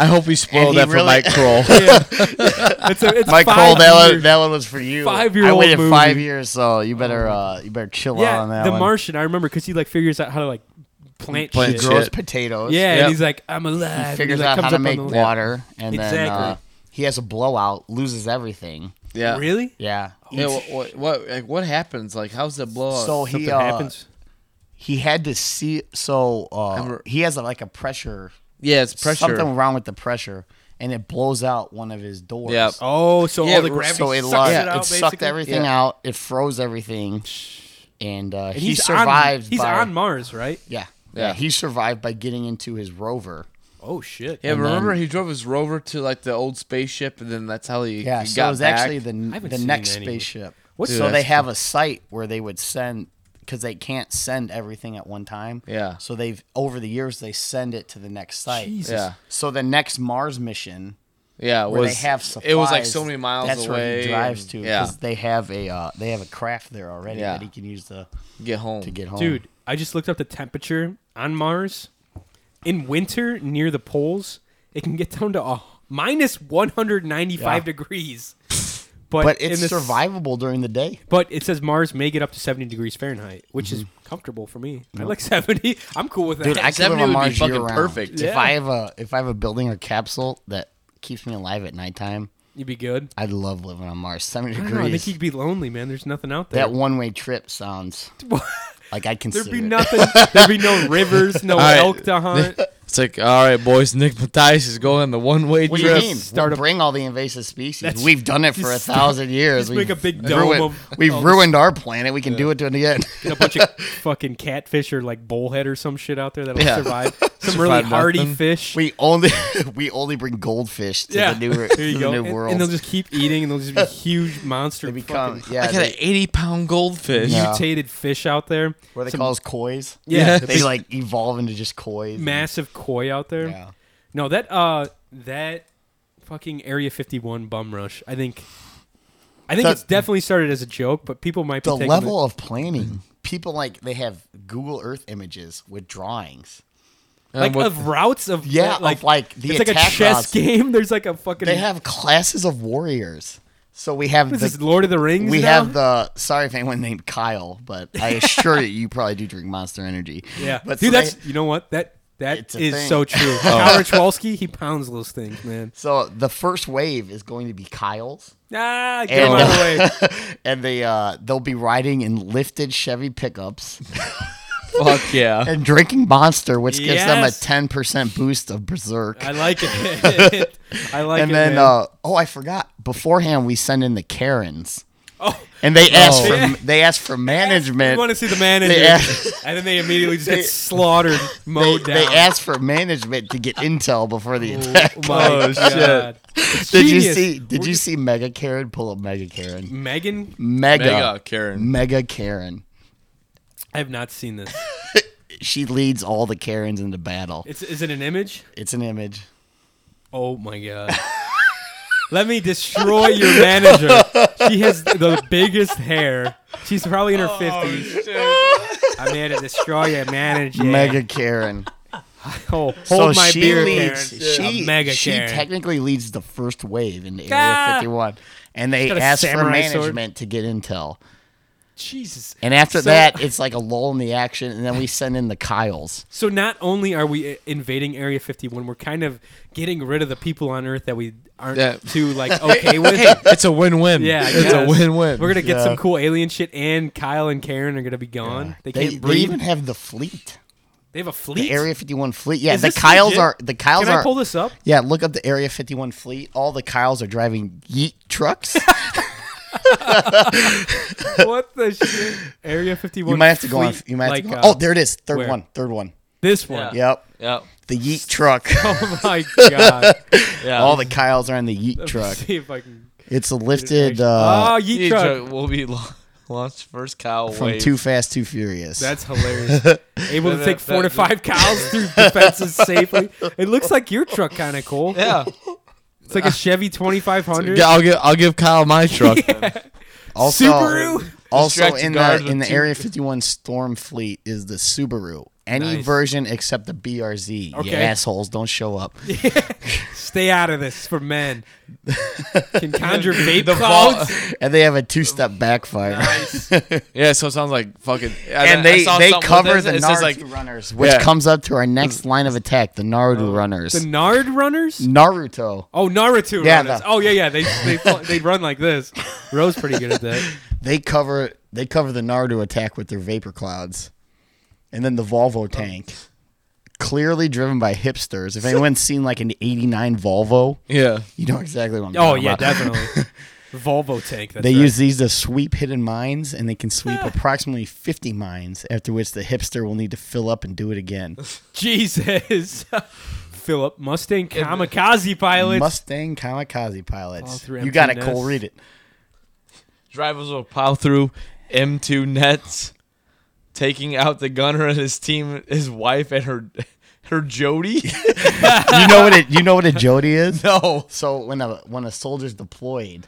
S3: I hope we spoiled that
S2: And he
S3: for
S2: really-
S3: Mike Kroll.
S1: it's a, it's
S2: Mike
S1: five
S2: Cole, that
S1: years.
S2: one, that one was for you.
S1: Five-year-old
S2: I waited
S1: movie.
S2: five years, so you better uh, you better chill out
S1: yeah,
S2: on that
S1: the
S2: one.
S1: Martian. I remember because he like figures out how to like plant,
S3: Plant
S1: shit.
S3: shit.
S2: grows potatoes.
S1: Yeah,
S3: Yep.
S1: and he's like, I'm alive. and he,
S2: figures
S1: like,
S2: out
S1: comes
S2: how to
S1: up on
S2: make
S1: the-
S2: water, and then
S1: Exactly.
S2: uh, he has a blowout, loses everything.
S3: yeah.
S1: Really?
S2: Yeah,
S3: Yeah. What, what, what, like, what happens? Like, how's the blowout?
S2: so
S1: Something
S2: he uh,
S1: happens.
S2: he had to see. So uh,
S3: Remember-
S2: he has a, like a pressure,
S3: yeah, it's pressure.
S2: something wrong with the pressure, and it blows out one of his doors.
S3: Yeah.
S1: Oh, so
S3: Yeah,
S1: all the
S3: so
S1: gravity
S2: So it,
S1: sucks
S2: lo-
S1: it
S2: it,
S1: Oh, out.
S2: sucked
S1: basically?
S2: everything
S3: Yeah.
S2: out. It froze everything, and, uh,
S1: And
S2: he
S1: he's
S2: survived.
S1: On, he's
S2: by,
S1: on Mars, right?
S2: Yeah,
S3: Yeah.
S2: yeah, He survived by getting into his rover.
S1: Oh shit.
S3: Yeah,
S2: And
S3: remember
S2: then-
S3: he drove his rover to like the old spaceship, and then that's how he,
S2: Yeah,
S3: he
S2: so
S3: got
S2: it was
S3: back.
S2: actually the
S1: I haven't
S2: the
S1: seen
S2: next
S1: any.
S2: spaceship.
S1: What's
S2: so
S3: Dude,
S2: they
S3: that's
S2: have a site where they would send because they can't send everything at one time.
S3: Yeah.
S2: So they've over the years they send it to the next site.
S1: Jesus.
S3: yeah,
S2: So the next Mars mission
S3: yeah. It
S2: where
S3: was,
S2: they have supplies.
S3: It was like so many miles
S2: That's
S3: away.
S2: where he drives to
S3: and- Yeah,
S2: because they have a uh, they have a craft there already
S3: Yeah.
S2: that he can use to
S3: get home.
S2: to get home.
S1: Dude, I just looked up the temperature on Mars. in winter near the poles, it can get down to a minus 195
S2: Yeah.
S1: degrees. But,
S2: But
S1: in
S2: it's
S1: the s-
S2: survivable during the day.
S1: But it says Mars may get up to 70 degrees Fahrenheit, which is comfortable for me. I like 70. I'm cool with that.
S2: Dude, I could live
S3: 70
S2: on
S3: would be
S2: Mars
S3: fucking
S2: year round.
S3: perfect.
S1: Yeah.
S2: If I have a if I have a building or capsule that keeps me alive at nighttime,
S1: You'd be good.
S2: I'd love living on Mars. Seventy
S1: I
S2: degrees.
S1: don't know. I think you'd be lonely, man. There's nothing out there.
S2: that one way trip sounds like I consider.
S1: There'd be
S2: it.
S1: nothing. There'd be no rivers, no
S3: All right.
S1: elk to hunt.
S3: It's like, all right, boys, Nick Matthias is going on the one way
S2: What do you
S3: trip.
S2: mean?
S1: start
S2: Start
S1: a-
S2: we'll bring all the invasive species.
S1: That's-
S2: we've done it for a
S1: just
S2: thousand years.
S1: just make
S2: We've
S1: a big dome
S2: ruined,
S1: of-
S2: We've
S1: of-
S2: ruined our planet. We can do it to it again.
S1: Get a bunch of fucking catfish or like bullhead or some shit out there that'll
S2: Yeah.
S1: survive. Some
S3: Survive
S1: really hardy
S3: nothing.
S1: fish.
S2: we only we only bring goldfish to
S1: yeah,
S2: the new,
S1: there
S2: to
S1: you
S2: the
S1: go.
S2: new
S1: and, and
S2: world.
S1: they'll just keep eating, and they'll just be huge monster
S2: they become
S1: fucking
S2: yeah.
S3: I got an
S2: they,
S3: 80 pound goldfish.
S2: Yeah.
S1: mutated fish out there.
S2: what they
S1: Some
S2: call us koi's.
S1: Yeah. Yeah.
S2: they like evolve into just koi's. and-
S1: massive koi out there.
S2: Yeah.
S1: No, that uh, that fucking Area 51 bum rush. I think, I think
S2: That-
S1: it's definitely started as a joke, but people might be
S2: the
S1: taking
S2: level of planning. People like they have Google Earth images with drawings.
S1: it, like
S3: what-
S1: of routes of
S2: Yeah,
S1: like
S2: of, like, the
S1: it's like a
S2: attack
S1: chess
S2: routes.
S1: game. There's like a fucking
S2: They have classes of warriors. So we have
S1: This
S2: the,
S1: is Lord of the Rings.
S2: We
S1: now?
S2: have the sorry if anyone named Kyle, but I assure you, you probably do drink Monster Energy.
S1: Yeah,
S2: but
S1: dude,
S2: so
S1: that's
S2: they-
S1: you know what that that
S2: It's a
S1: is
S2: thing. Oh.
S1: so true. Howard Chwalski, he pounds those things, man.
S2: so the first wave is going to be Kyle's,
S1: Ah, get
S2: And,
S1: him out of
S2: uh,
S1: the way.
S2: and they uh, they'll be riding in lifted Chevy pickups
S3: Fuck yeah.
S2: and drinking Monster, which gives them a
S1: Yes.
S2: ten percent boost of Berserk.
S1: I like it. I like
S2: and
S1: it.
S2: then
S1: man.
S2: uh, oh, I forgot. Beforehand, we send in the Karens,
S1: oh,
S2: and they ask
S3: Oh.
S2: for they ask for management.
S1: you want to see the manager,
S2: They ask-
S1: and then they immediately just
S2: They-
S1: get slaughtered,
S2: they,
S1: mowed
S2: they
S1: down.
S2: ask for management to get intel before the attack.
S1: oh my
S3: Oh, shit.
S1: god! It's
S2: Did you
S1: genius.
S2: see? Did
S1: We're
S2: you
S1: just-
S2: see Mega Karen pull up Mega Karen?
S1: Megan?
S3: Mega
S2: Mega, Mega
S3: Karen.
S2: Karen.
S1: I have not seen this.
S2: She leads all the Karens into battle.
S1: It's is it an image?
S2: It's an image.
S1: Oh my god. Let me destroy your manager. She has the biggest hair. She's probably in her fifties. I'm here to destroy your manager.
S2: Mega Karen.
S1: Oh, hold
S2: so
S1: my
S2: she
S1: beer,
S2: leads.
S1: Karen.
S2: She,
S1: A mega
S2: she
S1: Karen.
S2: technically leads the first wave in Area
S1: Ah!
S2: 51, and they
S1: got a
S2: ask for
S1: samurai sword.
S2: management to get intel.
S1: Jesus.
S2: And after
S1: So-
S2: that, it's like a lull in the action, and then we send in the Kyles.
S1: So not only are we uh, invading Area 51, we're kind of getting rid of the people on Earth that we aren't
S3: Yeah.
S1: too like okay with.
S3: It's a win win.
S1: Yeah, I
S3: It's a
S1: guess.
S3: win win.
S1: We're gonna get
S2: Yeah.
S1: some cool alien shit, and Kyle and Karen are gonna be gone. They
S2: They,
S1: can't
S2: they
S1: breathe.
S2: even have the fleet,
S1: they have a fleet.
S2: the Area 51 fleet. Yeah,
S1: Is
S2: the
S1: this
S2: Kyles
S1: legit?
S2: are the Kyles
S1: Can
S2: are.
S1: I pull this up?
S2: Yeah, look up the Area 51 fleet. All the Kyles are driving yeet trucks.
S1: what the shit? Area 51.
S2: you might have to go on.
S1: fleet,
S2: You might have
S1: like,
S2: to go
S1: uh,
S2: Oh, there it is. Third
S1: where?
S2: one. Third one.
S1: this one.
S2: Yep.
S3: Yep.
S2: The yeet truck.
S1: Oh my god.
S3: Yeah.
S2: All the Kyles are on the
S1: Let
S2: yeet
S1: me
S2: truck.
S1: see if I can.
S2: It's a lifted
S1: oh,
S2: uh,
S1: yeet truck.
S3: will be la- launched first cow
S2: from
S3: wave.
S2: Too Fast, Too Furious.
S1: That's hilarious. Able to
S3: That-
S1: take
S3: that-
S1: four to
S3: that-
S1: five cows through defenses safely. It looks like your truck, kind of cool.
S3: Yeah.
S1: It's like a Chevy 2500.
S3: Yeah, I'll give I'll give Kyle my truck.
S2: also,
S1: Subaru?
S2: Also
S3: Distract the
S2: in
S3: guards
S2: the in
S3: with
S2: the
S3: two-
S2: Area 51 Storm fleet is the Subaru. Any
S1: Nice.
S2: version except the BRZ. You
S1: Okay.
S2: assholes, don't show up.
S1: Stay out of this for men. Can conjure vape
S3: The vault-
S1: clouds.
S2: And they have a two-step backfire.
S3: yeah, so it sounds like fucking.
S2: and they, they cover the
S3: It's
S2: Naruto
S3: just like
S2: runners, which
S3: Yeah.
S2: comes up to our next line of attack, the Naruto runners.
S1: Oh, The Nard runners?
S2: Naruto.
S1: Oh, Naruto
S2: Yeah,
S1: runners.
S2: the-
S1: Oh, yeah, yeah. They they fly- they run like this. Rose pretty good at that. Oh,
S2: They cover they cover the Naruto attack with their vapor clouds, and then the
S1: Oh.
S2: Volvo tank, clearly driven by hipsters. If anyone's seen like an '89 Volvo,
S3: yeah.
S2: you know exactly what I'm
S1: Oh
S2: talking
S1: yeah,
S2: about.
S1: definitely. Volvo tank. That's
S2: They
S1: right.
S2: use these to sweep hidden mines, and they can sweep approximately 50 mines. After which, the hipster will need to fill up and do it again.
S1: Jesus. Philip Mustang kamikaze pilots.
S2: Mustang kamikaze
S1: All
S2: pilots.
S1: through
S2: You got it,
S1: emptiness.
S2: Cole. Read it.
S3: Drivers will plow through M2 nets, taking out the gunner and his team, his wife and her her Jody.
S2: You know what? A, you know what a Jody is?
S3: no.
S2: So when a when a soldier's deployed,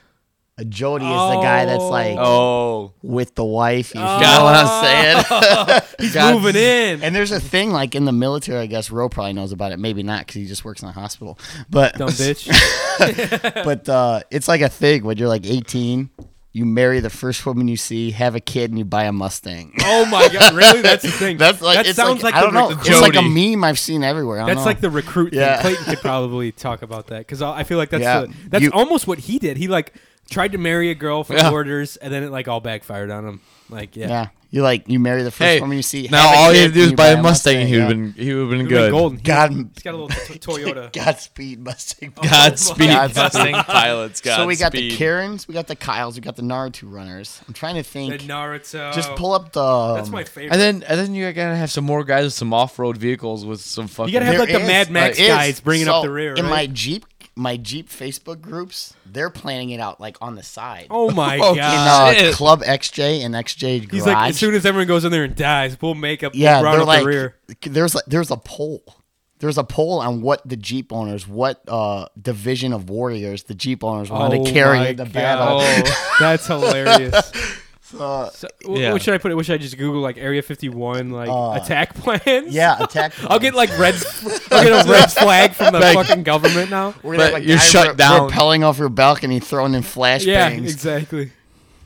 S2: A Jody is the guy that's like
S3: Oh,
S2: with the wife. You know what I'm saying?
S1: Oh. He's
S3: God.
S1: moving in.
S2: And there's a thing like in the military, I guess Ro probably knows about it. Maybe not because he just works in a hospital. But
S1: Dumb bitch.
S2: but uh, it's like a thing when you're like 18, you marry the first woman you see, have a kid, and you buy a Mustang.
S1: Oh my god, really? That's the thing.
S2: That's like
S1: that
S2: it's
S1: sounds like,
S2: I don't
S1: the,
S2: know.
S1: the
S2: It's like a
S1: Jody.
S2: meme I've seen everywhere. I don't
S1: That's
S2: know.
S1: like the recruit
S2: Yeah.
S1: thing. Clayton could probably talk about that because I I feel like that's
S2: Yeah.
S1: the, that's
S2: You-
S1: almost what he did. He like tried to marry a girl for
S3: Yeah.
S1: orders, and then it like all backfired on him. Like yeah,
S2: yeah. You like you marry the first
S3: hey.
S2: woman you see.
S3: Now
S2: have a
S3: all
S2: kid,
S3: you have to do
S2: and
S3: is buy a
S2: a
S3: Mustang, and he would
S2: yeah.
S3: have been he would have been
S1: Would've been
S3: good.
S1: golden. He-
S2: God-
S1: he's got a little t- Toyota.
S2: Godspeed Mustang.
S3: Godspeed,
S2: Godspeed.
S3: Mustang pilots. Godspeed.
S2: so we got the Karens, we got the Kyles, we got the Naruto runners. I'm trying to
S1: The
S2: think.
S1: Naruto.
S2: Just pull up the. um,
S1: That's my favorite.
S3: And then and then you gotta have some more guys with some off-road vehicles with some fucking.
S1: gotta have,
S2: There
S1: like, the
S2: is-
S1: Mad Max
S2: there is.
S1: guys bringing up
S2: So,
S1: the rear,
S2: In
S1: right?
S2: my Jeep, my Jeep Facebook groups, they're planning it out like on the side.
S1: oh my
S3: Oh,
S2: in
S1: god.
S2: uh,
S3: shit.
S2: Club XJ and XJ Garage.
S1: He's like, as soon as everyone goes in there and dies, we'll make up.
S2: yeah,
S1: we'll brown
S2: they're
S1: up
S2: like
S1: the rear.
S2: there's a- there's a poll. There's a poll on what the Jeep owners, what uh, division of warriors the Jeep owners want
S1: Oh
S2: to carry
S1: my
S2: in the
S1: God.
S2: battle.
S1: Oh, that's hilarious. So, wh-
S3: yeah.
S1: What should I put it? What should I just Google like Area 51 like
S2: Uh,
S1: attack plans?
S2: Yeah, attack.
S1: I'll get like red. I'll get a red flag from the fucking government now.
S2: We're gonna
S3: but
S2: have a
S3: you're
S2: guy
S3: shut
S2: re-
S3: down.
S2: Repelling off your balcony, throwing in flashbangs.
S1: Yeah, exactly.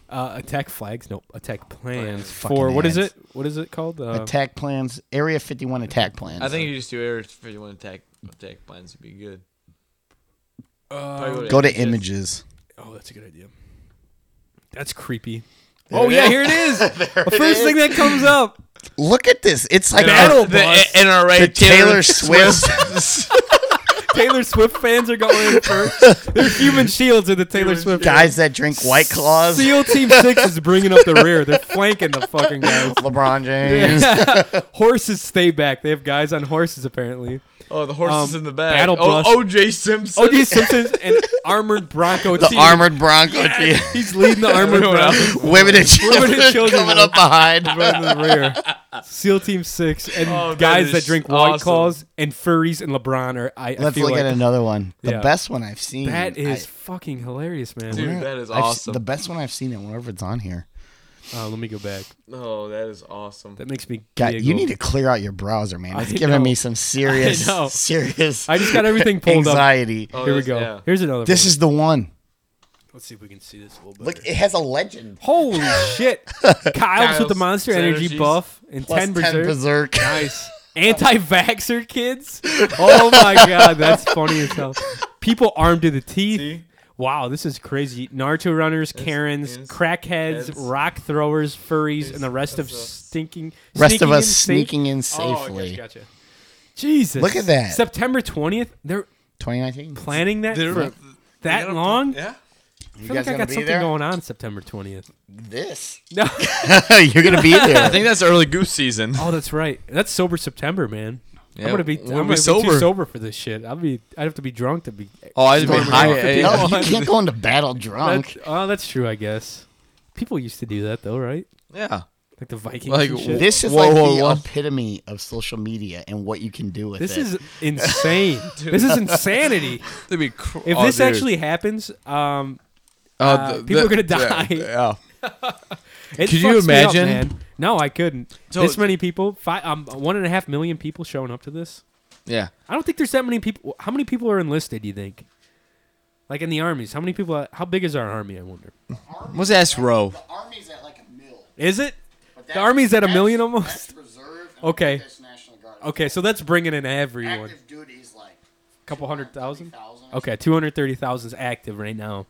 S1: Uh, attack flags? Nope. Attack plans for
S2: Fucking
S1: what is
S2: ads.
S1: it? What is it called? Uh,
S2: Attack plans, Area 51 attack plans.
S3: I think you just do Air 51 attack attack plans would be good.
S2: go to images.
S1: Oh, that's a good idea. That's creepy. oh yeah, here it is. the first thing that comes up.
S2: Look at this. It's like
S1: Metal
S2: a-
S3: The
S1: bus.
S3: NRA
S2: the Taylor Swift.
S1: Taylor Swift fans are going in first. They're human shields in the Taylor Swift.
S2: guys that drink White Claws.
S1: SEAL Team Six is bringing up the rear. They're flanking the fucking guys.
S2: LeBron James.
S1: horses stay back. They have guys on horses apparently.
S3: Oh, the horses
S1: Um,
S3: in the back.
S1: Battle
S3: oh,
S1: Bus.
S3: OJ Simpson.
S1: OJ Simpson's an armored Bronco
S2: The
S1: team.
S2: armored Bronco team.
S1: He's leading the armored Bronco
S2: Women and children,
S1: Women and children.
S2: coming up behind.
S1: in the rear. SEAL Team Six and
S3: Oh, that
S1: guys
S3: is
S1: that drink White
S3: awesome.
S1: Claws and furries and LeBron are. I, I
S2: Let's
S1: feel
S2: look
S1: like
S2: at another one. The
S1: Yeah.
S2: best one I've seen.
S1: That is
S2: I-
S1: fucking hilarious, man.
S3: Dude, that is
S2: I've s-
S3: awesome.
S2: the best one I've seen, and whenever it's on here,
S1: Uh, let me go back.
S3: oh, that is awesome.
S1: That makes me.
S2: God, you
S1: giggle.
S2: need to clear out your browser, man. It's
S1: I
S2: giving
S1: know.
S2: me some serious,
S1: I know.
S2: serious
S1: I just got everything pulled up.
S2: anxiety.
S3: Oh,
S1: Here we
S3: that's-
S1: go.
S3: yeah.
S1: Here's another.
S2: This
S1: one.
S2: is the one.
S1: Let's see if we can see this a little bit.
S2: Look, it has a legend.
S1: Holy shit! Kyle's with the
S3: Kyle's
S1: monster energy
S3: energies.
S1: buff and
S2: Plus
S1: ten berserk.
S2: berserk.
S1: Nice. Anti-vaxxer kids. Oh my god, that's funny as hell. People armed to the teeth. Wow, this is crazy. Naruto runners, Karens,
S3: it's-
S1: crackheads,
S3: it's-
S1: rock throwers, furries, and the rest of stinking.
S2: Rest of
S1: sneaking
S2: us
S1: in safe-
S2: sneaking in
S1: Oh, I
S2: safely.
S1: gotcha, gotcha. Jesus.
S2: Look at that.
S1: September twentieth. They're
S2: 2019.
S1: planning that
S3: They're-
S1: for that long.
S3: Yeah.
S1: I
S2: You
S1: feel like
S2: guys
S1: I
S2: gonna
S1: got
S2: be
S1: something
S2: there?
S1: going on September twentieth.
S2: This.
S1: No.
S2: You're gonna be
S3: I
S2: there.
S3: think that's early goose season.
S1: Oh, that's right. That's sober September, man.
S3: Yeah,
S1: I'm gonna be.
S3: we'll
S1: I'm gonna
S3: be
S1: be sober.
S3: sober.
S1: too sober for this shit. I'll be. I'd have to be drunk to be.
S3: Oh, I just been
S2: Storming
S3: high.
S1: off the
S3: eh?
S1: beach.
S2: No, you can't go into battle drunk.
S1: That's, oh, that's true. I guess people used to do that though, right?
S3: Yeah.
S1: Like the Vikings.
S3: Like,
S1: and shit.
S2: This is
S3: Whoa,
S2: like
S3: whoa,
S2: the
S3: whoa.
S2: epitome of social media and what you can do with
S1: This
S2: it.
S1: is insane. this is insanity.
S3: They'd be cr-
S1: If
S3: oh,
S1: this
S3: dude.
S1: actually happens, um,
S3: Uh,
S1: people are gonna die.
S3: Yeah.
S1: it
S3: Could you
S1: fucks me up,
S3: imagine?
S1: man. No, I couldn't.
S3: So-
S1: this many people, five, um, one and a half million people showing up to this.
S3: Yeah.
S1: I don't think there's that many people. How many people are enlisted? Do you think? Like in the armies, how many people? How big is our army? I wonder.
S3: Let's ask Roe.
S2: army's at like a mil.
S1: Is it? The army's at a million almost.
S2: reserve.
S1: Okay.
S2: National Guard.
S1: Okay, so that's bringing in everyone.
S2: duty's like
S1: couple hundred thousand.
S2: 30,000.
S1: Okay, two hundred thirty thousand is active right now.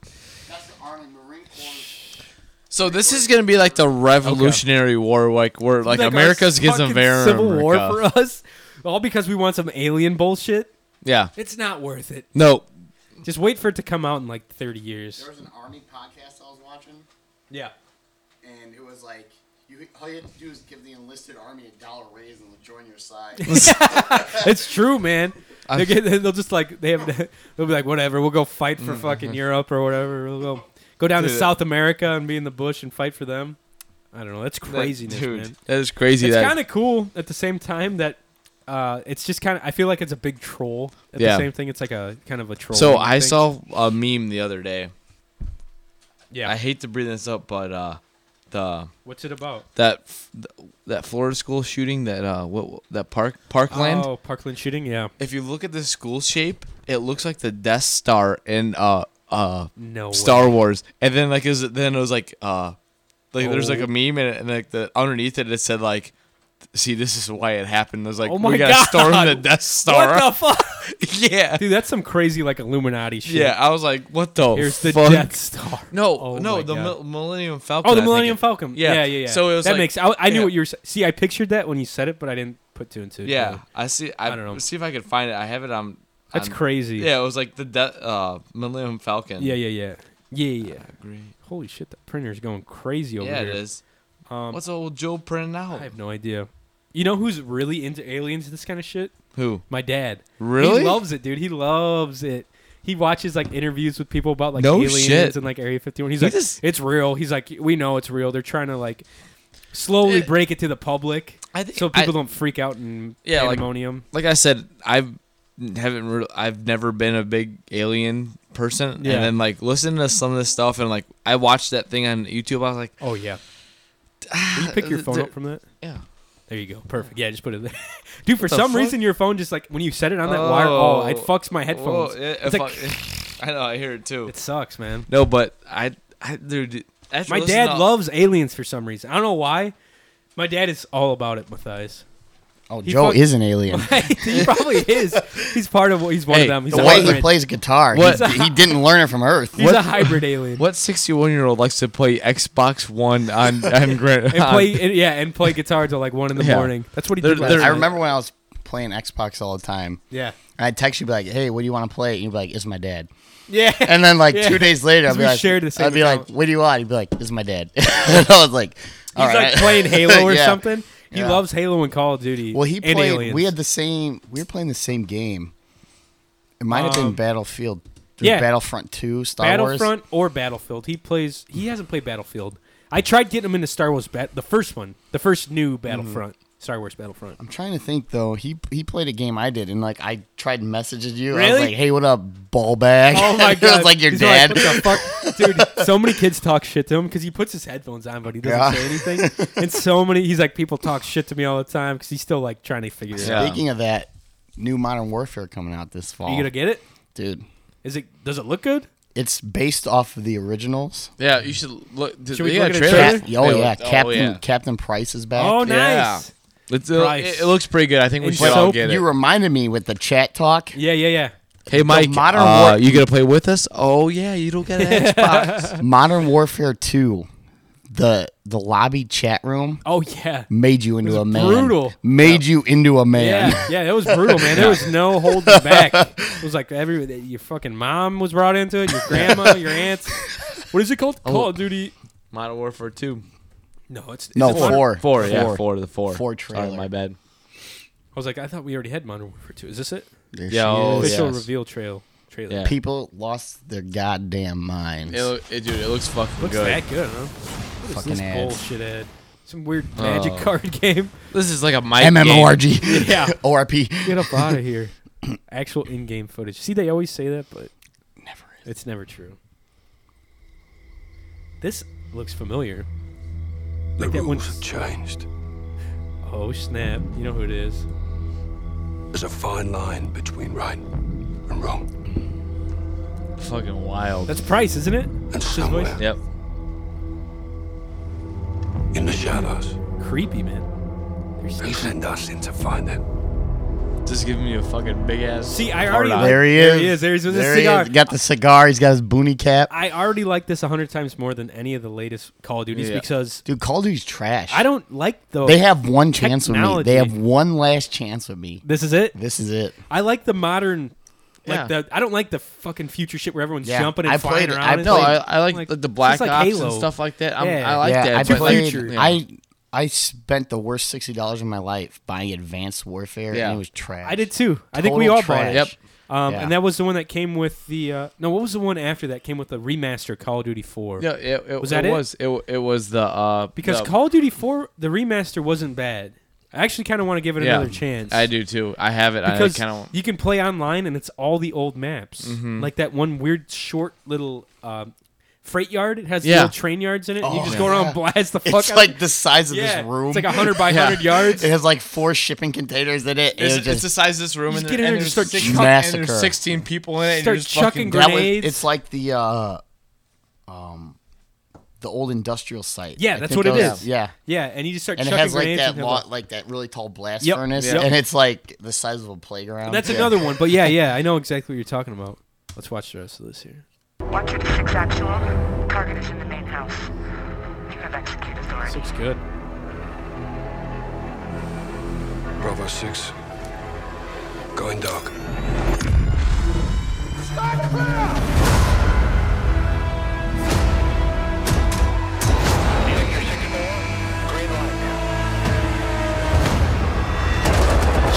S2: That's the army Marine Corps.
S3: So this is gonna be like the Revolutionary War, like where like,
S1: our
S3: America's against
S1: fucking
S3: America.
S1: Civil war for us, all because we want some alien bullshit.
S3: Yeah.
S1: It's not worth it.
S3: No.
S1: Just wait for it to come out in like thirty years.
S2: was an army podcast I was watching,
S1: Yeah.
S2: and it was like. You, all you have to do is give the enlisted army a dollar raise and they'll join your side.
S1: It's true, man. They get, they'll just like they have. They'll be like, whatever. We'll go fight for fucking Europe or whatever. We'll go go down to
S3: Dude.
S1: South America and be in the bush and fight for them. I don't know. That's craziness,
S3: dude.
S1: man.
S3: That is crazy.
S1: It's
S3: that
S1: kind of cool at the same time that uh, it's just kind of. I feel like it's a big troll. At
S3: Yeah.
S1: the same thing, it's like a kind of a troll.
S3: So I saw a meme the other day.
S1: Yeah.
S3: I hate to bring this up, but uh, the
S1: What's it about?
S3: that f- th- that Florida school shooting that uh what that park Parkland.
S1: Oh, Parkland shooting. Yeah.
S3: If you look at the school shape, it looks like the Death Star in uh uh
S1: No.
S3: Star
S1: way.
S3: Wars, and then like is then it was like uh like there's like
S1: Oh.
S3: a meme and, and like the underneath it it said like. See, this is why it happened. It was like
S1: Oh my
S3: we gotta storm
S1: God.
S3: the Death Star.
S1: What the fuck?
S3: yeah,
S1: Dude, that's some crazy like Illuminati shit.
S3: yeah. I was like, what the?
S1: Here's the
S3: fuck?
S1: Death Star.
S3: No,
S1: Oh my
S3: no, the
S1: God.
S3: Mil- Millennium Falcon.
S1: Oh, the
S3: I think
S1: Millennium
S3: it-
S1: Falcon.
S3: Yeah.
S1: Yeah. yeah, yeah,
S3: So it was
S1: that
S3: like-
S1: makes. I, I knew
S3: yeah.
S1: what you were. sa- See, I pictured that when you said it, but I didn't put two and two.
S3: Yeah,
S1: together.
S3: I see. I,
S1: don't know.
S3: See if I could find it. I have it on.
S1: that's
S3: on-
S1: crazy.
S3: Yeah, it was like the de- uh, Millennium Falcon.
S1: yeah, yeah, yeah, yeah, yeah. yeah.
S3: Great.
S1: Holy shit, the printer's going crazy over
S3: Yeah,
S1: here.
S3: it is.
S1: Um,
S3: What's old Joe printing out?
S1: I have no idea. You know who's really into aliens, this kind of shit?
S3: Who?
S1: My dad.
S3: Really?
S1: He loves it, dude. He loves it. He watches like interviews with people about like
S3: No
S1: aliens
S3: shit.
S1: and like Area 51. He's
S3: He
S1: like,
S3: just-
S1: it's real. He's like, we know it's real. They're trying to like slowly
S3: Yeah.
S1: break it to the public,
S3: I think
S1: so people
S3: I-
S1: don't freak out and
S3: Yeah, like-
S1: pandemonium.
S3: Like I said, I've haven't. Re- I've never been a big alien person.
S1: Yeah.
S3: And then like listening to some of this stuff and like I watched that thing on YouTube. I was like,
S1: oh yeah.
S3: Ah,
S1: Will you pick your phone up from that?
S3: yeah.
S1: There you go. Perfect. Yeah, just put it there. Dude, for
S3: the
S1: some
S3: fuck?
S1: reason your phone just like when you set it on that wire, oh, it fucks my headphones.
S3: Whoa, it,
S1: it's
S3: it
S1: like
S3: fuck- I know. I hear it too.
S1: it sucks, man.
S3: no, but I. I dude. after
S1: My
S3: listening
S1: dad
S3: to-
S1: loves aliens for some reason. I don't know why. My dad is all about it, Matthias.
S2: Oh,
S1: He
S2: Joe
S1: fuck-
S2: is an alien.
S1: he probably is. He's part of. He's one
S3: Hey,
S1: of them. He's
S2: The
S1: a
S2: way
S1: hybrid.
S2: he plays guitar, he,
S3: What?
S2: he didn't learn it from Earth.
S1: He's a hybrid alien.
S3: What sixty-one-year-old likes to play Xbox One on on Grand?
S1: And play and, yeah, and play guitar until like one in the
S3: Yeah.
S1: morning. That's what he
S3: They're-
S1: did. last
S3: they're-
S1: night.
S2: I remember when I was playing Xbox all the time.
S1: Yeah.
S2: And I'd text you be like, "Hey, what do you want to play?" And you'd be like, "It's my dad."
S1: Yeah.
S2: And then like
S1: Yeah.
S2: two days later, I'd
S1: 'Cause
S2: be
S1: we
S2: like,
S1: shared the same
S2: I'd be
S1: account.
S2: like, "What do you want?" He'd be like, "It's my dad." and I was like,
S1: He's
S2: "All right."
S1: like playing Halo or
S2: Yeah.
S1: something. He
S2: Yeah.
S1: loves Halo and Call of Duty.
S2: Well, he
S1: and
S2: played.
S1: Aliens.
S2: We had the same. We were playing the same game. It might have
S1: Um,
S2: been Battlefield. or
S1: yeah.
S2: Battlefront Two, Star Wars.
S1: Battlefront or Battlefield. He plays. He hasn't played Battlefield. I tried getting him into Star Wars. Bat- the first one, the first new Battlefront,
S2: Mm-hmm.
S1: Star Wars Battlefront.
S2: I'm trying to think though. He he played a game I did, and like I tried messaging you. I was
S1: Really?
S2: like, "Hey, what up, ball bag?"
S1: Oh my god!
S2: it was like your
S1: He's
S2: dad.
S1: "What the fuck?" dude. So many kids talk shit to him because he puts his headphones on, but he doesn't
S2: Yeah.
S1: say anything. And so many, he's like, people talk shit to me all the time because he's still like trying to figure it out.
S3: Yeah.
S2: Speaking of that, new Modern Warfare coming out this fall,
S1: You gonna get it?
S2: dude.
S1: Is it? Does it look good?
S2: It's based off of the originals.
S3: Yeah, you should look.
S1: Should we look at a
S2: Cap-
S1: trailer?
S2: oh, yeah, Captain Captain Price is back.
S1: Oh,
S3: Yeah.
S1: nice.
S3: It's, uh,
S1: Price.
S3: it, it looks pretty good. I think we
S1: And
S3: should
S1: so
S3: all get it.
S2: you reminded me with the chat talk.
S1: Yeah, yeah, yeah.
S3: hey, Mike,
S2: Modern
S3: uh,
S2: War-
S3: you gonna play with us? Oh yeah, you don't get an Xbox.
S2: Modern Warfare Two, the the lobby chat room
S1: Oh yeah.
S2: made you into
S1: was
S2: a man.
S1: brutal.
S2: Made you into a man.
S1: Yeah, yeah, that was brutal, man. There was no holding back. It was like every your fucking mom was brought into it, your grandma, your aunts. What is it called?
S2: Oh.
S1: Call of Duty.
S3: Modern Warfare Two.
S1: No, it's is
S2: no,
S1: it Modern-
S2: four.
S3: Four, yeah, four. The four.
S2: Four
S3: Sorry,
S2: trailer.
S3: my bad.
S1: I was like, I thought we already had Modern Warfare Two. Is this it?
S2: There
S3: Yeah,
S2: she
S3: oh,
S2: is.
S1: Official
S3: yes.
S1: reveal trail trailer.
S3: Yeah.
S2: People lost their goddamn minds.
S3: It, loo- it, dude, it looks fucking
S1: Looks
S3: good.
S1: that good, huh? What is
S2: Fucking
S1: this
S2: ads.
S1: bullshit ad? Some weird
S2: Oh.
S1: magic card game.
S3: This is like a Mike game.
S2: MMORG.
S1: Yeah.
S2: ORP.
S1: Get up out of here. Actual in-game footage. See, they always say that, but
S2: Never is.
S1: it's never true. This looks familiar. Like that one.
S8: changed.
S1: Oh snap! You know who it is.
S8: There's a fine line between right and wrong.
S3: Fucking wild.
S1: That's Price, isn't it?
S8: And
S1: His voice.
S8: somewhere
S3: Yep.
S8: in the shadows,
S1: Creepy man. There's-
S8: he sent us in to find it.
S3: Just giving me a fucking big ass.
S1: See, I already
S3: Hard-on.
S1: like-
S2: There he is.
S1: There he is. There he is with his
S2: There he
S1: cigar.
S2: He's got the cigar. He's got his boonie cap.
S1: I already like this a hundred times more than any of the latest Call of Duties
S3: Yeah.
S1: because
S2: Dude, Call of Duty's trash.
S1: I don't like the.
S2: They have one chance with me.
S1: Oh, Technology.
S2: They have one last chance with me.
S1: This is it.
S2: This is it.
S1: I like the modern.
S3: Yeah.
S1: Like the, I don't like the fucking future shit where everyone's
S2: Yeah,
S1: jumping and
S2: I
S1: flying
S2: played it.
S1: around.
S2: I
S1: and
S2: played-
S3: No,
S1: shit.
S3: I, I like, the, the Black
S1: it's like
S3: Ops and
S1: Halo.
S3: stuff like that. I'm,
S1: Yeah.
S3: I like
S2: yeah,
S3: that.
S2: I
S3: but
S1: played-
S3: like,
S2: played.
S1: yeah.
S2: I I spent the worst sixty dollars of my life buying Advanced Warfare,
S3: Yeah.
S2: and it was trash.
S1: I did too. I think we
S2: Total
S1: all bought
S2: trash.
S1: it.
S3: Yep.
S1: Um,
S2: Yeah.
S1: And that was the one that came with the. Uh, no, what was the one after that? Came with the remaster Call of Duty 4.
S3: Yeah, it, it
S1: Was that it?
S3: was it? It was the uh
S1: Because
S3: the-
S1: Call of Duty 4, the remaster wasn't bad. I actually kind of want to give it
S3: yeah,
S1: another chance.
S3: I do too. I have it.
S1: Because
S3: I kind of
S1: you can
S3: Mm-hmm.
S1: play online and it's all the old maps. Like that one weird short little um, freight yard. It has
S3: Yeah.
S1: the old train yards in it. and you
S2: Oh,
S1: just
S2: yeah.
S1: go around and blast the fuck
S2: It's
S1: out.
S2: like the size of
S1: yeah,
S2: this room.
S1: It's like 100 by 100 yards.
S2: It has like four shipping containers in it. and
S3: It's,
S2: it
S3: it's
S2: just-
S3: the size of this room,
S1: You
S3: and,
S1: just get
S3: there-
S1: in
S3: and
S1: there and
S3: there's
S1: start
S3: 16
S2: chuck-
S3: and there's
S2: massacre.
S3: 16 people in it. And
S1: Start
S3: you're just
S1: chucking
S3: fucking,
S2: that was,
S1: grenades.
S2: it's like the uh, um, the old industrial site.
S1: Yeah,
S2: I
S1: that's
S2: think
S1: what it
S2: that was-
S1: is.
S2: Yeah,
S1: yeah, and you just start
S2: and it
S1: chucking
S2: has like
S1: grenades.
S2: that
S1: and have
S2: lo-
S1: a-
S2: like that really tall blast
S1: Yep,
S2: furnace,
S1: yep.
S2: and it's like the size of a playground.
S1: That's
S2: Yeah.
S1: another one. But yeah, yeah, I know exactly what you're talking about. Let's watch the rest of this here.
S9: 136 actual. Target is in the main house. You have execute
S1: This
S9: authority.
S1: looks good.
S8: Bravo 6. Going dark.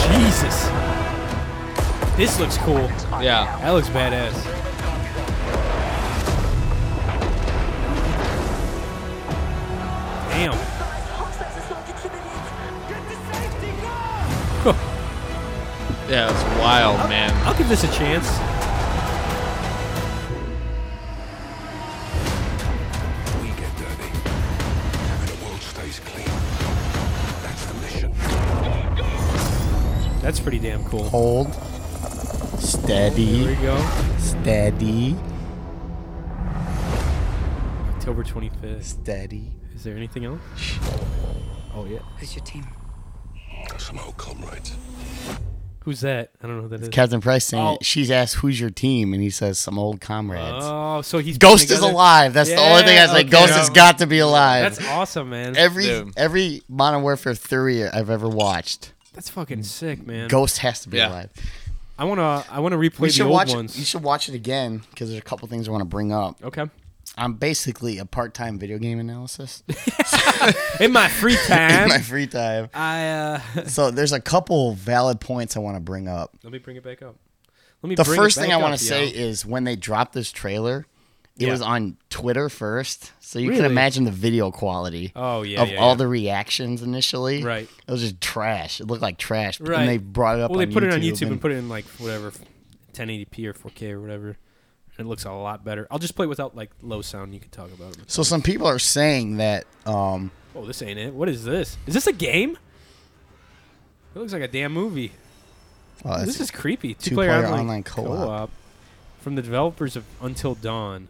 S1: Jesus. This looks cool.
S3: Yeah.
S1: That looks badass. Damn.
S3: Yeah, it's wild, man.
S1: I'll give this a chance.
S8: We get dirty. And the world stays clean. That's the mission.
S1: That's pretty damn cool.
S2: Hold,
S1: Here we
S2: steady,
S1: go.
S2: steady,
S1: October 25th.
S2: steady.
S1: Is there anything else? Oh, yeah.
S9: Who's your team?
S8: Some old comrades.
S1: Who's that? I don't know who that is.
S2: Captain Price saying
S1: Oh.
S2: it. She's asked, "Who's your team?" And he says, "Some old comrades."
S1: Oh, so he's putting
S2: Ghost is
S1: together-
S2: alive. That's the only thing I
S1: Yeah,
S2: was like.
S1: okay.
S2: Ghost has got to be alive.
S1: That's awesome, man.
S2: every
S3: Dude.
S2: every Modern Warfare three I've ever watched.
S1: That's fucking sick, man.
S2: Ghost has to be
S3: Yeah.
S2: alive.
S1: I wanna, I wanna replay
S2: We
S1: the
S2: should
S1: old
S2: watch.
S1: ones.
S2: It, you should watch it again because there's a couple things I want to bring up.
S1: okay.
S2: I'm basically a part-time video game analysis
S1: In my free
S2: in
S1: time,
S2: my free time.
S1: I uh,
S2: So there's a couple valid points I want to bring up.
S1: let me bring it back up. Let me.
S2: The
S1: bring
S2: first
S1: it
S2: thing I
S1: back
S2: want
S1: up,
S2: to
S1: yo.
S2: say is when they dropped this trailer, it
S1: Yeah.
S2: was on Twitter first, so you can
S1: Really?
S2: imagine the video quality.
S1: Oh, yeah,
S2: of
S1: yeah,
S2: all
S1: yeah.
S2: the reactions initially.
S1: Right.
S2: it was just trash. It looked like trash. But
S1: Right.
S2: then they brought it up.
S1: Well, they
S2: on
S1: put
S2: YouTube
S1: it on YouTube and, put it in like whatever, 1080p or 4K or whatever. And it looks a lot better. I'll just play without like low sound. You can talk about it.
S2: So some people are saying that um,
S1: Oh, this ain't it. What is this? Is this a game? It looks like a damn movie.
S2: well, it's-
S1: this is creepy. Two
S2: two-player online co-op.
S1: from the developers of Until Dawn.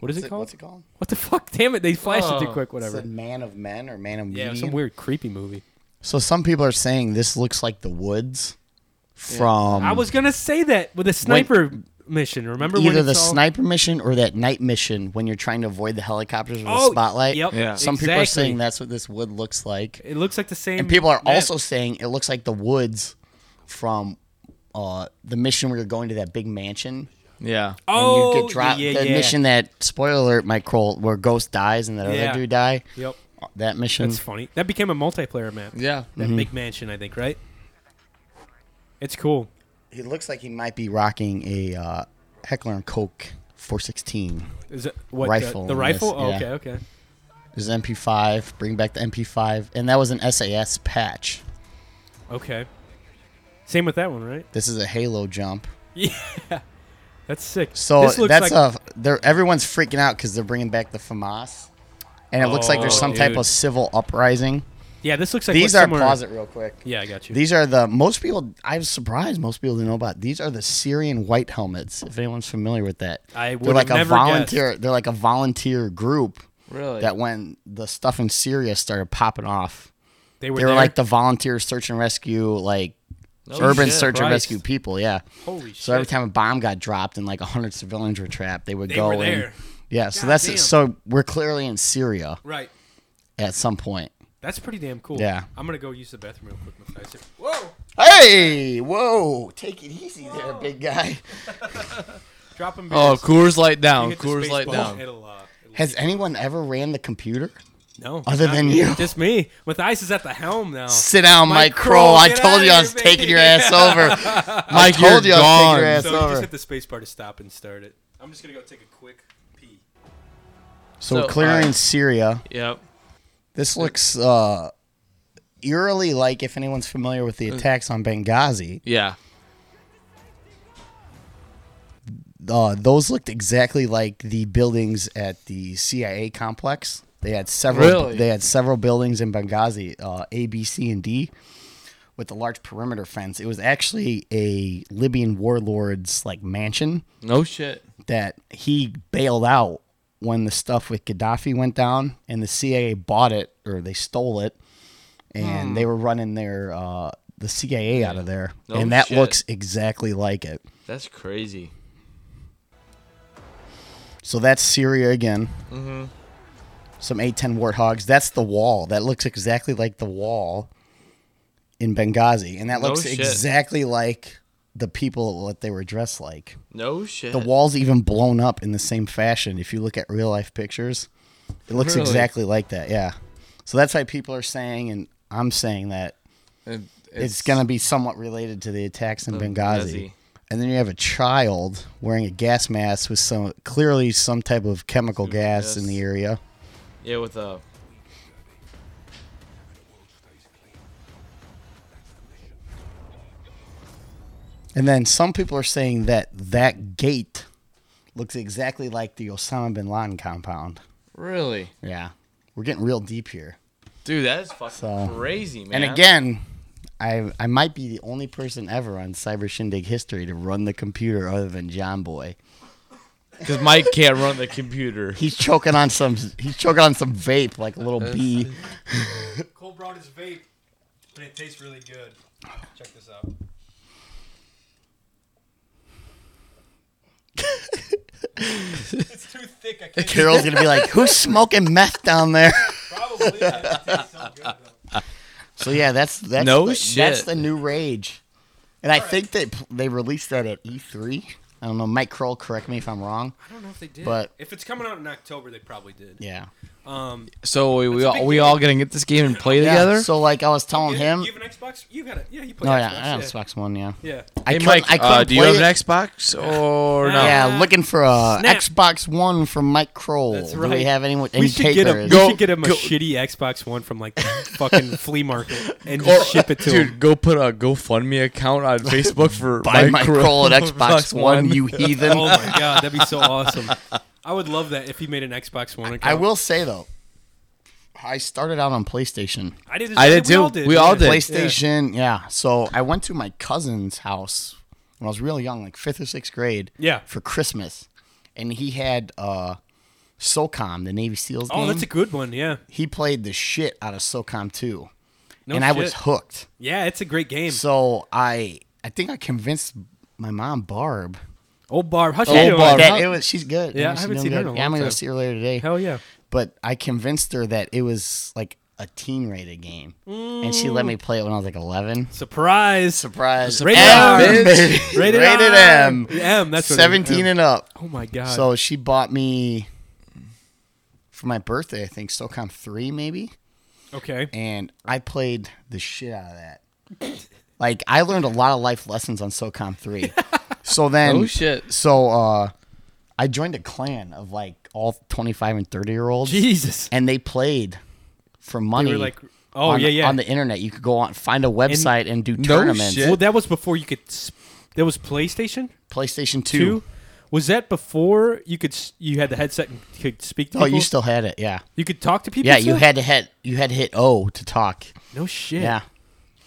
S1: What is
S2: what's
S1: it called?
S2: What's it called?
S1: What the fuck? Damn it! They flashed it too
S3: Oh.
S1: quick.
S2: Whatever.
S1: Whatever.
S2: Man of Men or Man of
S1: Yeah, it was
S2: Medium?
S1: some weird creepy movie.
S2: So some people are saying this looks like The Woods from
S1: I was gonna say that with a sniper mission. Remember when
S2: either
S1: it's
S2: the
S1: all-
S2: sniper mission or that night mission when you're trying to avoid the helicopters with
S1: Oh,
S2: the spotlight.
S1: Yep.
S3: Yeah.
S2: Some people are
S1: exactly. Mm-hmm.
S2: saying that's what this wood looks like.
S1: It looks like the same.
S2: And people are
S1: map.
S2: also saying it looks like the woods from uh, the mission where you're going to that big mansion.
S3: Yeah.
S1: Oh,
S2: and you get dropped.
S1: yeah, yeah,
S2: the
S1: yeah.
S2: mission that spoiler alert, Mike Kroll, where Ghost dies and that
S1: Yeah.
S2: other dude die.
S1: Yep.
S2: That mission.
S1: That's funny. That became a multiplayer map.
S3: Yeah.
S1: That
S2: Mm-hmm.
S1: big mansion, I think, right? It's cool.
S2: He looks like he might be rocking a uh, Heckler and Koch 416.
S1: Is it what
S2: Rifle
S1: The, the
S2: in
S1: rifle?
S2: this,
S1: Oh,
S2: yeah.
S1: okay, okay.
S2: There's MP5. Bring back the MP5, and that was an SAS patch.
S1: Okay. Same with that one, right?
S2: This is a Halo jump.
S1: That's sick.
S2: So
S1: this looks
S2: that's uh,
S1: like
S2: a they're everyone's freaking out because they're bringing back the FAMAS, and it looks like there's
S1: Oh,
S2: some type
S1: dude.
S2: of civil uprising.
S1: yeah. This looks like
S2: These
S1: what
S2: are
S1: somewhere-
S2: pause it real quick.
S1: Yeah, I got you.
S2: These are the most people. I was surprised most people didn't know about. These are the Syrian white helmets. If anyone's familiar with that,
S1: I would
S2: they're like
S1: have
S2: a
S1: never
S2: volunteer. They're like a volunteer group
S3: Really?
S2: that when the stuff in Syria started popping off,
S1: they were,
S2: they were
S1: there?
S2: like the volunteer search and rescue, like urban
S1: shit.
S2: search and
S1: Christ.
S2: rescue people. Yeah.
S1: Holy
S2: so every
S1: shit.
S2: time a bomb got dropped and like hundred civilians were trapped, they would
S1: They
S2: go
S1: were
S2: in.
S1: there.
S2: Yeah. So
S1: God
S2: that's
S1: damn.
S2: so we're clearly in Syria
S1: right.
S2: at some point.
S1: That's pretty damn cool.
S2: Yeah.
S1: I'm gonna go use the bathroom real quick, Matthias.
S2: Hey, whoa! Take it easy there, big guy.
S1: Drop him.
S3: Oh, Coors Light down.
S1: hit the
S3: Coors
S1: space
S3: Light
S1: button,
S3: down.
S1: it'll, uh, it'll-
S2: Has anyone ever ran the computer?
S1: no,
S2: Other
S1: not
S2: than
S1: me.
S2: you.
S1: just me. Matthias is at the helm now.
S2: Sit down,
S1: Mike
S2: Mike,
S1: Kroll,
S2: Kroll. I
S1: get
S2: told
S1: outta
S2: you I
S1: here,
S2: was
S1: baby.
S2: taking your ass over. I
S3: Mike,
S2: told
S3: you're
S2: you I was
S3: gone.
S2: taking your ass
S1: so you just
S2: over.
S1: hit the space bar to stop and start it. I'm just gonna go take a quick pee.
S2: So we're
S3: So,
S2: clearing
S3: alright.
S2: Syria.
S3: Yep.
S2: This looks uh, eerily like if anyone's familiar
S1: Uh.
S2: with the attacks on Benghazi.
S3: Yeah.
S2: uh, those looked exactly like the buildings at the CIA complex. They had several.
S3: Really?
S2: They had several buildings in Benghazi, uh, A, B, C, and D, with a large perimeter fence. It was actually a Libyan warlord's like mansion
S3: No shit.
S2: that he bailed out when the stuff with Gaddafi went down, and the CIA bought it or they stole it, and they were running their uh, the CIA out of there,
S3: Hmm. No
S2: and that
S3: shit.
S2: looks exactly like it.
S3: That's crazy.
S2: So that's Syria again. Mm-hmm. Some A10 warthogs. That's the wall. That looks exactly like the wall in Benghazi, and that
S3: No
S2: looks
S3: shit.
S2: exactly like the people what they were dressed like.
S3: No shit.
S2: The wall's even blown up in the same fashion. If you look at real life pictures, it looks
S3: Really?
S2: exactly like that. Yeah. So that's why people are saying, and I'm saying that
S3: And
S2: it's, Oh, going to be somewhat related to the attacks in Benghazi.
S3: Benghazi.
S2: And then you have a child wearing a gas mask with some clearly some type of chemical gas in
S3: yes.
S2: the area.
S3: yeah with uh, a
S2: And then some people are saying that that gate looks exactly like the Osama bin Laden compound.
S3: really
S2: Yeah. We're getting real deep here.
S3: dude. That is fucking
S2: So-
S3: crazy, man.
S2: And again, I I might be the only person ever on Cyber Shindig history to run the computer other than John Boy.
S3: because Mike can't run the computer.
S2: He's choking on some he's choking on some vape like a little bee.
S1: Cole brought his vape, but it tastes really good. Check this out. it's too thick. I can't
S2: Carol's gonna be like, "Who's smoking meth down there?"
S1: probably. It tastes so good though.
S2: So yeah, that's that's
S3: No
S2: the,
S3: shit.
S2: That's the new rage, and I think they they released that at E3. I don't know. Mike Kroll, correct me if I'm wrong.
S1: I don't know if they did.
S2: But-
S1: if it's coming out in October, they probably did.
S2: Yeah.
S1: Um,
S3: So we we
S1: That's a
S3: all,
S1: big
S3: we
S1: deal.
S3: all gonna get this game and play together.
S2: Yeah. So like I was telling
S1: you,
S2: him.
S1: you have an Xbox? You got it. Yeah, you play
S2: No,
S1: Xbox.
S2: yeah, I have Xbox One. Yeah.
S1: Yeah.
S2: I
S3: hey
S2: couldn't-
S3: Mike,
S2: I
S3: uh,
S2: couldn't
S3: do you
S2: play
S3: have an
S2: it.
S3: Xbox or no?
S1: Nah.
S2: Yeah, looking for a
S1: Oh. Snap.
S2: Xbox One from Mike Kroll.
S1: That's
S2: Do
S1: right.
S2: we have anyone?
S1: We
S2: any
S1: should, get him,
S2: takers?
S1: we
S3: Go-
S1: should get him a
S3: go-
S1: shitty Xbox One from like the fucking flea market and just ship it to
S3: dude,
S1: him.
S3: go put a GoFundMe account on Facebook for
S2: Buy Mike
S3: Kroll.
S2: Kroll an Xbox One, you
S1: Oh
S2: heathen.
S1: my god, that'd be so awesome. I would love that if he made an Xbox One account.
S2: I will say though, I started out on PlayStation.
S1: I did.
S3: I did
S1: We all
S3: too.
S1: did.
S3: We all did.
S2: PlayStation, yeah. So I went to my cousin's house when I was real young, like fifth or sixth grade.
S1: Yeah.
S2: For Christmas, and he had uh, SOCOM, the Navy SEALs
S1: Oh,
S2: game.
S1: that's a good one. Yeah.
S2: he played the shit out of SOCOM too,
S1: No
S2: and I was
S1: shit.
S2: hooked.
S1: Yeah, it's a great game.
S2: So I, I think I convinced my mom Barb
S1: Old Oh, Barb, how's she
S2: that,
S1: doing?
S3: Barb.
S2: that it was she's good.
S1: Yeah, I
S2: she's
S1: haven't
S2: doing
S1: seen her in
S2: good.
S1: a
S2: Yeah, I'm
S1: long
S2: gonna go
S1: time.
S2: see her later today.
S1: Hell yeah.
S2: But I convinced her that it was like a teen rated game, and she
S1: Mm.
S2: let me play it when I was like 11.
S1: Surprise.
S2: Surprise!
S1: Rated
S2: M,
S1: R,
S2: baby.
S1: Rated
S2: rated
S1: R.
S2: M.
S1: M, that's what it is.
S2: 17 and up.
S1: Oh my god.
S2: So she bought me for my birthday, I think SOCOM three maybe,
S1: okay.
S2: and I played the shit out of that. Like I learned a lot of life lessons on SOCOM three. so then,
S3: Oh shit.
S2: so uh, I joined a clan of like all 25 and 30 year olds,
S1: Jesus.
S2: and they played for money.
S1: We were like, oh
S2: on,
S1: yeah, yeah.
S2: on the internet, you could go on find a website and, do
S3: No
S2: tournaments.
S3: shit.
S1: well, that was before you could. s- That was PlayStation
S2: PlayStation Two.
S1: Two. Was that before you could s- you had the headset and could speak to
S2: Oh,
S1: people?
S2: you still had it, yeah,
S1: you could talk to people.
S2: yeah. You
S1: still?
S2: had to hit you had to hit O to talk.
S1: no shit.
S2: Yeah,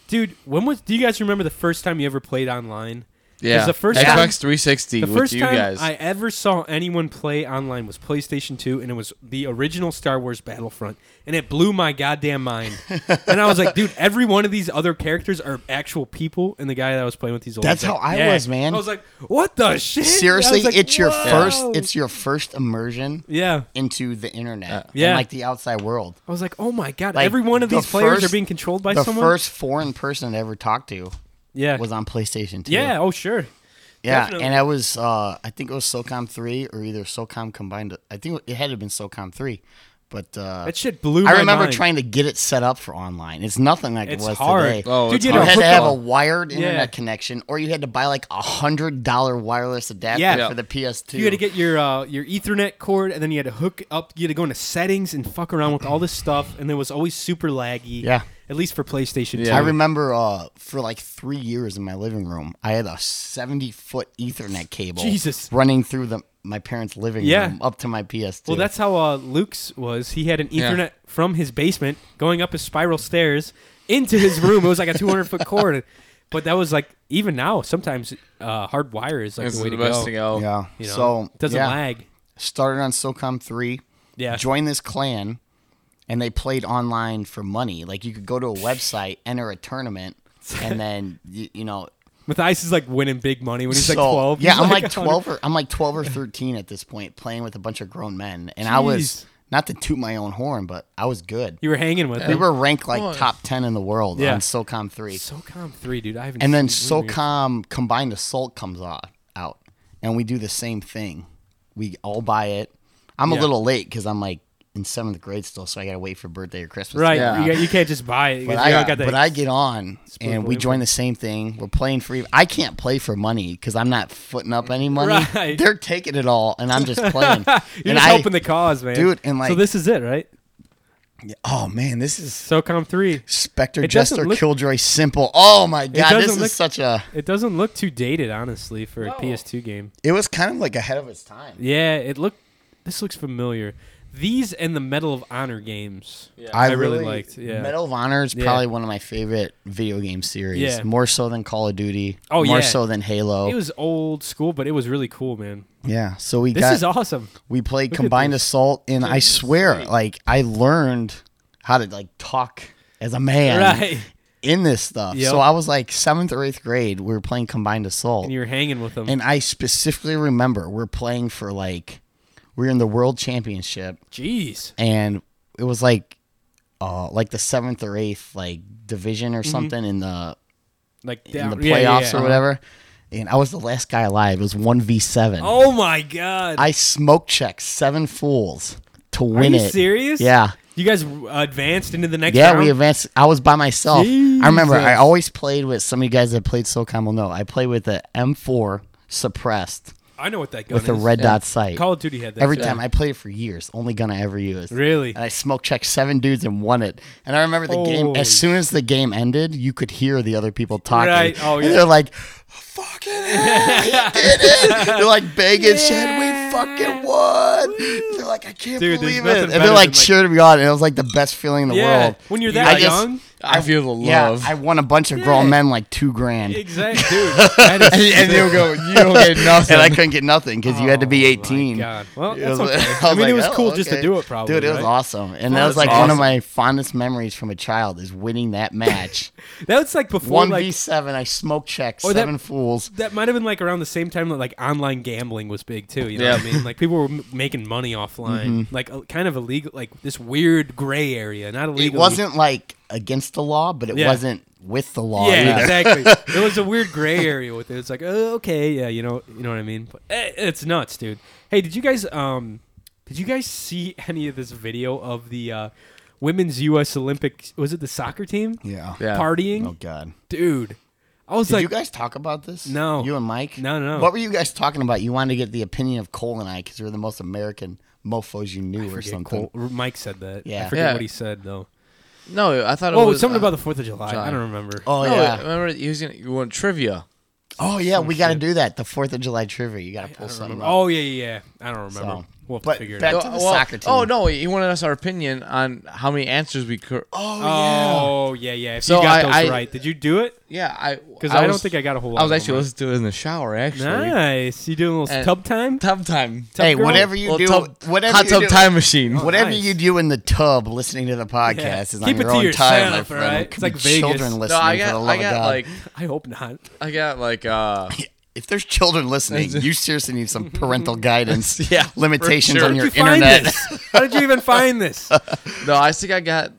S1: dude. When was? Do you guys remember the first time you ever played online?
S3: Yeah.
S1: the first
S3: Xbox
S1: time-
S3: 360
S1: The
S3: with
S1: first
S3: you
S1: time
S3: guys.
S1: I ever saw anyone play online was PlayStation 2, and it was the original Star Wars Battlefront, and it blew my goddamn mind. and I was like, dude, every one of these other characters are actual people, and the guy that I was playing with, these old.
S2: That's
S1: like,
S2: how I
S1: yeah.
S2: was, man.
S1: I was like, what the shit? I
S2: seriously,
S1: was like,
S2: it's your
S1: "Whoa."
S2: first it's your first immersion
S1: yeah.
S2: into the internet, and,
S1: yeah.
S2: like the outside world.
S1: I was like, oh my god,
S2: Like,
S1: every one of
S2: the
S1: these players
S2: first-
S1: are being controlled by
S2: the
S1: someone.
S2: first foreign person I ever talked to
S1: yeah,
S2: was on PlayStation Two.
S1: yeah. Oh sure.
S2: Yeah,
S1: Definitely.
S2: and I was uh I think it was SOCOM three or either SOCOM combined I think it had to have been SOCOM three. But uh,
S1: That shit blew my
S2: I remember
S1: mind.
S2: trying to get it set up for online. It's nothing like
S1: It's
S2: it was
S1: hard.
S2: today.
S3: Oh,
S1: Dude,
S3: it's
S1: you
S2: you
S1: know,
S3: hard.
S2: had to have a
S1: football-
S2: wired internet
S1: Yeah.
S2: connection, or you had to buy like a hundred dollar wireless adapter
S1: Yeah.
S2: for the PS2.
S1: You had to get your uh, your Ethernet cord, and then you had to hook up. You had to go into settings and fuck around with all this stuff, and it was always super laggy.
S2: Yeah.
S1: at least for PlayStation.
S3: Yeah.
S2: I
S1: 2.
S2: remember uh, for like three years in my living room, I had a seventy foot Ethernet cable,
S1: Jesus.
S2: running through the my parents' living
S1: Yeah.
S2: room up to my PS2.
S1: Well, that's how uh, Luke's was. He had an
S3: Yeah.
S1: Ethernet from his basement going up his spiral stairs into his room. It was like a 200 foot cord. But that was like even now. Sometimes uh, hard wire is like
S3: It's
S1: the way
S3: the
S1: to
S3: best
S1: go.
S3: to go.
S2: yeah.
S1: You know?
S2: So
S1: It doesn't
S2: yeah.
S1: lag.
S2: Started on SOCOM three.
S1: Yeah.
S2: join this clan and they played online for money like you could go to a website enter a tournament and then you, you know
S1: Matthias is like winning big money when he's like
S2: so-
S1: 12.
S2: yeah
S1: He's
S2: i'm like
S1: 100
S2: 12 or i'm like 12 or 13 at this point playing with a bunch of grown men and i was
S1: Jeez.
S2: not to toot my own horn but i was good
S1: You were hanging with
S2: we
S1: him.
S2: were ranked
S3: Oh.
S2: like top 10 in the world
S1: Yeah.
S2: on socom 3
S1: SOCOM 3, dude. I haven't
S2: and then
S1: seen it in years.
S2: SOCOM Combined Assault comes off, out, and we do the same thing. We all buy it. I'm
S1: Yeah.
S2: a little late because I'm like in seventh grade still, so I gotta wait for birthday or Christmas.
S1: Right.
S2: to come
S1: You,
S2: out.
S1: got- you can't just buy it.
S2: But,
S1: because you
S2: I,
S1: don't got the-
S2: but I get on and
S1: Spoonful
S2: we
S1: info.
S2: join the same thing. We're playing free. I can't play for money because I'm not footing up any money.
S1: Right.
S2: They're taking it all, and I'm just playing.
S1: You're
S2: and
S1: just
S2: I,
S1: helping the cause, man.
S2: Dude, and,
S1: So
S2: like-
S1: this is it, right?
S2: oh man, this is
S1: SOCOM 3.
S2: Spectre
S1: It doesn't
S2: Jester
S1: look-
S2: Killjoy Simple. Oh my god,
S1: doesn't
S2: this is
S1: look-
S2: such a.
S1: It doesn't look too dated, honestly, for a PS2 game.
S2: It was kind of like ahead of its time.
S1: Yeah, it looked. This looks familiar. These and the Medal of Honor games. Yeah,
S2: I,
S1: really, liked. Yeah.
S2: Medal of Honor is
S1: Yeah.
S2: probably one of my favorite video game series.
S1: Yeah.
S2: More so than Call of Duty.
S1: Oh,
S2: More
S1: yeah.
S2: so than Halo.
S1: It was old school, but it was really cool, man.
S2: yeah. So we
S1: This
S2: got
S1: is awesome.
S2: we played
S1: Look at
S2: Combined
S1: this.
S2: Assault and I swear, like I learned how to like talk as a man
S1: right.
S2: in this stuff.
S1: Yep.
S2: So I was like seventh or eighth grade, we were playing Combined Assault.
S1: And you were hanging with them.
S2: and I specifically remember we're playing for like we we're in the world championship
S1: Jeez.
S2: and it was like uh like the seventh or eighth like division or something in the
S1: Like
S2: in
S1: down-
S2: the playoffs
S1: Mm-hmm. yeah, uh-huh. yeah, yeah.
S2: or whatever. And I was the last guy alive. It was one v seven.
S1: Oh my god.
S2: I smoke checked seven fools to
S1: Are
S2: win
S1: you
S2: it.
S1: serious?
S2: Yeah,
S1: You guys advanced into the next
S2: yeah.
S1: round.
S2: We advanced. I was by myself. I remember. I
S1: Jesus.
S2: always played with some of you guys that played SoCom will know. I played with the M4 suppressed
S1: I know what that gun
S2: with the
S1: is.
S2: red dot sight.
S1: Call of Duty had that.
S2: Every
S1: too.
S2: time I played it for years, only gun I ever used.
S1: Really?
S2: And I smoke checked seven dudes and won it. And I remember the game.
S1: Holy
S2: As soon as the game ended, you could hear the other people talking.
S1: Right. Oh,
S2: And
S1: yeah.
S2: They're like, "Fucking hell, he did it!" They're like begging shit. We fucking won. They're like, "I can't
S1: Dude, there's
S2: believe
S1: nothing
S2: it!" And
S1: better
S2: they're
S1: than,
S2: like
S1: like-
S2: cheering me on. And it was like the best feeling in the
S1: yeah.
S2: world.
S1: When you're
S2: I
S1: that
S2: just-
S1: young.
S3: I feel the love.
S2: yeah, I won a bunch of grown men like two grand.
S1: exactly. Dude. That
S2: And,
S1: is
S2: and they'll go, you don't get nothing. and I couldn't get nothing because you had to be
S1: Oh my
S2: 18.
S1: God. Well,
S2: It
S1: that's
S2: was-
S1: okay.
S2: I
S1: I
S2: was
S1: mean, it
S2: like,
S1: was
S2: "Oh,
S1: cool just to
S2: okay."
S1: do it, probably.
S2: Dude, it was
S1: right?
S2: awesome. And that
S1: Oh,
S2: was
S1: that's
S2: like one
S1: awesome.
S2: of my fondest memories from a child is winning that match.
S1: That was like before, like
S2: 1v7, I smoke checked
S1: Or that-
S2: seven fools.
S1: that might have been like around the same time that like online gambling was big too. You know what I mean? Like people were m- making money
S2: Mm-hmm.
S1: offline, like a, kind of illegal, like this weird gray area, not
S2: It
S1: illegal.
S2: wasn't like against the law, but it
S1: Yeah.
S2: wasn't with the law.
S1: Yeah,
S2: either.
S1: exactly. There was a weird gray area with it. It's like, oh, okay, yeah, you know, you know what I mean. But eh, it's nuts, dude. Hey, did you guys um, did you guys see any of this video of the uh, women's U.S. Olympic? Was it the soccer team?
S2: Yeah.
S3: Yeah.
S1: Partying,
S2: Oh, God.
S1: dude. I was
S2: Did
S1: like,
S2: you guys talk about this?
S1: No.
S2: You and Mike?
S1: No, no, no.
S2: What were you guys talking about? You wanted to get the opinion of Cole and I because we were the most American mofos you knew or
S1: forget
S2: something.
S1: Cole- Mike said that. I
S2: Yeah.
S1: forget
S3: Yeah.
S1: what he said though.
S3: no, I thought it
S1: Oh,
S3: was
S1: something
S3: uh,
S1: about the Fourth of July. I
S3: July.
S1: don't remember.
S2: Oh,
S3: no,
S2: yeah.
S3: I remember he was gonna you want trivia.
S2: Oh yeah, we got to
S1: shit.
S2: do that. The Fourth of July trivia. You got to pull something. up.
S1: oh yeah, yeah, yeah. I don't remember.
S2: So,
S1: we'll have to
S2: but
S1: figure it
S2: back-
S1: out.
S2: to the soccer team.
S3: Oh no, he wanted us our opinion on how many answers we could. uh,
S2: Oh,
S1: Oh yeah, yeah. If
S3: So
S1: you got
S3: I-
S1: those
S3: I-
S1: right, did you do it?
S3: Yeah, I
S1: Because I, don't
S3: was-
S1: think I got a whole lot.
S3: I was
S1: of
S3: actually
S1: them,
S3: listening to it in the shower actually.
S1: right? nice. You doing a little
S3: And-
S1: tub time?
S3: Tub time.
S1: Tub
S2: hey,
S1: Oh, girl? Oh,
S2: whatever you
S3: Well,
S2: do,
S3: tub-
S2: whatever
S3: hot
S2: you
S3: tub
S2: do,
S3: time machine.
S2: Whatever
S1: nice.
S2: you do in the tub, listening to the podcast
S1: Yeah.
S2: is
S1: Keep
S2: on
S1: it
S2: your
S1: to
S2: own time, my
S1: yourself,
S2: friend.
S1: all right?
S2: It could
S1: It's
S2: be
S1: like Vegas.
S2: children
S3: No,
S2: listening.
S3: I
S2: for
S3: got
S2: the love
S3: I
S2: of
S3: got
S2: God.
S3: like
S1: I hope not.
S3: I got like uh
S2: if there's children listening, you seriously need some parental guidance.
S3: Yeah, for
S2: limitations
S3: sure.
S2: on your
S1: Did you find
S2: internet.
S1: this? How did you even find this?
S3: no, I think I got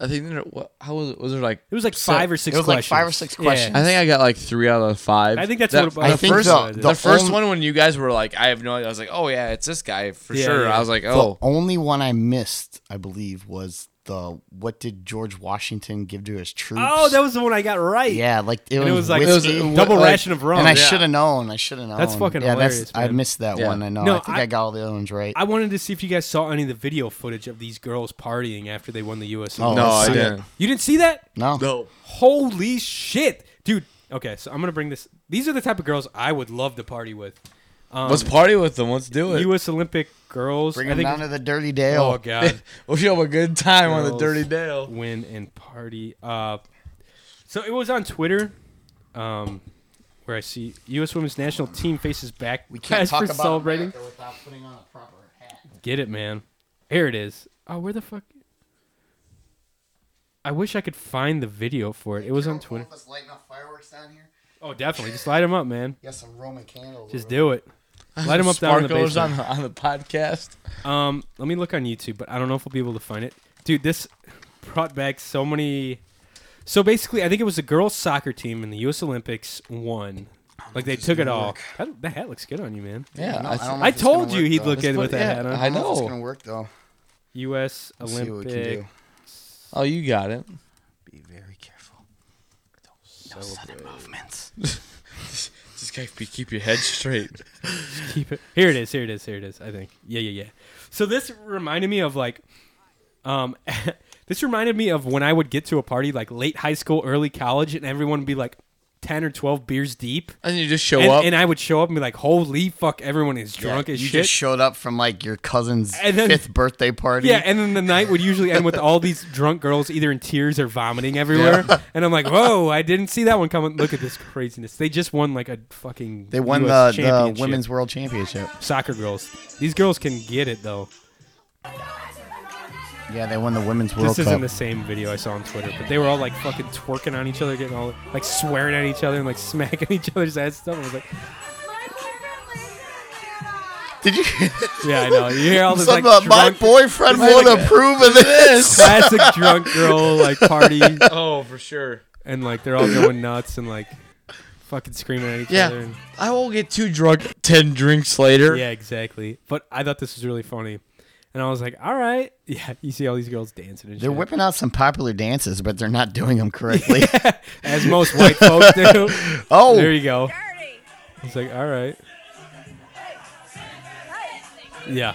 S3: I think there, what, how was it? Was there like?
S1: It was like
S3: So-
S1: five or six.
S2: it was like
S1: questions.
S2: five or six
S1: Yeah.
S2: questions.
S3: I think I got like three out of five.
S1: I think that's
S3: That-
S1: what about
S2: I
S1: the
S2: think
S1: first
S2: the-
S1: one.
S3: The,
S2: The
S3: first
S2: only-
S3: one when you guys were like, I have no idea. I was like, oh yeah, it's this guy for
S1: Yeah,
S3: sure.
S1: yeah.
S3: I was like,
S2: The
S3: oh,
S2: only one I missed, I believe, was the what did George Washington give to his troops?
S1: Oh, that was the one I got right.
S2: yeah, like it,
S1: And
S2: was,
S1: it was like
S2: whiskey,
S3: It was,
S1: double
S3: like-
S1: ration of rum.
S2: and I
S3: yeah.
S2: should have known. I should have known.
S1: That's fucking
S2: yeah,
S1: hilarious,
S2: That's, I
S1: man.
S2: missed that
S3: Yeah.
S2: one. I know.
S1: No,
S2: I think
S1: I-
S2: I, got all the other ones right.
S1: I wanted to see if you guys saw any of the video footage of these girls partying after they won the U.S.
S2: Oh,
S1: Open.
S3: no,
S2: let's
S3: I
S2: see it.
S3: didn't.
S1: You didn't see that?
S2: no,
S1: Holy shit, dude. Okay, so I'm gonna bring this. These are the type of girls I would love to party with.
S2: Um,
S3: Let's party with them. Let's do it.
S1: U.S. Olympic girls.
S2: Bring
S1: I
S2: him
S1: think.
S2: down to the Dirty Dale.
S1: oh god.
S3: we should have a good time on the
S1: girls
S3: Dirty Dale.
S1: Win and party. Uh, so it was on Twitter, um, where I see U.S. Women's National Team faces back.
S2: we can't
S1: guys
S2: talk
S1: for
S2: about
S1: celebrating.
S2: America without putting on a proper hat.
S1: Get it, man. Here it is. Oh, where the fuck? I wish I could find the video for it. It was on Twitter.
S2: Us lighting up fireworks down here.
S1: Oh, definitely. Just light them up, man.
S2: Got some Roman candles.
S1: Just do it. Light them up down in the
S3: Sparkles
S1: basement.
S3: on the on the podcast.
S1: Um, let me look on YouTube, but I don't know if we'll be able to find it. Dude, this brought back so many. So basically, I think it was the girls' soccer team in the U.S. Olympics won. Like they took it all. That, that hat looks good on you, man.
S3: Yeah,
S2: no,
S3: I,
S2: I don't know.
S1: I
S2: if it's gonna
S1: told you
S2: work,
S1: he'd
S2: though.
S1: look
S3: Let's
S1: good
S3: put-
S1: with that
S3: yeah,
S1: hat on.
S3: I
S2: I know it's
S3: know.
S2: gonna work though.
S1: U.S.
S2: We'll see what we can
S1: Olympic.
S2: do.
S3: Oh, you got it.
S2: Be very careful. No sudden movements.
S3: This guy, keep your head straight.
S1: keep it. Here it is. Here it is. Here it is. I think. Yeah, yeah, yeah. So this reminded me of like, um, this reminded me of when I would get to a party like late high school, early college, and everyone would be like ten or twelve beers deep,
S3: and you just show
S1: and,
S3: up.
S1: and I would show up and be like, "Holy fuck, everyone is drunk
S2: you
S1: as shit."
S2: just showed up from like your cousin's
S1: And then-
S2: fifth birthday party.
S1: yeah, and then the night would usually end with all these drunk girls either in tears or vomiting everywhere. And I'm like, whoa, I didn't see that one coming. Look at this craziness. They just won like a fucking.
S2: they won the,
S1: US
S2: the
S1: championship.
S2: women's world championship.
S1: soccer girls. These girls can get it though.
S2: Yeah, they won the women's world
S1: This
S2: cup.
S1: isn't the same video I saw on Twitter, but they were all like fucking twerking on each other, getting all like swearing at each other and like smacking each other's ass and stuff. I was like,
S2: Did you?
S1: yeah, I know. You hear all this like
S2: Something about my
S1: drunk,
S2: boyfriend would approve of this.
S1: classic drunk girl like party,
S3: oh, for sure.
S1: and like they're all going nuts and like fucking screaming at each
S3: Yeah.
S1: other. And,
S3: I won't get too drunk ten drinks later.
S1: yeah, exactly. But I thought this was really funny, and I was like, all right, yeah. You see all these girls dancing and
S2: They're
S1: shit.
S2: whipping out some popular dances, but they're not doing them correctly.
S1: as most white folks do.
S2: Oh,
S1: There you go. It's like, all right. Yeah.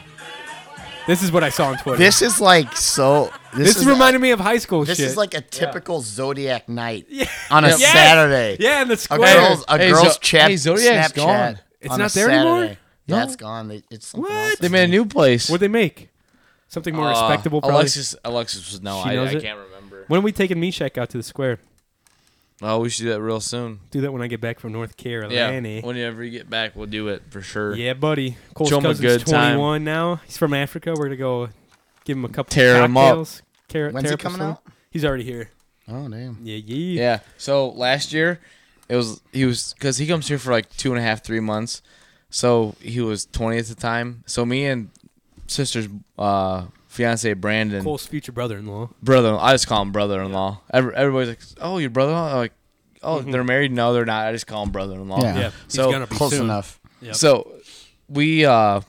S1: This is what I saw on Twitter.
S2: this is like so. This,
S1: This,
S2: is
S1: reminded me of high school
S2: This
S1: shit.
S2: is like a typical Zodiac night
S1: Yeah.
S2: on a
S1: Yes!
S2: Saturday.
S1: Yeah, in the
S2: A
S1: square.
S2: girl's, a
S3: Hey,
S2: girl's
S3: Zo-
S2: chat.
S3: hey, Zodiac's
S2: Snapchat
S3: gone.
S1: It's
S2: on
S1: not
S2: a
S1: there anymore?
S2: Saturday. Yeah,
S3: No.
S2: it's gone. They- It's something
S1: What?
S2: else,
S3: They
S2: I
S3: made a
S2: think.
S3: new place. Ah,
S1: What'd they make? Something more respectable, probably.
S3: Uh, Alexis, Alexis was no.
S1: She
S3: I,
S1: knows
S3: I
S1: it?
S3: can't remember.
S1: When are we taking Meshack out to the square?
S3: Oh, we should do that real soon.
S1: Do that when I get back from North
S3: Yeah.
S1: Carolina. Yeah,
S3: Whenever you get back, we'll do it for sure.
S1: buddy. Cole's
S3: Show 'em a
S1: cousin's
S3: good time.
S1: 21 now. He's from Africa. We're going to go give him a couple
S3: Tear 'em up.
S1: cocktails. Tear,
S2: When's
S1: tear
S2: he
S1: up a
S2: coming
S1: storm.
S2: out?
S1: He's already here.
S2: Oh damn.
S1: Yeah, yeah.
S3: Yeah. So last year, it was he was because he comes here for like two and a half, three months. So he was twenty at the time. So me and sister's uh, fiance Brandon,
S1: Cole's future brother-in-law.
S3: brother. I just call him brother-in-law. Every, everybody's like, "Oh, your brother-in-law." I'm like, "Oh, they're married." No, they're not. I just call him brother-in-law.
S2: Yeah.
S1: Mm-hmm. Yeah, he's
S3: So-
S1: gonna be
S2: Close
S1: soon.
S2: enough.
S1: Yep.
S3: So we uh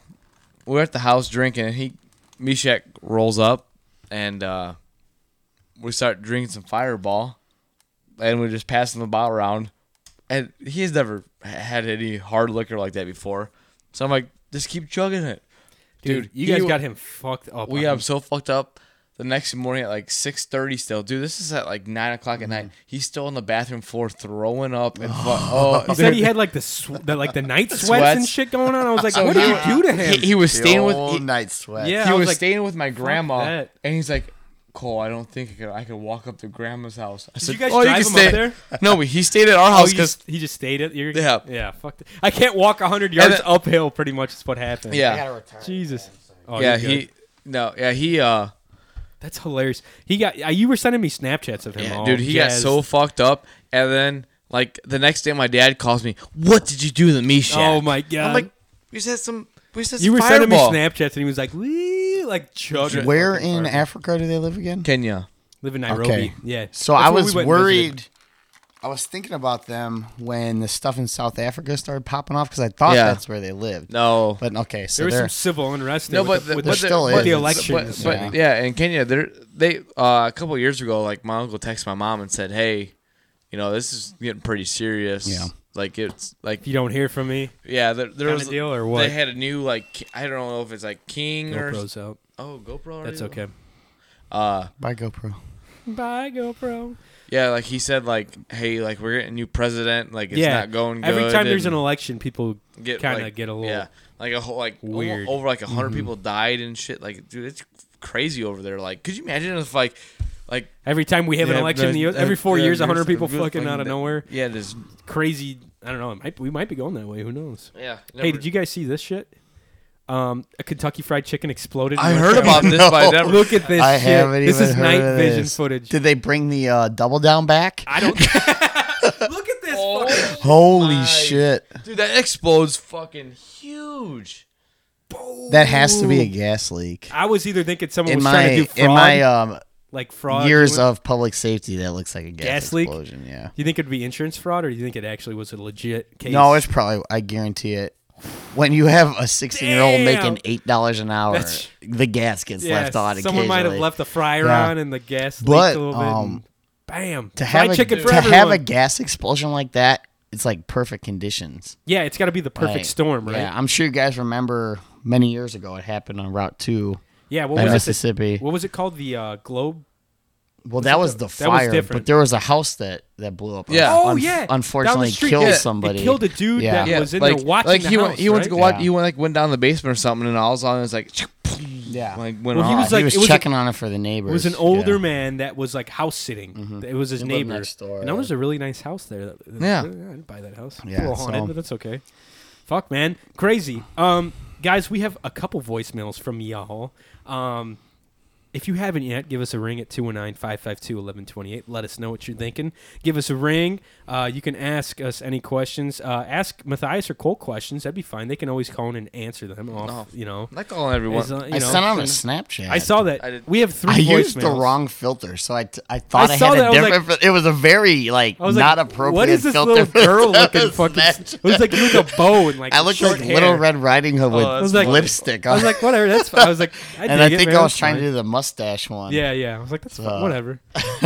S3: we we're at the house drinking and he Meshach rolls up and uh we start drinking some fireball and we're just passing the bottle around and he's never had any hard liquor like that before. So I'm like, just keep chugging it.
S1: dude,
S3: Dude,
S1: you
S3: he
S1: guys
S3: w-
S1: got him fucked up.
S3: We
S1: on
S3: got
S1: him.
S3: so fucked up the next morning at like six thirty still. Dude, this is at like nine o'clock at
S1: Mm-hmm.
S3: night. He's still on the bathroom floor throwing up and fu- oh
S1: He said he had like the, sw- the like the night sweats, and
S3: Sweats.
S1: shit going on. I was like,
S3: So
S1: what
S3: he-
S1: did you do to him?
S3: he, he was staying with E-
S2: Old
S3: he-
S2: night sweat.
S1: Yeah.
S3: he
S1: I
S3: was,
S1: was like,
S3: staying with my grandma,
S1: that.
S3: and he's like, "Cole, I don't think I could, I could walk up to grandma's house." I said,
S1: you guys
S3: "Oh, you
S1: drive
S3: can
S1: him
S3: stay
S1: up there?"
S3: No, but he stayed at our
S1: Oh,
S3: house
S1: he
S3: because
S1: just, he just stayed at your
S3: Yeah.
S1: yeah. Fuck. th- I can't walk hundred yards
S3: then-
S1: uphill. Pretty much is what happened.
S3: yeah,
S1: Jesus. Oh,
S3: yeah,
S1: you're good.
S3: he no, yeah, he uh,
S1: That's hilarious. He got. Uh, you were sending me Snapchats of him.
S3: yeah,
S1: all
S3: dude, he got
S1: jazzed.
S3: so fucked up, and then like the next day, my dad calls me, "What did you do to me, Shaq?"
S1: Oh my god.
S3: I'm like, "We said some, we said
S1: you were
S3: fireball.
S1: sending me Snapchats, and he was like, "Wee," like chugging.
S2: Where
S1: fucking
S2: in
S1: fireball.
S2: Africa do they live again?
S3: Kenya."
S1: Live in Nairobi.
S2: Okay.
S1: Yeah.
S2: So
S1: That's where
S2: I
S1: we
S2: was
S1: went and
S2: worried.
S1: visited.
S2: I was thinking about them when the stuff in South Africa started popping off because I thought
S3: Yeah.
S2: that's where they lived.
S3: No.
S2: But okay, so
S1: There was
S2: they're,
S1: some civil unrest.
S3: no,
S1: there
S3: but
S1: with the, with
S3: but
S1: the-
S2: still
S1: with
S2: is.
S1: the
S2: But-
S1: elections.
S3: But, but yeah. in Kenya, there they uh, a couple years ago, like my uncle texted my mom and said, "Hey, you know, this is getting pretty serious.
S2: Yeah.
S3: like it's like
S1: if you don't hear from me,
S3: yeah, there, there
S1: Kinda
S3: was
S1: deal or what?
S3: They had a new like ki- I don't know if it's like King or
S1: GoPro's out.
S3: oh GoPro.
S1: That's
S3: already?
S1: okay.
S3: Uh,
S2: by GoPro.
S1: Bye, GoPro.
S3: yeah, like he said, like hey, like we're getting a new president. Like it's
S1: yeah.
S3: not going
S1: Every
S3: good,
S1: time there's an
S3: and
S1: election, people
S3: get,
S1: kind of
S3: like-
S1: get a little.
S3: yeah, like a whole like almo-
S1: weird. Mm-hmm.
S3: over like a 100 people died and shit. Like dude, it's crazy over there. Like, could you imagine if like like
S1: Every time we have an
S3: Yeah,
S1: election, in the,
S3: there's-
S1: US every four
S3: yeah,
S1: years, years,
S3: there's-
S1: 100 people
S3: there's
S1: fucking out of
S3: that-
S1: nowhere.
S3: Yeah, there's
S1: Crazy. I don't know. It might, we might be going that way. Who knows?
S3: yeah.
S1: Hey, did you guys see this shit? Um, a Kentucky Fried Chicken exploded. in
S3: I
S1: North
S3: heard
S1: Carolina. Oh,
S3: about this, but I
S2: No.
S3: never.
S1: Look at this.
S2: I
S1: shit.
S2: haven't
S1: This
S2: even
S1: is
S2: heard
S1: night
S2: of
S1: vision
S2: this.
S1: footage.
S2: Did they bring the uh, double down back?
S1: I don't. Oh, Look at this. fucking-
S2: Holy
S3: my-
S2: shit!
S3: dude, that explodes fucking huge.
S2: That has to be a gas leak.
S1: I was either thinking someone
S2: In
S1: was trying to
S2: my
S1: do fraud,
S2: in my um,
S1: like fraud
S2: years
S1: doing-
S2: of public safety, that looks like a gas,
S1: Gas leak?
S2: explosion. Yeah.
S1: Do you think it'd be insurance fraud, or do you think it actually was a legit case?
S2: No, it's probably. I guarantee it. When you have a 16 year old
S1: Damn.
S2: making eight dollars an hour,
S1: That's-
S2: the gas gets
S1: yeah,
S2: left on.
S1: Someone might have
S2: occasionally.
S1: left the fryer
S2: Yeah.
S1: on and the gas leaked
S2: But,
S1: a little bit.
S2: um,
S1: and bam!
S2: to
S1: Fried
S2: have a,
S1: chicken for
S2: to have a
S1: everyone.
S2: gas explosion like that, it's like perfect conditions.
S1: yeah, it's got to be the perfect
S2: Like,
S1: storm, right?
S2: Yeah,
S1: Yeah.
S2: I'm sure you guys remember many years ago it happened on Route Two
S1: what
S2: in
S1: was it?
S2: Mississippi.
S1: What was it called? The uh, Globe.
S2: well, that was the
S1: that was
S2: fire,
S1: different.
S2: but there was a house that that blew up.
S3: Yeah.
S1: Oh,
S2: Unf-
S1: yeah.
S2: unfortunately
S1: Down the street.
S2: killed
S1: Yeah. It
S2: somebody.
S1: killed a dude
S2: Yeah,
S1: that was in
S3: like,
S1: there watching
S3: like
S1: the
S3: he
S1: house,
S3: went, he went to go
S1: right?
S3: watch.
S2: Yeah.
S3: He went like went down the basement or something, and all of a sudden it's like,
S2: Yeah.
S3: like went
S1: Well, he
S3: off.
S1: was like-
S2: he was,
S1: it was a-
S2: checking on it for the neighbors.
S1: It was an older
S2: yeah. Mm-hmm.
S1: man that was like house sitting. It was his
S2: He lived
S1: neighbor,
S2: next door.
S1: and that was a really nice house there. That- that-
S3: Yeah.
S1: I didn't buy that house. a
S2: Yeah,
S1: little haunted,
S2: so-
S1: but that's okay. Fuck, man, crazy. Um, guys, we have a couple voicemails from y'all. Um, if you haven't yet, give us a ring at 219-552-1128. Let us know what you're thinking. Give us a ring. Uh, you can ask us any questions. Uh, ask Matthias or Cole questions. That'd be fine. They can always call in and answer them off. You know,
S3: I'm not calling everyone.
S1: As, uh, you
S2: I
S1: know,
S2: sent out a Snapchat.
S1: I saw that.
S3: I did-
S1: we have three.
S2: I used the
S1: voicemails.
S2: wrong filter, so I, t- I thought
S1: I
S2: I,
S1: saw
S2: had
S1: that, I
S2: a
S1: was like-
S2: different. fil- it was a very like
S1: I was
S2: not
S1: like,
S2: appropriate.
S1: What is this
S2: filter
S1: little
S2: for
S1: girl
S2: that
S1: looking fucking?
S2: Snapchat.
S1: It was like you with a bow and like
S2: I looked
S1: short
S2: like
S1: hair.
S2: Little Red Riding Hood with
S1: that's funny.
S2: lipstick on.
S1: I was like, whatever. That's. Fine. I was like, I
S2: and I
S1: dig it,
S2: think
S1: man,
S2: I was
S1: that's
S2: trying
S1: fine.
S2: to do the mustache one.
S1: Yeah, yeah. I was like, that's fine,
S2: So-
S1: whatever.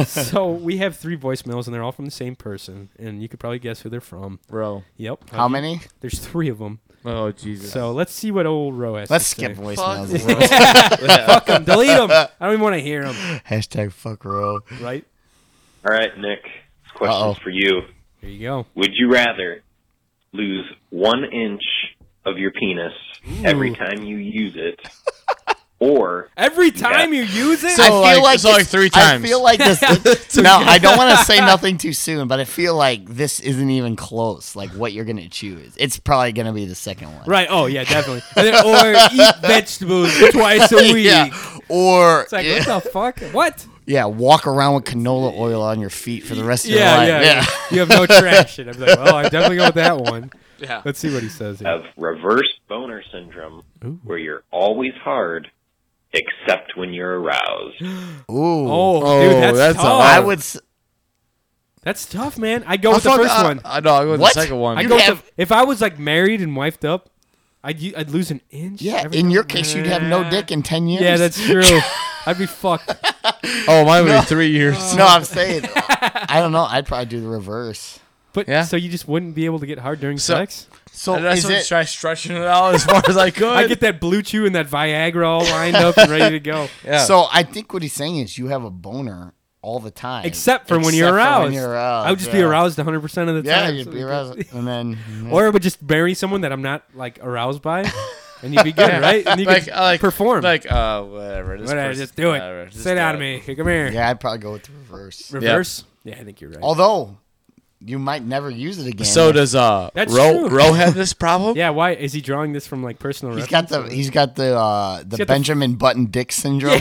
S1: so we have three voicemails and they're all from the same person, and you could probably guess who they're from.
S3: bro.
S1: Yep.
S2: How many?
S1: There's three of them.
S3: Oh Jesus.
S1: So let's see what old Roe has.
S2: Let's
S1: to
S2: skip
S1: Say.
S2: voicemails. bro.
S1: Fuck 'em, Delete them. I don't even want to hear them.
S2: Hashtag fuck row.
S1: Right.
S10: All right, Nick. This
S2: Uh-oh.
S10: question's for you.
S1: There you go.
S10: Would you rather lose one inch of your penis every time you use it, or
S1: Every time you use it.
S3: So-
S1: I-
S3: like- so like
S2: this-
S3: three
S2: I
S3: times.
S2: feel like this. no, I don't want to say nothing too soon, but I feel like this isn't even close. Like what you're gonna choose, it's probably gonna be the second one.
S1: Right. Oh yeah, definitely. And then- or eat vegetables twice a week.
S2: Yeah. Or
S1: It's like,
S2: yeah,
S1: what the fuck? What?
S2: yeah, walk around with canola oil on your feet for the rest of your
S1: Yeah,
S2: life.
S1: yeah, yeah. You have no traction. I'm like, well, I definitely go with that one.
S3: yeah.
S1: Let's see what he says. Here.
S10: have reverse boner syndrome, where you're always hard except when you're aroused?
S2: Ooh.
S1: Oh,
S3: Oh,
S1: dude, that's,
S3: that's a
S1: tough.
S2: I would. s-
S1: That's tough, man. I go with the first one.
S3: uh, I, no, I go with
S2: What?
S3: the second one.
S1: I
S2: uh, you
S1: go with
S2: have-
S1: the, if I was like married and wifed up, I'd u- I'd lose an inch.
S2: Yeah.
S1: every
S2: In
S1: time.
S2: your case, you'd have no dick in ten years.
S1: Yeah, that's true. I'd be fucked.
S3: oh, mine would be three years.
S2: No, I'm saying. I don't know. I'd probably do the reverse.
S1: But
S3: Yeah.
S1: so you just wouldn't be able to get hard during
S3: So-
S1: sex.
S2: So
S3: And I
S2: is
S3: started
S2: it?
S3: try stretching it out as far as I could.
S1: I get that blue chew and that Viagra all lined up and ready to go.
S3: Yeah.
S2: So I think what he's saying is you have a boner all the time,
S1: Except for when
S2: Except
S1: you're
S2: for
S1: aroused.
S2: you're aroused,
S1: I would just be
S2: yeah.
S1: aroused 100 percent of the
S2: Yeah,
S1: time.
S2: you'd
S1: so
S2: be
S1: it'd
S2: aroused, Mm-hmm. and then
S1: Or I would just marry someone that I'm not like aroused by, and you'd be good, right? And you
S3: like,
S1: could
S3: I like
S1: perform.
S3: Like, uh, whatever. This
S1: Whatever,
S3: person-
S1: just do
S3: whatever,
S1: it.
S3: just
S1: Sit
S3: do
S1: down to
S3: it.
S1: me. Here, come here.
S2: yeah, I'd probably go with the reverse.
S1: Reverse. Yeah, I think you're right.
S2: Although you might never use it again.
S3: So does uh,
S1: That's
S3: Ro,
S1: true.
S3: Ro have this problem?
S1: yeah, why is he drawing this from like personal?
S2: He's got the
S1: reference?
S2: he's got the uh, the
S1: got the-
S2: Benjamin Button Dick syndrome.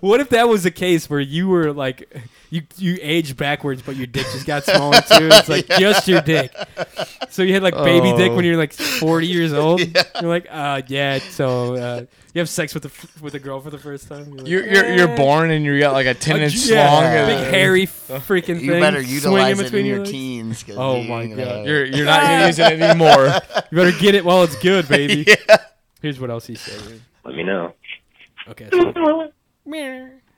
S1: What if that was a case where you were like, you you aged backwards, but your dick just got smaller too? It's like just your dick. So you had like baby dick when
S3: Oh.
S1: you're like 40 years old. You're like, uh, yeah. So uh, you have sex with the f- with a girl for the first time. You're, like,
S3: You're you're,
S1: "Eh."
S3: you're born and you got like a ten inch
S1: Yeah,
S3: long.
S1: big hairy freaking thing.
S2: You better
S1: swinging
S2: utilize it in
S1: between
S2: your
S1: legs.
S2: teens. 'cause
S1: Oh
S2: you
S1: my
S2: ain't gonna-
S1: god.
S3: You're you're not gonna use it anymore.
S1: You better get it while it's good, baby. Here's what else he said.
S10: Let me know.
S1: Okay. so-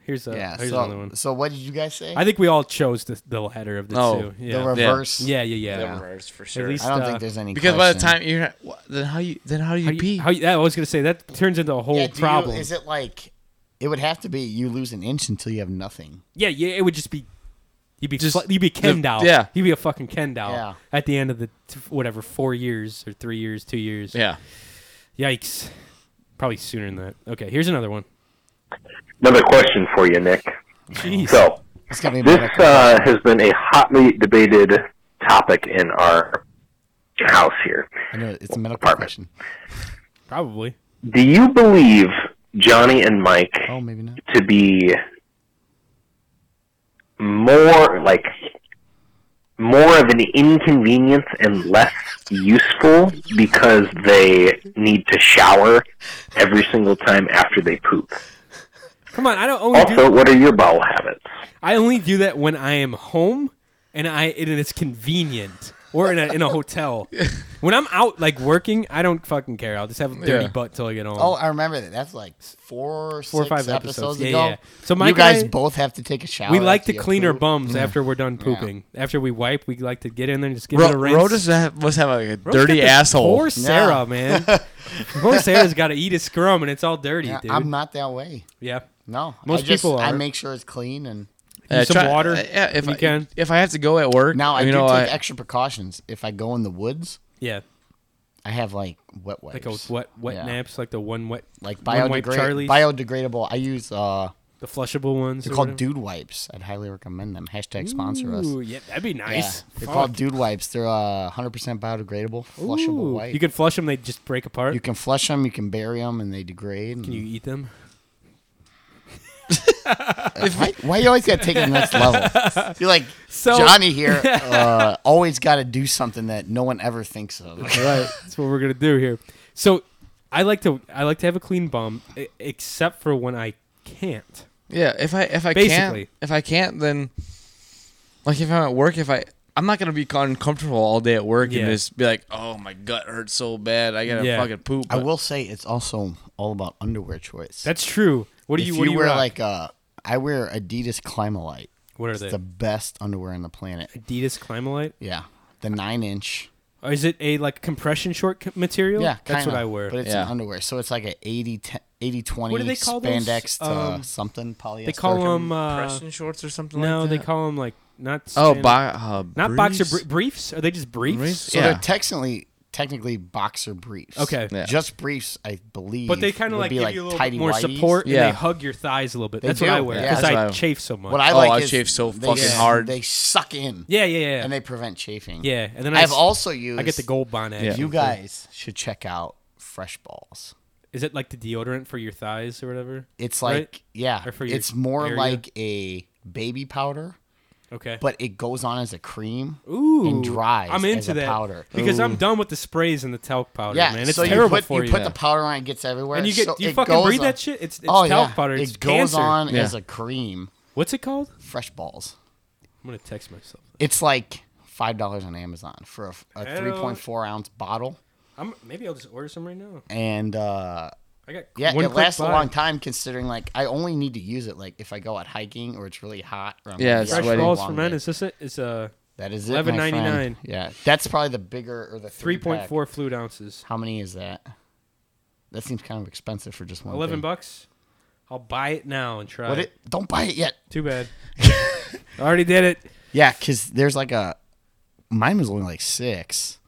S1: Here's a,
S2: Yeah.
S1: here's another
S2: So,
S1: one.
S2: so what did you guys say?
S1: I think we all chose the, the latter of the
S3: Oh,
S1: two. Yeah.
S2: The reverse.
S1: yeah, yeah, yeah.
S3: for
S1: sure. least-
S2: I don't
S1: uh,
S2: think there's any.
S3: because by the
S2: question.
S3: time you're what- then how you then how do you,
S1: How you-
S3: pee?
S1: how you- I was gonna say that turns into a whole
S2: Yeah, do you-
S1: problem.
S2: is it like? It would have to be you lose an inch until you have nothing.
S1: yeah, yeah, it would just be. You'd be
S3: Just
S1: fl- you'd be Ken doll.
S3: yeah.
S1: you'd be a fucking Ken doll.
S2: Yeah.
S1: At the end of the t- whatever four years or three years, two years.
S3: yeah.
S1: Yikes. Probably sooner than that. Okay, here's another one.
S10: Another question for you, Nick.
S1: Jeez.
S10: So,
S2: It's gonna be
S10: This
S2: medical.
S10: uh, has been a hotly debated topic in our house here.
S2: I know it's a medical
S10: Apartment.
S2: question.
S1: Probably.
S10: Do you believe Johnny and Mike
S2: Oh, maybe not.
S10: to be more like more of an inconvenience and less useful because they need to shower every single time after they poop?
S1: Come on, I don't only do,
S10: Also, what are your bowel habits?
S1: I only do that when I am home and I and it's convenient or in a in a hotel. when I'm out like working, I don't fucking care. I'll just have a dirty
S3: Yeah.
S1: butt till I get home.
S2: Oh, I remember that. That's like four,
S1: Four or
S2: six
S1: five episodes.
S2: episodes,
S1: Yeah,
S2: ago.
S1: yeah, yeah. So Mike
S2: you guys
S1: and I-
S2: both have to take a shower.
S1: we like
S2: after
S1: to
S2: you
S1: clean our
S2: poop. Mm.
S1: bums after we're done pooping. After we wipe, we like to get in there and just give it
S3: Ro-
S1: a rinse.
S3: Ro does have, must have like
S1: Rose
S3: a
S1: got
S3: dirty
S1: this
S3: asshole.
S1: Poor Sarah, man. poor Sarah's got to eat his scrum and it's all dirty,
S2: Yeah,
S1: dude.
S2: I'm not that way.
S1: yeah.
S2: No,
S1: Most
S2: I just,
S1: people
S2: I
S1: are.
S2: make sure it's clean, and
S3: Yeah,
S1: some water
S3: uh, yeah, if
S1: when
S3: I
S1: you can.
S3: If I have to go at work,
S2: now I
S3: you
S2: do
S3: know,
S2: take
S3: I,
S2: extra precautions. If I go in the woods,
S1: Yeah.
S2: I have like wet
S1: Like
S2: wipes,
S1: a wet wet
S2: Yeah.
S1: naps, like the one wet
S2: like
S1: one wipe
S2: biodegrade,
S1: Charlie's,
S2: biodegradable. I use uh,
S1: the flushable ones.
S2: they're
S1: or
S2: called
S1: whatever.
S2: dude wipes. I'd highly recommend them. Hashtag sponsor us.
S1: Ooh, yeah, that'd be nice.
S2: Yeah, they're
S1: Fuck.
S2: called dude wipes. They're uh, 100% biodegradable, flushable
S1: Ooh,
S2: wipe.
S1: You can flush them; they just break apart.
S2: you can flush them, you can bury them, and they degrade.
S1: Can you eat them?
S2: Why, why you always gotta take it to the next level? You're like
S1: So-
S2: Johnny here. Uh, always gotta do something that no one ever thinks of.
S1: right, that's what we're gonna do here. So, I like to I like to have a clean bum, e- except for when I can't.
S3: yeah, if I if I
S1: Basically.
S3: can't if I can't then like if I'm at work, if I I'm not gonna be uncomfortable all day at work
S1: Yeah.
S3: and just be like, oh my gut hurts so bad, I gotta
S1: Yeah.
S3: fucking poop.
S2: I
S3: but-
S2: will say it's also all about underwear choice.
S1: That's true. What do
S2: if
S1: you
S2: you,
S1: What do you
S2: wear
S1: rock?
S2: like uh, I wear Adidas Climalite.
S1: What are
S2: It's
S1: they?
S2: the best underwear on the planet.
S1: Adidas Climalite?
S2: Yeah, the nine inch.
S1: Or is it a like compression short c- material?
S2: Yeah,
S1: that's what
S2: kinda,
S1: I wear.
S2: But it's
S3: Yeah.
S2: an underwear, so it's like a 80, 10, 80 20
S1: What do they call those?
S2: spandex to
S1: Um,
S2: something polyester.
S1: they call them uh,
S3: Preston shorts or something.
S1: no,
S3: like
S1: they
S3: that?
S1: call them like not
S3: oh
S1: standard-
S3: bo- uh,
S1: not
S3: briefs?
S1: boxer br- briefs. Are they just briefs?
S3: Briefs?
S2: So
S3: yeah.
S2: they're technically technically boxer briefs.
S1: uh, Okay.
S3: Yeah.
S2: Just briefs, I believe.
S1: But they kind of like
S2: would be
S1: give you a little bit
S2: tighty
S1: more
S2: whities.
S1: support, and
S3: Yeah.
S1: they hug your thighs a little bit.
S2: They
S1: That's what I
S2: do,
S1: wear
S2: yeah.
S1: because
S3: That's
S1: I
S3: what I-
S1: chafe so much.
S2: What I
S3: Oh,
S2: like
S3: I
S2: is
S3: chafe so
S2: they,
S3: fucking hard.
S2: They suck in
S1: yeah, yeah, yeah,
S2: and they prevent chafing.
S1: yeah. And then I
S2: I've
S1: s-
S2: also used.
S1: I get the gold bond action.
S2: You
S1: too.
S2: guys should check out Fresh Balls.
S1: is it like the deodorant for your thighs or whatever?
S2: It's like
S1: Right?
S2: yeah,
S1: Or for your
S2: it's more
S1: area?
S2: like a baby powder,
S1: Okay,
S2: but it goes on as a cream.
S1: ooh,
S2: and dries
S1: I'm
S2: as
S1: into
S2: a
S1: that
S2: powder.
S1: because I'm done with the sprays and the talc powder,
S2: Yeah,
S1: man. It's
S2: so
S1: terrible
S2: you put,
S1: for you.
S2: you put the powder on, it gets everywhere,
S1: and you get
S2: so
S1: you
S2: it
S1: fucking
S2: goes
S1: breathe
S2: on-
S1: that shit. It's, it's talc
S2: oh yeah,
S1: powder.
S2: it
S1: It's
S2: goes
S1: cancer.
S2: on
S3: Yeah.
S2: as a cream.
S1: What's it called?
S2: Fresh balls.
S1: I'm gonna text myself.
S2: It's like five dollars on Amazon for a, a three point four ounce bottle,
S1: I'm, maybe I'll just order some right now.
S2: and uh,
S1: I got
S2: yeah,
S1: one
S2: it
S1: quick
S2: lasts a
S1: buy.
S2: long time. Considering like I only need to use it like if I go out hiking or it's really hot. Or I'm
S3: Yeah,
S2: gonna
S3: it's
S2: be out
S1: Fresh
S2: for a
S3: sweaty.
S1: balls
S2: long
S1: for men.
S2: day.
S1: Is this it? It's uh,
S2: that is it. my
S1: $11.99.
S2: friend. Yeah, that's probably the bigger or the
S1: three
S2: three
S1: point four fluid ounces.
S2: How many is that? That seems kind of expensive for just one.
S1: Eleven
S2: thing.
S1: bucks. I'll buy it now and try.
S2: What
S1: it.
S2: it? Don't buy it yet.
S1: Too bad. I already did it.
S2: Yeah, because there's like a. Mine was only like six.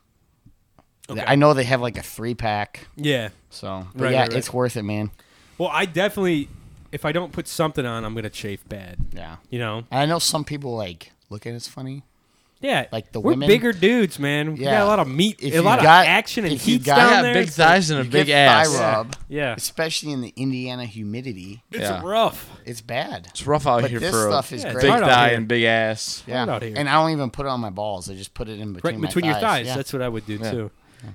S1: Okay.
S2: I know they have like a three pack,
S1: Yeah.
S2: so but
S1: Right,
S2: yeah,
S1: right, right.
S2: it's worth it, man.
S1: Well, I definitely, if I don't put something on, I'm gonna chafe bad.
S2: Yeah,
S1: You know.
S2: and I know some people like look at it's funny.
S1: Yeah,
S2: like the
S1: We're
S2: women.
S1: bigger dudes, man. We
S2: Yeah.
S1: got a lot of meat,
S2: If
S1: a
S2: you
S1: lot
S2: got-
S1: of action and
S2: if you
S1: heat
S2: got-
S1: down
S2: Yeah,
S1: there.
S3: big size and a
S2: You
S3: big
S2: get
S3: ass.
S2: Thigh rub,
S1: Yeah.
S2: especially in the Indiana humidity.
S1: It's
S3: Yeah.
S1: rough.
S2: It's bad.
S3: It's rough out
S2: But
S3: here
S2: this
S3: for
S2: stuff
S3: a
S2: is
S1: Yeah,
S2: great.
S1: it's
S3: big
S1: hard out
S3: thigh
S1: here.
S3: and big ass.
S2: yeah,
S1: out here.
S2: and I don't even put it on my balls. I just put it in between
S1: Right
S2: my
S1: between your thighs.
S2: Yeah.
S1: That's what I would do
S3: Yeah.
S1: too.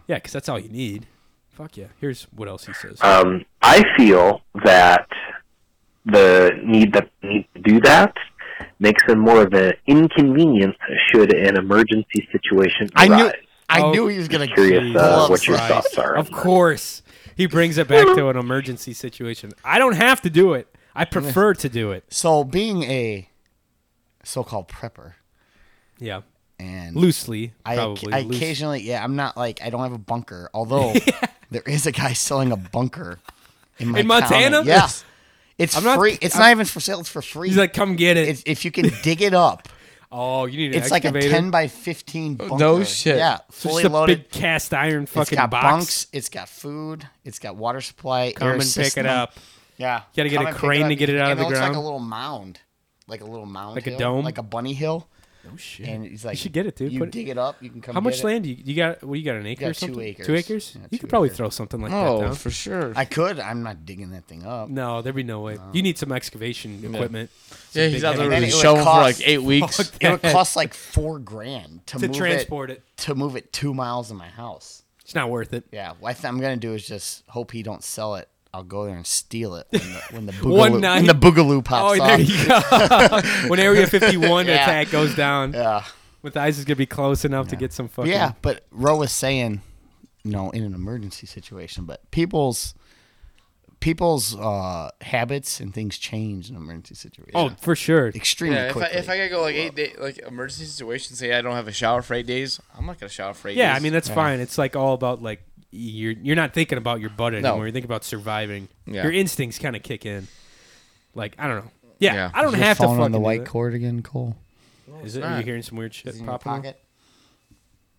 S1: Yeah, because that's all you need. Fuck yeah. Here's what else he says.
S10: Um, I feel that the need that need to do that makes them more of an inconvenience should an emergency situation
S2: I knew.
S10: arise.
S2: I
S1: Oh,
S2: knew he was gonna
S10: curious
S2: pull
S10: uh,
S2: up
S10: what your
S2: some-
S1: Christ.
S10: thoughts are.
S1: Of course, he brings it back to an emergency situation. I don't have to do it. I prefer to do it.
S2: So being a so-called prepper
S1: Yeah,
S2: and
S1: loosely,
S2: I,
S1: probably.
S2: I
S1: loose.
S2: occasionally, yeah, I'm not like I don't have a bunker. Although there is a guy selling a bunker in, my
S1: In Montana?
S2: County. Yeah, it's
S1: I'm not-
S2: free. it's not even for sale. It's for free.
S1: He's like, "Come get it."
S2: it's, if you can dig it up,
S1: oh, you need an
S2: it's like a
S1: excavator. Oh,
S2: ten by fifteen bunker.
S3: no shit.
S2: Yeah,
S1: So
S2: fully
S1: just a
S2: loaded.
S1: big cast iron
S2: it's
S1: fucking
S2: got
S1: box.
S2: bunks. It's got food. It's got water supply.
S1: Come
S2: air
S1: and pick
S2: system.
S1: it up.
S2: Yeah,
S1: You gotta get
S2: Come
S1: a
S2: and pick
S1: crane
S2: up.
S1: to get it out
S2: And
S1: of the
S2: it looks
S1: ground.
S2: Like a little mound, like a little mound,
S1: Like a
S2: hill,
S1: dome?
S2: like a bunny hill.
S1: Oh shit!
S2: And he's like,
S1: you should get it, dude.
S2: You
S1: Put it-
S2: dig it up. You can come.
S1: How
S2: get
S1: much
S2: it.
S1: land do you, you got? What you got? An acre
S2: got
S1: or
S2: two
S1: something?
S2: acres.
S1: Two acres?
S2: Yeah,
S1: you
S2: two
S1: could probably
S2: acres.
S1: throw something like that
S3: Oh,
S1: down.
S3: for sure.
S2: I could. I'm not digging that thing up.
S1: No, there'd be no way. You need some excavation equipment. Some
S3: yeah,
S1: big
S3: he's out
S1: heavy-
S3: there
S2: And then
S3: really
S2: it would
S3: showing for
S2: cost-
S3: like eight weeks.
S1: Fuck
S2: It would
S1: that.
S2: cost like four grand to,
S1: to
S2: move
S1: transport it.
S2: to move it two miles in my house.
S1: It's not worth it.
S2: Yeah, what I th- I'm gonna do is just hope he don't sell it. I'll go there and steal it when the when the
S1: One
S2: boogaloo,
S1: night.
S2: when the boogaloo pops
S1: Oh,
S2: up.
S1: there you go. when Area 51
S2: Yeah.
S1: attack goes down,
S2: Yeah,
S1: with eyes is gonna be close enough to get some fucking.
S2: yeah. But Roe was saying, you know, in an emergency situation, but people's people's uh, habits and things change in emergency situations.
S1: Oh, for sure.
S2: extremely
S3: Yeah, if I,
S2: quickly.
S3: if I gotta go like eight day, like emergency situation, say I don't have a shower for eight days, I'm not gonna shower for eight
S1: Yeah,
S3: days.
S1: I mean that's fine. It's like all about like you're you're not thinking about your butt anymore.
S3: No.
S1: You're thinking about surviving.
S3: Yeah.
S1: Your instincts kind of kick in. Like I don't know. Yeah,
S3: Yeah.
S1: I don't
S2: Is your
S1: have to
S2: phone
S1: fucking
S2: on the
S1: do
S2: white
S1: that.
S2: cord again, Cole.
S1: Is it? Are you
S3: not.
S1: hearing some weird shit
S2: Is it in your
S1: popping? up?
S2: pocket?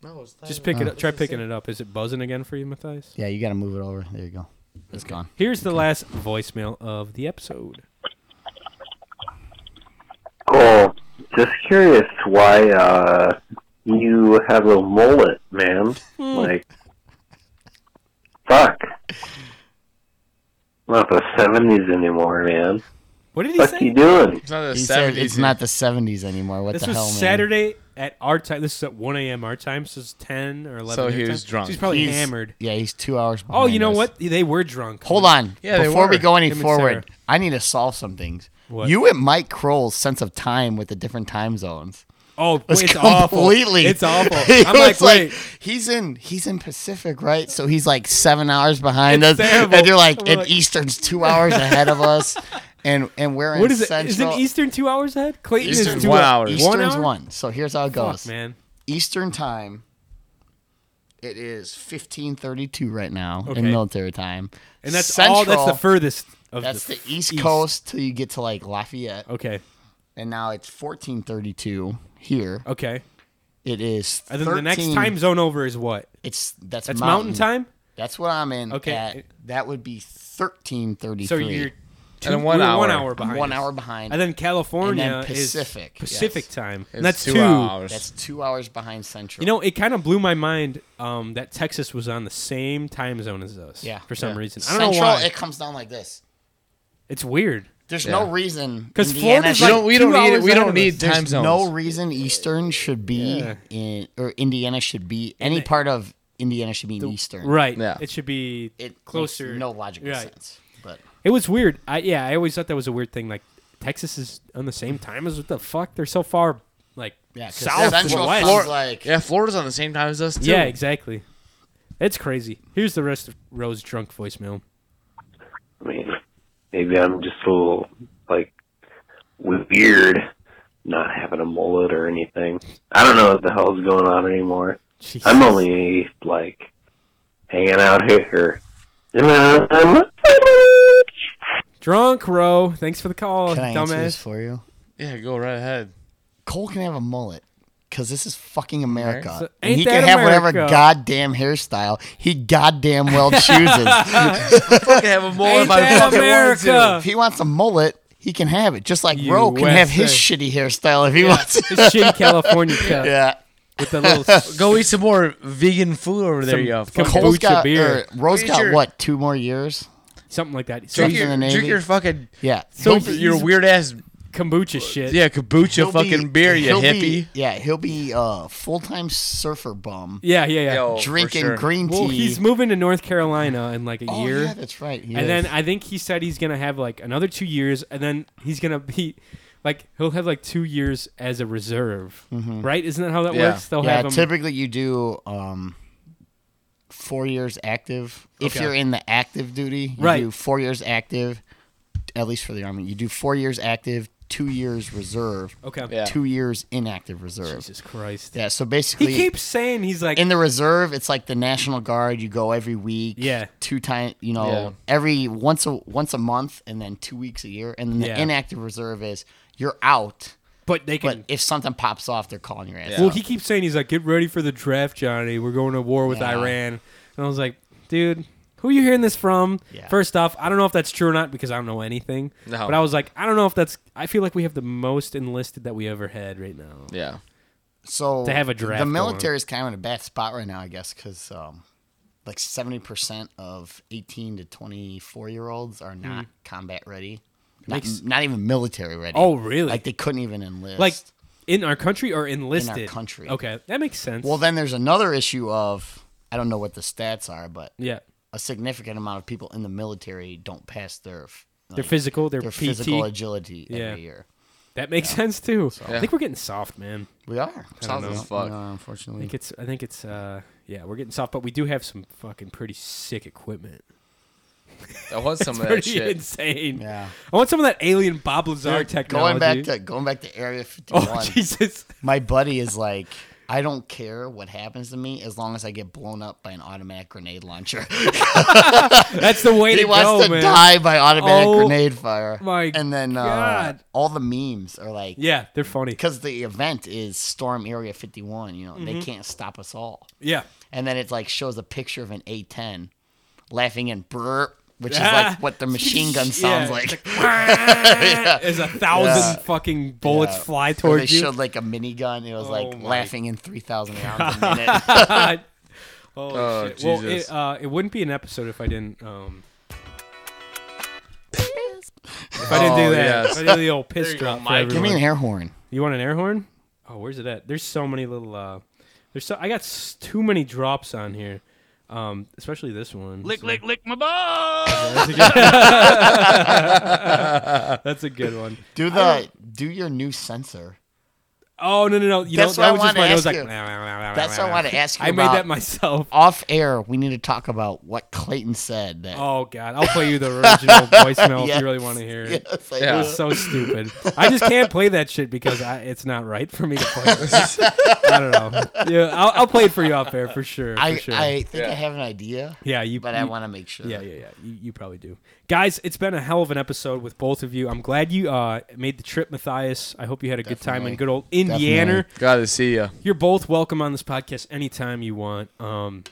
S2: Uh,
S3: no, it's
S1: Just pick it up. Try picking it up. Is it buzzing again for you, Matthias?
S2: Yeah, you got to move it over. There you go. It's gone.
S1: Here's the last voicemail of the episode.
S10: Cool. Just curious why uh, you have a mullet, man.
S2: Hmm.
S10: Like, fuck. Not the seventies anymore, man.
S1: What did he
S10: What you
S1: say?
S10: doing?
S3: It's not the
S2: He said
S3: seventies.
S2: it's not the 70s anymore. What
S1: This
S2: the
S1: was
S2: hell, man?
S1: Saturday at our time. This is at 1 a.m. our time. So it's 10 or 11.
S3: So he
S1: their
S3: was
S1: time.
S3: drunk.
S1: So he's probably
S2: He's-
S1: hammered.
S2: Yeah, he's two hours.
S1: Oh, you
S2: behind
S1: know
S2: us.
S1: what? They were drunk.
S2: Hold on.
S3: Yeah, they
S2: Before we
S3: were.
S2: go any
S1: Him and Sarah.
S2: forward, I need to solve some things.
S1: What?
S2: You and Mike Kroll's sense of time with the different time zones.
S1: Oh,
S2: was
S1: it's
S2: completely.
S1: awful. It's awful.
S2: He
S1: I'm like,
S2: was
S1: wait.
S2: he's in he's in Pacific, right? So he's like seven hours behind
S1: It's
S2: us,
S1: terrible.
S2: and you're like,
S1: We're
S2: and
S1: like-
S2: Eastern's two hours ahead of us, and and we're in
S1: What is it?
S2: Central.
S1: Isn't Eastern two hours ahead? Clayton
S3: Eastern's
S1: is two
S3: one
S1: hou-
S3: hour.
S1: One
S2: Eastern's
S1: hour?
S2: one. So here's how it goes,
S1: Fuck, man.
S2: Eastern time. It is fifteen thirty-two right now
S1: Okay.
S2: in military time,
S1: And that's all. That's the furthest of
S2: That's the, E
S1: f-
S2: East Coast till you get to like Lafayette,
S1: Okay.
S2: and now it's fourteen thirty-two here.
S1: Okay.
S2: It is.
S1: And then the next
S2: 13
S1: time zone over is what?
S2: it's that's,
S1: That's mountain, time.
S2: That's what I'm in.
S1: Okay.
S2: Okay, at, that would be thirteen thirty-three.
S1: So you're two,
S3: then one
S1: you're one
S3: hour.
S1: hour behind.
S2: one
S1: us.
S2: hour behind.
S1: And then California
S2: And then
S1: is
S2: Pacific,
S1: Pacific
S2: yes.
S1: time.
S3: It's
S1: And that's
S3: two,
S1: two.
S3: hours.
S2: that's two hours behind Central.
S1: You know, it kind of blew my mind um, that Texas was on the same time zone as us.
S2: yeah,
S1: For some
S2: yeah.
S1: reason, I don't
S2: Central,
S1: know why.
S2: it comes down like this.
S1: it's weird.
S2: There's
S3: Yeah.
S2: no reason
S1: 'Cause
S2: Indiana
S1: Florida's
S3: we
S1: like
S2: should-
S3: don't. We
S1: two
S3: don't need.
S1: hours
S3: it. We
S1: ahead
S3: don't
S1: of
S3: need
S1: us.
S2: There's
S3: time zones.
S2: no reason Eastern should be
S1: Yeah.
S2: in or Indiana should be any part of Indiana should be in Eastern.
S1: Right.
S3: Yeah.
S1: It should be
S2: It
S1: closer.
S2: makes no logical
S1: Right.
S2: sense. But
S1: It was weird. I yeah, I always thought that was a weird thing. Like Texas is on the same time as what the fuck? They're so far like
S2: yeah, 'cause
S1: south and
S2: Central
S1: west.
S2: sounds like
S3: Yeah, Florida's on the same time as us too.
S1: yeah, exactly. It's crazy. Here's the rest of Rose drunk voicemail.
S10: I mean, maybe I'm just a little like weird, not having a mullet or anything. I don't know what the hell's going on anymore.
S1: Jesus.
S10: I'm only like hanging out here. What's
S1: drunk, Ro. Thanks for the call,
S2: Can I answer this
S1: dumbass.
S2: for you?
S3: Yeah, go right ahead.
S2: Cole can have a mullet because this is fucking America.
S1: So-
S2: and
S1: ain't
S2: he can
S1: that
S2: have whatever
S1: America?
S2: goddamn hairstyle he goddamn well chooses.
S3: Fuck, I have a more
S1: Ain't
S3: if I
S1: that
S3: fucking want to.
S1: America?
S2: if he wants a mullet, he can have it. Just like Roe can
S1: USA.
S2: have his shitty hairstyle if he wants.
S1: This shitty California cut.
S2: yeah.
S1: with the little
S3: Go eat some more vegan food over there,
S1: Some
S3: you
S1: kombucha
S3: fucking-
S2: got,
S1: beer.
S2: or Rose
S3: Who's
S2: got
S3: your-
S2: what? Two more years.
S1: something like that. So
S3: Drink
S2: He's in
S3: your,
S2: the Navy.
S3: drink your fucking
S2: Yeah.
S1: So
S3: Don't-
S1: he's-
S3: your weird ass
S1: kombucha shit.
S3: yeah kombucha
S2: He'll be-
S3: fucking beer, you
S2: he'll
S3: hippie.
S2: be- yeah, he'll be uh, full time surfer bum,
S1: yeah, yeah, yeah.
S3: Yo, for
S2: drinking
S3: sure.
S2: green tea.
S1: Oh, well, he's moving to North Carolina in like a
S2: oh,
S1: year.
S2: yeah, that's right. he
S1: and
S2: is.
S1: then I think he said he's gonna have like another two years, and then he's gonna be like he'll have like two years as a reserve, right? Isn't that how that
S3: Yeah.
S1: works? They'll
S2: Mm-hmm. yeah,
S1: have him.
S2: typically you do um, four years active. If
S1: Okay.
S2: you're in the active duty, you
S1: Right.
S2: do four years active, at least for the Army. You do four years active, two years reserve,
S1: okay.
S3: Yeah.
S2: two years inactive reserve.
S1: Jesus Christ.
S2: Yeah, so
S1: He
S2: basically.
S1: keeps saying he's like
S2: in the reserve, it's like the National Guard. You go every week.
S1: Yeah.
S2: Two times, you know,
S3: Yeah.
S2: every once a once a month, and then two weeks a year. And then the
S1: Yeah.
S2: inactive reserve is you're out,
S1: but they
S2: but
S1: can.
S2: if something pops off, they're calling your ass.
S3: Yeah.
S1: well, he keeps saying he's like, get ready for the draft, Johnny. We're going to war with
S2: Yeah.
S1: Iran. And I was like, dude. Who are you hearing this from?
S2: Yeah.
S1: First off, I don't know if that's true or not because I don't know anything.
S3: No.
S1: But I was like, I don't know if that's. I feel like we have the most enlisted that we ever had right now.
S3: Yeah.
S2: So
S1: To have a draft
S2: the
S1: going.
S2: military is kind of in a bad spot right now, I guess, because um, like seventy percent of eighteen to twenty four year olds are not combat ready, not,
S1: Hmm. Makes-
S2: not even military ready.
S1: Oh, really?
S2: Like they couldn't even enlist.
S1: like in our country or enlisted
S2: country.
S1: Okay, that makes sense.
S2: well, then there's another issue of I don't know what the stats are, but
S1: yeah,
S2: a significant amount of people in the military don't pass their f-
S1: their
S2: like,
S1: physical, their,
S2: their
S1: PT.
S2: physical agility
S1: Yeah.
S2: every year.
S1: that makes sense too. I
S3: Yeah.
S1: think we're getting soft, man.
S2: We are
S3: Sounds as
S2: We
S3: fuck.
S2: are,
S1: I
S2: unfortunately.
S1: think it's. I think it's. Uh, yeah, we're getting soft, but we do have some fucking pretty sick equipment.
S3: I want some of that
S1: Pretty
S3: shit.
S1: insane.
S2: yeah.
S1: I want some of that alien Bob Lazar
S2: Dude,
S1: technology.
S2: Going back to going back to Area 51.
S1: oh Jesus!
S2: My buddy is like, I don't care what happens to me as long as I get blown up by an automatic grenade launcher.
S1: That's the way
S2: he
S1: to
S2: wants
S1: go,
S2: to
S1: man.
S2: die by automatic
S1: Oh
S2: grenade fire.
S1: my
S2: and then uh,
S1: God.
S2: all the memes are like,
S1: Yeah, they're funny.
S2: because the event is Storm Area 51. You know,
S1: Mm-hmm.
S2: they can't stop us all.
S1: Yeah,
S2: And then it like shows a picture of an A10 laughing and burp, which is
S1: Ah.
S2: like what the machine gun sounds
S1: Yeah,
S2: like.
S1: it's There's a thousand
S2: Yeah.
S1: fucking bullets
S2: Yeah.
S1: fly
S2: Or they
S1: towards you.
S2: showed like a minigun. It was
S1: Oh
S2: like
S1: my
S2: laughing in 3,000 rounds a minute.
S1: oh,
S3: Oh,
S1: shit. Well,
S3: Jesus.
S1: it, uh, it wouldn't be an episode if I didn't. Um, if I didn't
S3: Oh,
S1: do that,
S3: yes.
S1: if I did the old piss
S3: you go,
S1: drop. for
S3: Mike.
S2: Give me an
S1: everyone.
S2: air horn.
S1: You want an air horn? Oh, where's it at? There's so many little. Uh, there's so I got s- too many drops on here, um, especially this one. Lick, lick, lick my balls. That's a good one.
S2: Do the do your new sensor.
S1: Oh no no no! You
S2: That's
S1: know,
S2: what I
S1: that was just
S2: wanted to
S1: mine. I was like,
S2: ask you. That's what I wanted to ask you
S1: I made
S2: about.
S1: that myself.
S2: Off air, we need to talk about what Clayton said. That
S1: Oh god, I'll play you the original voicemail if
S2: Yes.
S1: you really want to hear it.
S2: Yes, I
S3: Yeah.
S1: It
S2: will.
S1: was so stupid. I just can't play that shit because I, it's not right for me to play. It. I don't know. Yeah, I'll, I'll play it for you off air for sure. For
S2: I,
S1: sure.
S2: I think I
S3: Yeah.
S2: have an idea,
S1: yeah, you.
S2: but
S1: you,
S2: I want to make sure.
S1: Yeah, yeah, yeah. You, you probably do, guys. It's been a hell of an episode with both of you. I'm glad you uh, made the trip, Matthias. I hope you had a good time in
S2: Definitely.
S1: good old Indiana.
S2: Definitely.
S3: Gotta see ya.
S1: You're both welcome on this podcast anytime you want. Um,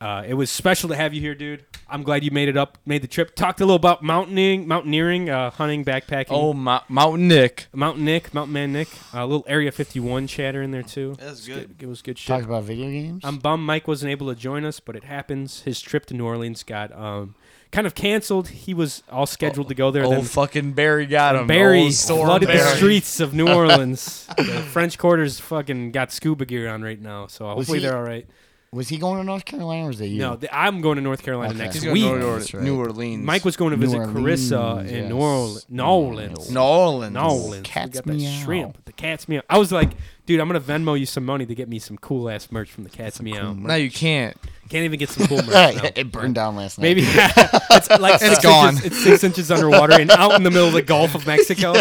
S1: uh, it was special to have you here, dude. I'm glad you made it up, made the trip. Talked a little about mountaineering, mountaineering, uh, hunting, backpacking.
S3: Oh, Mo- Mountain Nick.
S1: Mountain Nick, Mountain Man Nick. A little Area 51 chatter in there too.
S6: That's
S1: It's
S6: good.
S1: It was good shit.
S2: Talk about video games.
S1: I'm bummed Mike wasn't able to join us, but it happens. His trip to New Orleans got um, kind of canceled. He was all scheduled to go there.
S3: Oh,
S1: then
S3: fucking Barry got him.
S1: Barry
S3: Old Storm
S1: flooded the
S3: Barry.
S1: streets of New Orleans. the French Quarter's fucking got scuba gear on right now, so hopefully
S2: he-
S1: they're all right.
S2: was he going to North Carolina or was it you?
S1: No, th- I'm going to North Carolina
S2: Okay.
S1: next
S3: He's
S2: He's
S3: going
S1: week.
S3: to New, Orleans.
S2: That's right.
S3: New Orleans.
S1: Mike was going to
S2: New
S1: visit Carissa
S2: Orleans,
S1: in
S2: yes.
S1: New Orleans. New Orleans.
S3: New Orleans.
S1: New Orleans.
S2: Cat's
S1: we got that
S2: meow.
S1: shrimp. The cat's meow. I was like, dude, I'm gonna Venmo you some money to get me some cool ass merch from the cat's meow.
S3: No, you can't.
S1: Can't even get some cool merch. now.
S2: Right, it burned down last night.
S1: Maybe it's like six
S3: gone.
S1: Inches, it's six inches underwater and out in the middle of the Gulf of Mexico.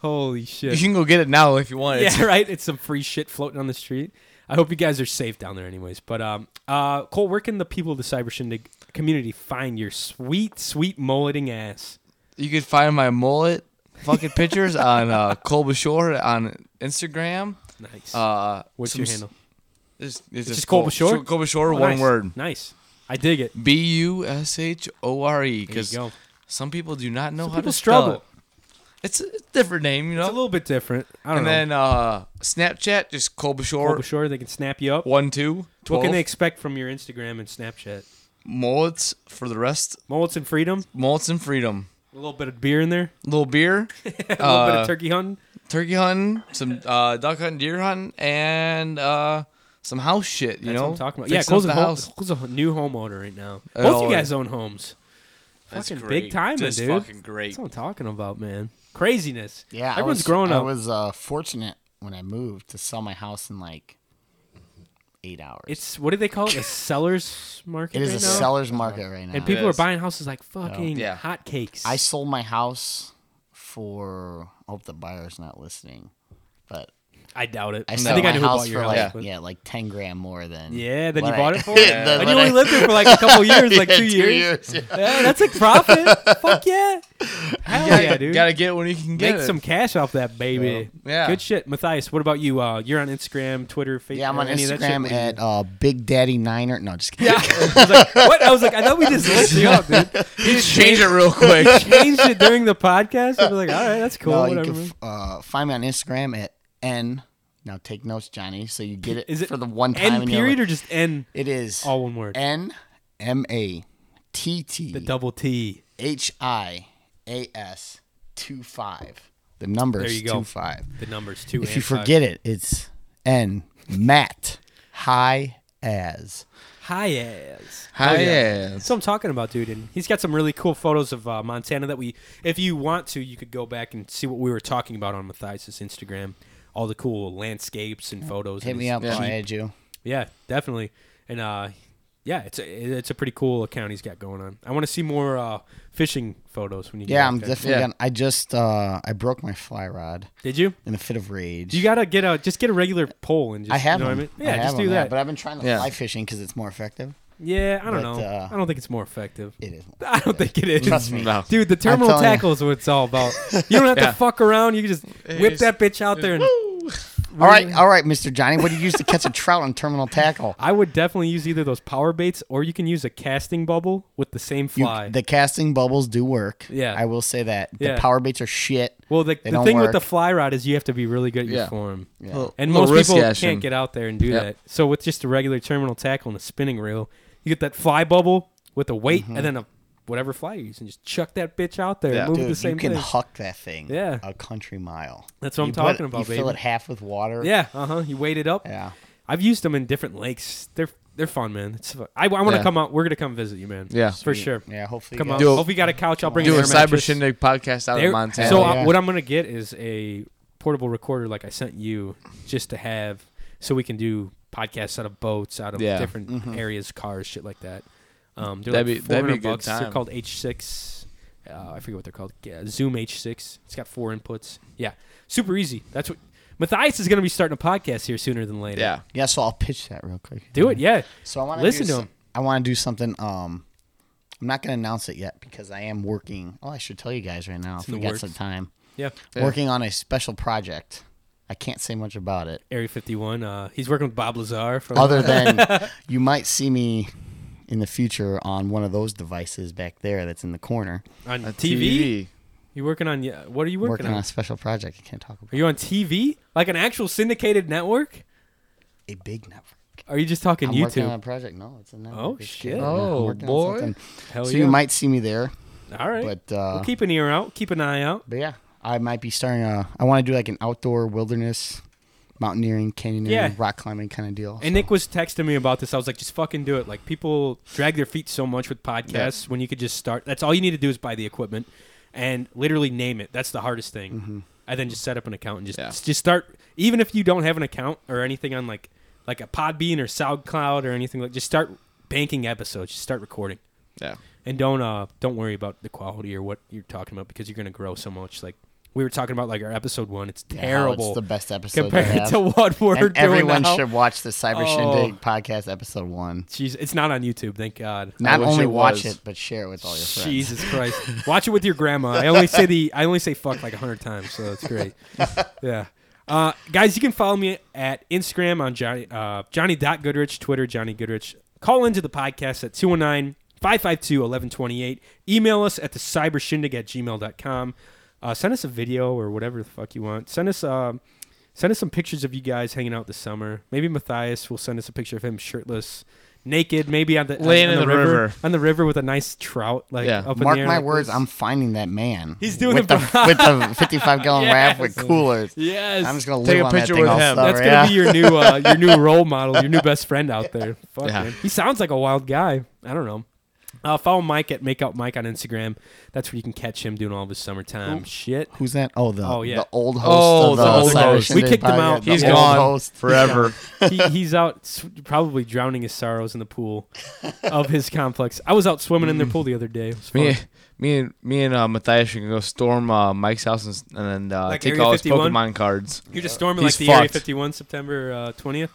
S1: Holy shit!
S3: You can go get it now if you want. It's-
S1: yeah, right. It's some free shit floating on the street. I hope you guys are safe down there, anyways. But um, uh, Cole, where can the people of the Cyber Shindig community find your sweet, sweet mulleting ass?
S3: You could find my mullet fucking pictures on uh, Colby Shore on Instagram.
S1: Nice.
S3: Uh,
S1: What's
S3: some
S1: your
S3: s-
S1: handle?
S3: It's, it's
S1: just
S3: just
S1: Colby
S3: Col-
S1: Shore?
S3: Sh- Colby Shore,
S1: Oh,
S3: one
S1: nice.
S3: word.
S1: Nice. I dig it.
S3: B U S H O R E.
S1: There you
S3: Because
S1: go.
S3: some people do not know
S1: Some
S3: how
S1: people
S3: to spell
S1: struggle.
S3: it. It's a different name, you know. It's a
S1: little bit different. I don't
S3: and
S1: know.
S3: then uh, Snapchat, just Colbashore.
S1: Colbashore, they can snap you up.
S3: One, two,
S1: What can
S3: 12.
S1: they expect from your Instagram and Snapchat?
S3: Mullets for the rest.
S1: Mullets and freedom.
S3: Mullets and freedom.
S1: A little bit of beer in there.
S3: A little beer. a
S1: little bit
S2: Uh,
S1: of turkey hunting.
S3: Turkey hunting. Some uh, duck hunting, deer hunting, and uh, some house shit. You
S1: That's
S3: know,
S1: what I'm talking about. Yeah,
S3: Fixing up
S1: close
S3: the
S1: a, home,
S3: house.
S1: close a new homeowner right now.
S3: Oh,
S1: Both you
S3: yeah.
S1: guys own homes.
S3: That's
S1: fucking
S3: great.
S1: big time,
S3: Just
S1: dude.
S3: fucking great.
S1: That's what I'm talking about, man. Craziness.
S2: Yeah, I
S1: everyone's
S2: was,
S1: grown up.
S2: I was uh, fortunate when I moved to sell my house in like eight hours.
S1: It's what do they call it? A seller's market.
S2: It is
S1: right
S2: a
S1: now?
S2: seller's market right now.
S1: And people are buying houses like fucking
S2: Yeah.
S1: hotcakes.
S2: I sold my house for. I hope the buyer's not listening, but
S1: I doubt it.
S2: I
S1: I
S2: sold
S1: think
S2: my
S1: I know who
S2: house
S1: bought your
S2: for
S1: house,
S2: like
S1: but-
S2: yeah, like ten grand more than
S1: Yeah, then you
S2: what
S1: bought
S2: I-
S1: it for.
S2: than
S1: and
S2: what
S1: you
S2: I-
S1: only lived there for like a couple years, like
S2: Yeah,
S1: two,
S2: two
S1: years.
S2: years, yeah.
S1: Yeah, that's a profit. Fuck yeah. Hell
S3: gotta-
S1: yeah, dude.
S3: gotta get it when you can get
S1: Make
S3: it.
S1: some cash off that baby.
S3: Yeah.
S1: Good shit. Matthias, what about you? Uh, you're on Instagram, Twitter, Facebook.
S2: Yeah, I'm on
S1: any of that shit?
S2: Instagram
S1: What do you-
S2: at uh, Big Daddy Niner. No, just kidding.
S1: Yeah. I was like, what? I was like, I thought we just lit you up, dude.
S2: He just changed it real quick.
S1: He changed it during the podcast. I was like, all right, that's cool.
S2: No, you
S1: whatever.
S2: can
S1: man.
S2: f- uh, find me on Instagram at n. Now take notes, Johnny. So you get it,
S1: Is it
S2: for the one time.
S1: N
S2: in your
S1: period
S2: life.
S1: or just N?
S2: It is
S1: all one word.
S2: N M A T T. The
S1: double T.
S2: H I A S two five. The numbers
S1: There you go.
S2: two five.
S1: The numbers two.
S2: If
S1: and
S2: you
S1: five.
S2: forget it, it's N Matt High as.
S1: High as.
S2: High
S1: Oh, yeah.
S2: as.
S1: That's what I'm talking about, dude. And he's got some really cool photos of uh, Montana that we, if you want to, you could go back and see what we were talking about on Matthias' Instagram. All the cool landscapes and photos.
S2: Hit
S1: and
S2: me
S1: his
S2: up, I'll
S1: Jeep.
S2: add you.
S1: Yeah, definitely. And uh, yeah, it's a it's a pretty cool account he's got going on. I want to see more uh, fishing photos when you.
S2: Yeah,
S1: get
S2: I'm
S1: back there.
S2: definitely. Gonna, I just uh, I broke my fly rod.
S1: Did you?
S2: In a fit of rage.
S1: You gotta get a just get a regular pole and just
S2: I have
S1: you know
S2: them.
S1: what I mean? Yeah,
S2: have
S1: just do
S2: them,
S1: that.
S2: But I've been trying to
S1: Yeah.
S2: fly fishing because it's more effective.
S1: Yeah, I don't
S2: But,
S1: know.
S2: uh,
S1: I don't think it's more effective.
S2: It is.
S1: I don't think it is.
S2: Trust me. No.
S1: dude. The
S2: I'm
S1: terminal
S2: telling you.
S1: tackle is what it's all about. You don't have
S2: Yeah.
S1: to fuck around. You can just
S2: It
S1: whip
S2: is-
S1: that bitch out there. And
S2: All right, all right, Mister Johnny. What do you use to catch a trout on terminal tackle?
S1: I would definitely use either those power baits or you can use a casting bubble with the same
S2: You-
S1: fly.
S2: the casting bubbles do work.
S1: Yeah.
S2: I will say that. The
S1: Yeah.
S2: power baits are shit.
S1: well, the, the
S2: They don't
S1: thing with
S2: work.
S1: the fly rod is you have to be really good at your
S2: Yeah.
S1: form,
S2: Yeah. Little-
S1: and
S3: little
S1: most
S3: wrist
S1: people
S3: action.
S1: can't get out there and do
S3: Yep.
S1: that. So with just a regular terminal tackle and a spinning reel, you get that fly bubble with a weight
S2: Mm-hmm.
S1: and then a whatever fly you use, and just chuck that bitch out there. and move
S2: Dude,
S1: the same
S2: you can
S1: thing.
S2: huck that thing.
S1: Yeah.
S2: a country mile.
S1: That's what
S2: You
S1: I'm
S2: put-
S1: talking about,
S2: You
S1: baby.
S2: fill it half with water.
S1: Yeah, uh huh. You wait it up. Yeah, I've used them in different lakes. They're they're fun, man. It's fun. I, want to
S3: Yeah.
S1: come out. We're gonna come visit you, man.
S3: Yeah.
S1: for
S3: Sweet.
S1: sure.
S2: Yeah, hopefully you
S1: Come
S2: guys-
S1: out.
S3: Do a-
S1: Hope you got a couch. I'll bring
S3: do
S1: an
S3: a
S1: air
S3: Cyber
S1: mattress.
S3: Shindig podcast out in
S1: There-
S3: Montana.
S1: So
S3: Hell
S1: uh,
S3: yeah.
S1: what I'm gonna get is a portable recorder, like I sent you, just to have, so we can do podcasts out of boats, out of
S3: Yeah.
S1: different
S2: Mm-hmm.
S3: Mhm.
S1: areas, cars, shit like that. Um, they're
S3: That'd
S1: like
S3: be- that'd be a
S1: 400
S3: good
S1: bucks. They're
S3: time.
S1: called H6. Uh, I forget what they're called. Yeah, Zoom H6. It's got four inputs. Yeah, super easy. That's what Matthias is gonna be starting a podcast here sooner than later.
S3: Yeah.
S2: Yeah, so I'll pitch that real quick.
S1: Do it, yeah.
S2: So I want
S1: Listen
S2: do
S1: to
S2: some-
S1: him.
S2: I want to do something. Um, I'm not going to announce it yet because I am working. Oh, I should tell you guys right now
S1: It's
S2: if we
S1: in the
S2: got
S1: works.
S2: some time.
S1: Yeah. Yeah.
S2: Working on a special project. I can't say much about it.
S1: Area 51. Uh, he's working with Bob Lazar. From
S2: Other than you might see me in the future on one of those devices back there that's in the corner.
S1: on TV? You working on? yeah, What are you
S2: Working,
S1: working,
S2: on?
S1: on?
S2: a special project. I can't talk about
S1: Are you on TV? Like an actual syndicated network?
S2: a big network.
S1: Are you just talking
S2: I'm
S1: YouTube?
S2: working on a project. No, it's a network.
S1: Oh
S2: It's
S1: shit!
S2: good. Yeah, I'm working on something.
S1: Hell
S2: so
S1: yeah.
S2: you might see me there.
S1: All right.
S2: But uh,
S1: We'll keep an ear out. Keep an eye out.
S2: But yeah, I might be starting a. I want to do like an outdoor wilderness, mountaineering, canyoneering,
S1: Yeah.
S2: rock climbing kind of deal.
S1: And Nick was texting me about this. I was like, just fucking do it. Like people drag their feet so much with podcasts when you could just start. That's all you need to do is buy the equipment and literally name it. That's the hardest thing.
S2: Mm-hmm.
S1: And then just set up an account and just just start. Even if you don't have an account or anything on like like a Podbean or SoundCloud or anything like, just start banking episodes. Just start recording.
S3: Yeah.
S1: And don't uh don't worry about the quality or what you're talking about because you're gonna grow so much. Like we were talking about like our episode one. It's
S2: Yeah, how
S1: terrible.
S2: it's the best episode they
S1: compared
S2: have.
S1: to what we're
S2: And
S1: doing
S2: everyone
S1: now.
S2: should watch the Cyber
S1: Oh.
S2: Shindig podcast episode one.
S1: Jeez, it's not on YouTube, thank God.
S2: Not only watch it, but share it with all your friends.
S1: Jesus Christ, watch it with your grandma. I only say the I only say fuck like hundred times, so that's great. yeah, uh, guys, you can follow me at Instagram on Johnny uh, Johnny Goodrich, Twitter Johnny Goodrich. Call into the podcast at 219 552 1128. Email us at the cybershindig at gmail.com. Uh, send us a video or whatever the fuck you want. Send us um, send us some pictures of you guys hanging out this summer. Maybe Matthias will send us a picture of him shirtless, naked, maybe on the on-
S3: Laying
S1: on
S3: in the river.
S1: on the river with a nice trout like
S3: Yeah.
S1: up in
S2: Mark
S1: the air
S2: my
S1: like
S2: words,
S1: this.
S2: I'm finding that man.
S1: He's doing
S2: with
S1: the-
S2: the, with the 55 gallon raft with
S1: Yes.
S2: coolers.
S1: Yes.
S2: I'm just gonna
S3: Take
S2: live
S3: a
S2: on that
S3: picture
S2: thing
S3: with
S2: all
S3: him.
S2: summer,
S1: That's gonna
S2: yeah.
S1: be your new uh, your new role model, your new best friend out there. Fuck
S3: Yeah.
S1: man, he sounds like a wild guy. I don't know. Uh, follow Mike at Make Out Mike on Instagram. That's where you can catch him doing all of his summertime shit.
S2: Who's that? Oh, the
S1: Oh, yeah.
S2: the old host.
S3: Oh,
S2: of
S3: the
S2: the,
S3: old
S2: Saturday
S3: host.
S1: We
S2: Night
S1: kicked him
S2: Live,
S1: out.
S2: the
S3: He's
S2: old
S3: gone
S2: host.
S3: forever.
S1: He, he's out s- probably drowning his sorrows in the pool of his complex. I was out swimming in their pool the other day. It was fun.
S3: me, me and me and uh, Matthias can go storm uh, Mike's house and, s- and then uh,
S1: Like
S3: take
S1: Area
S3: all his
S1: 51?
S3: Pokemon cards.
S1: You're just storming like
S3: Uh, He's
S1: the Area
S3: fucked.
S1: 51 September uh, 20th.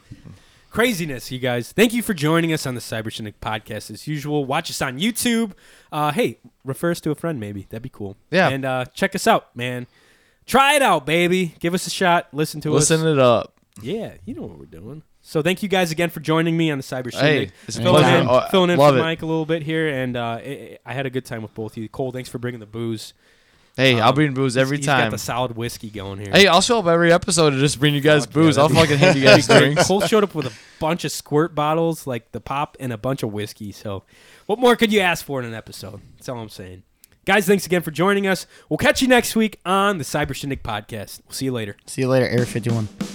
S1: Craziness, you guys. Thank you for joining us on the Cyber Shindig podcast as usual. Watch us on YouTube. Uh, hey, refer us to a friend, maybe. That'd be cool.
S3: Yeah.
S1: And uh, check us out, man. Try it out, baby. Give us a shot. Listen to us.
S3: Listen it up.
S1: Yeah, you know what we're doing. So thank you guys again for joining me on the Cyber Shindig.
S3: Hey, it's a
S1: filling
S3: pleasure.
S1: in,
S3: Oh,
S1: filling in
S3: love
S1: for
S3: it.
S1: Mike a little bit here, and uh, it, it- I had a good time with both of you. Cole, thanks for bringing the booze.
S3: Hey, I'll
S1: Um,
S3: bring booze every
S1: He's- He's
S3: time.
S1: got the solid whiskey going here.
S3: Hey, I'll show up every episode to just bring you guys booze. I'll fucking hand you guys
S1: Great.
S3: drinks.
S1: Cole showed up with a bunch of squirt bottles, like the pop, and a bunch of whiskey. So, what more could you ask for in an episode? That's all I'm saying. Guys, thanks again for joining us. We'll catch you next week on the Cyber Shindig podcast. We'll see you later.
S2: See you later, Air 51.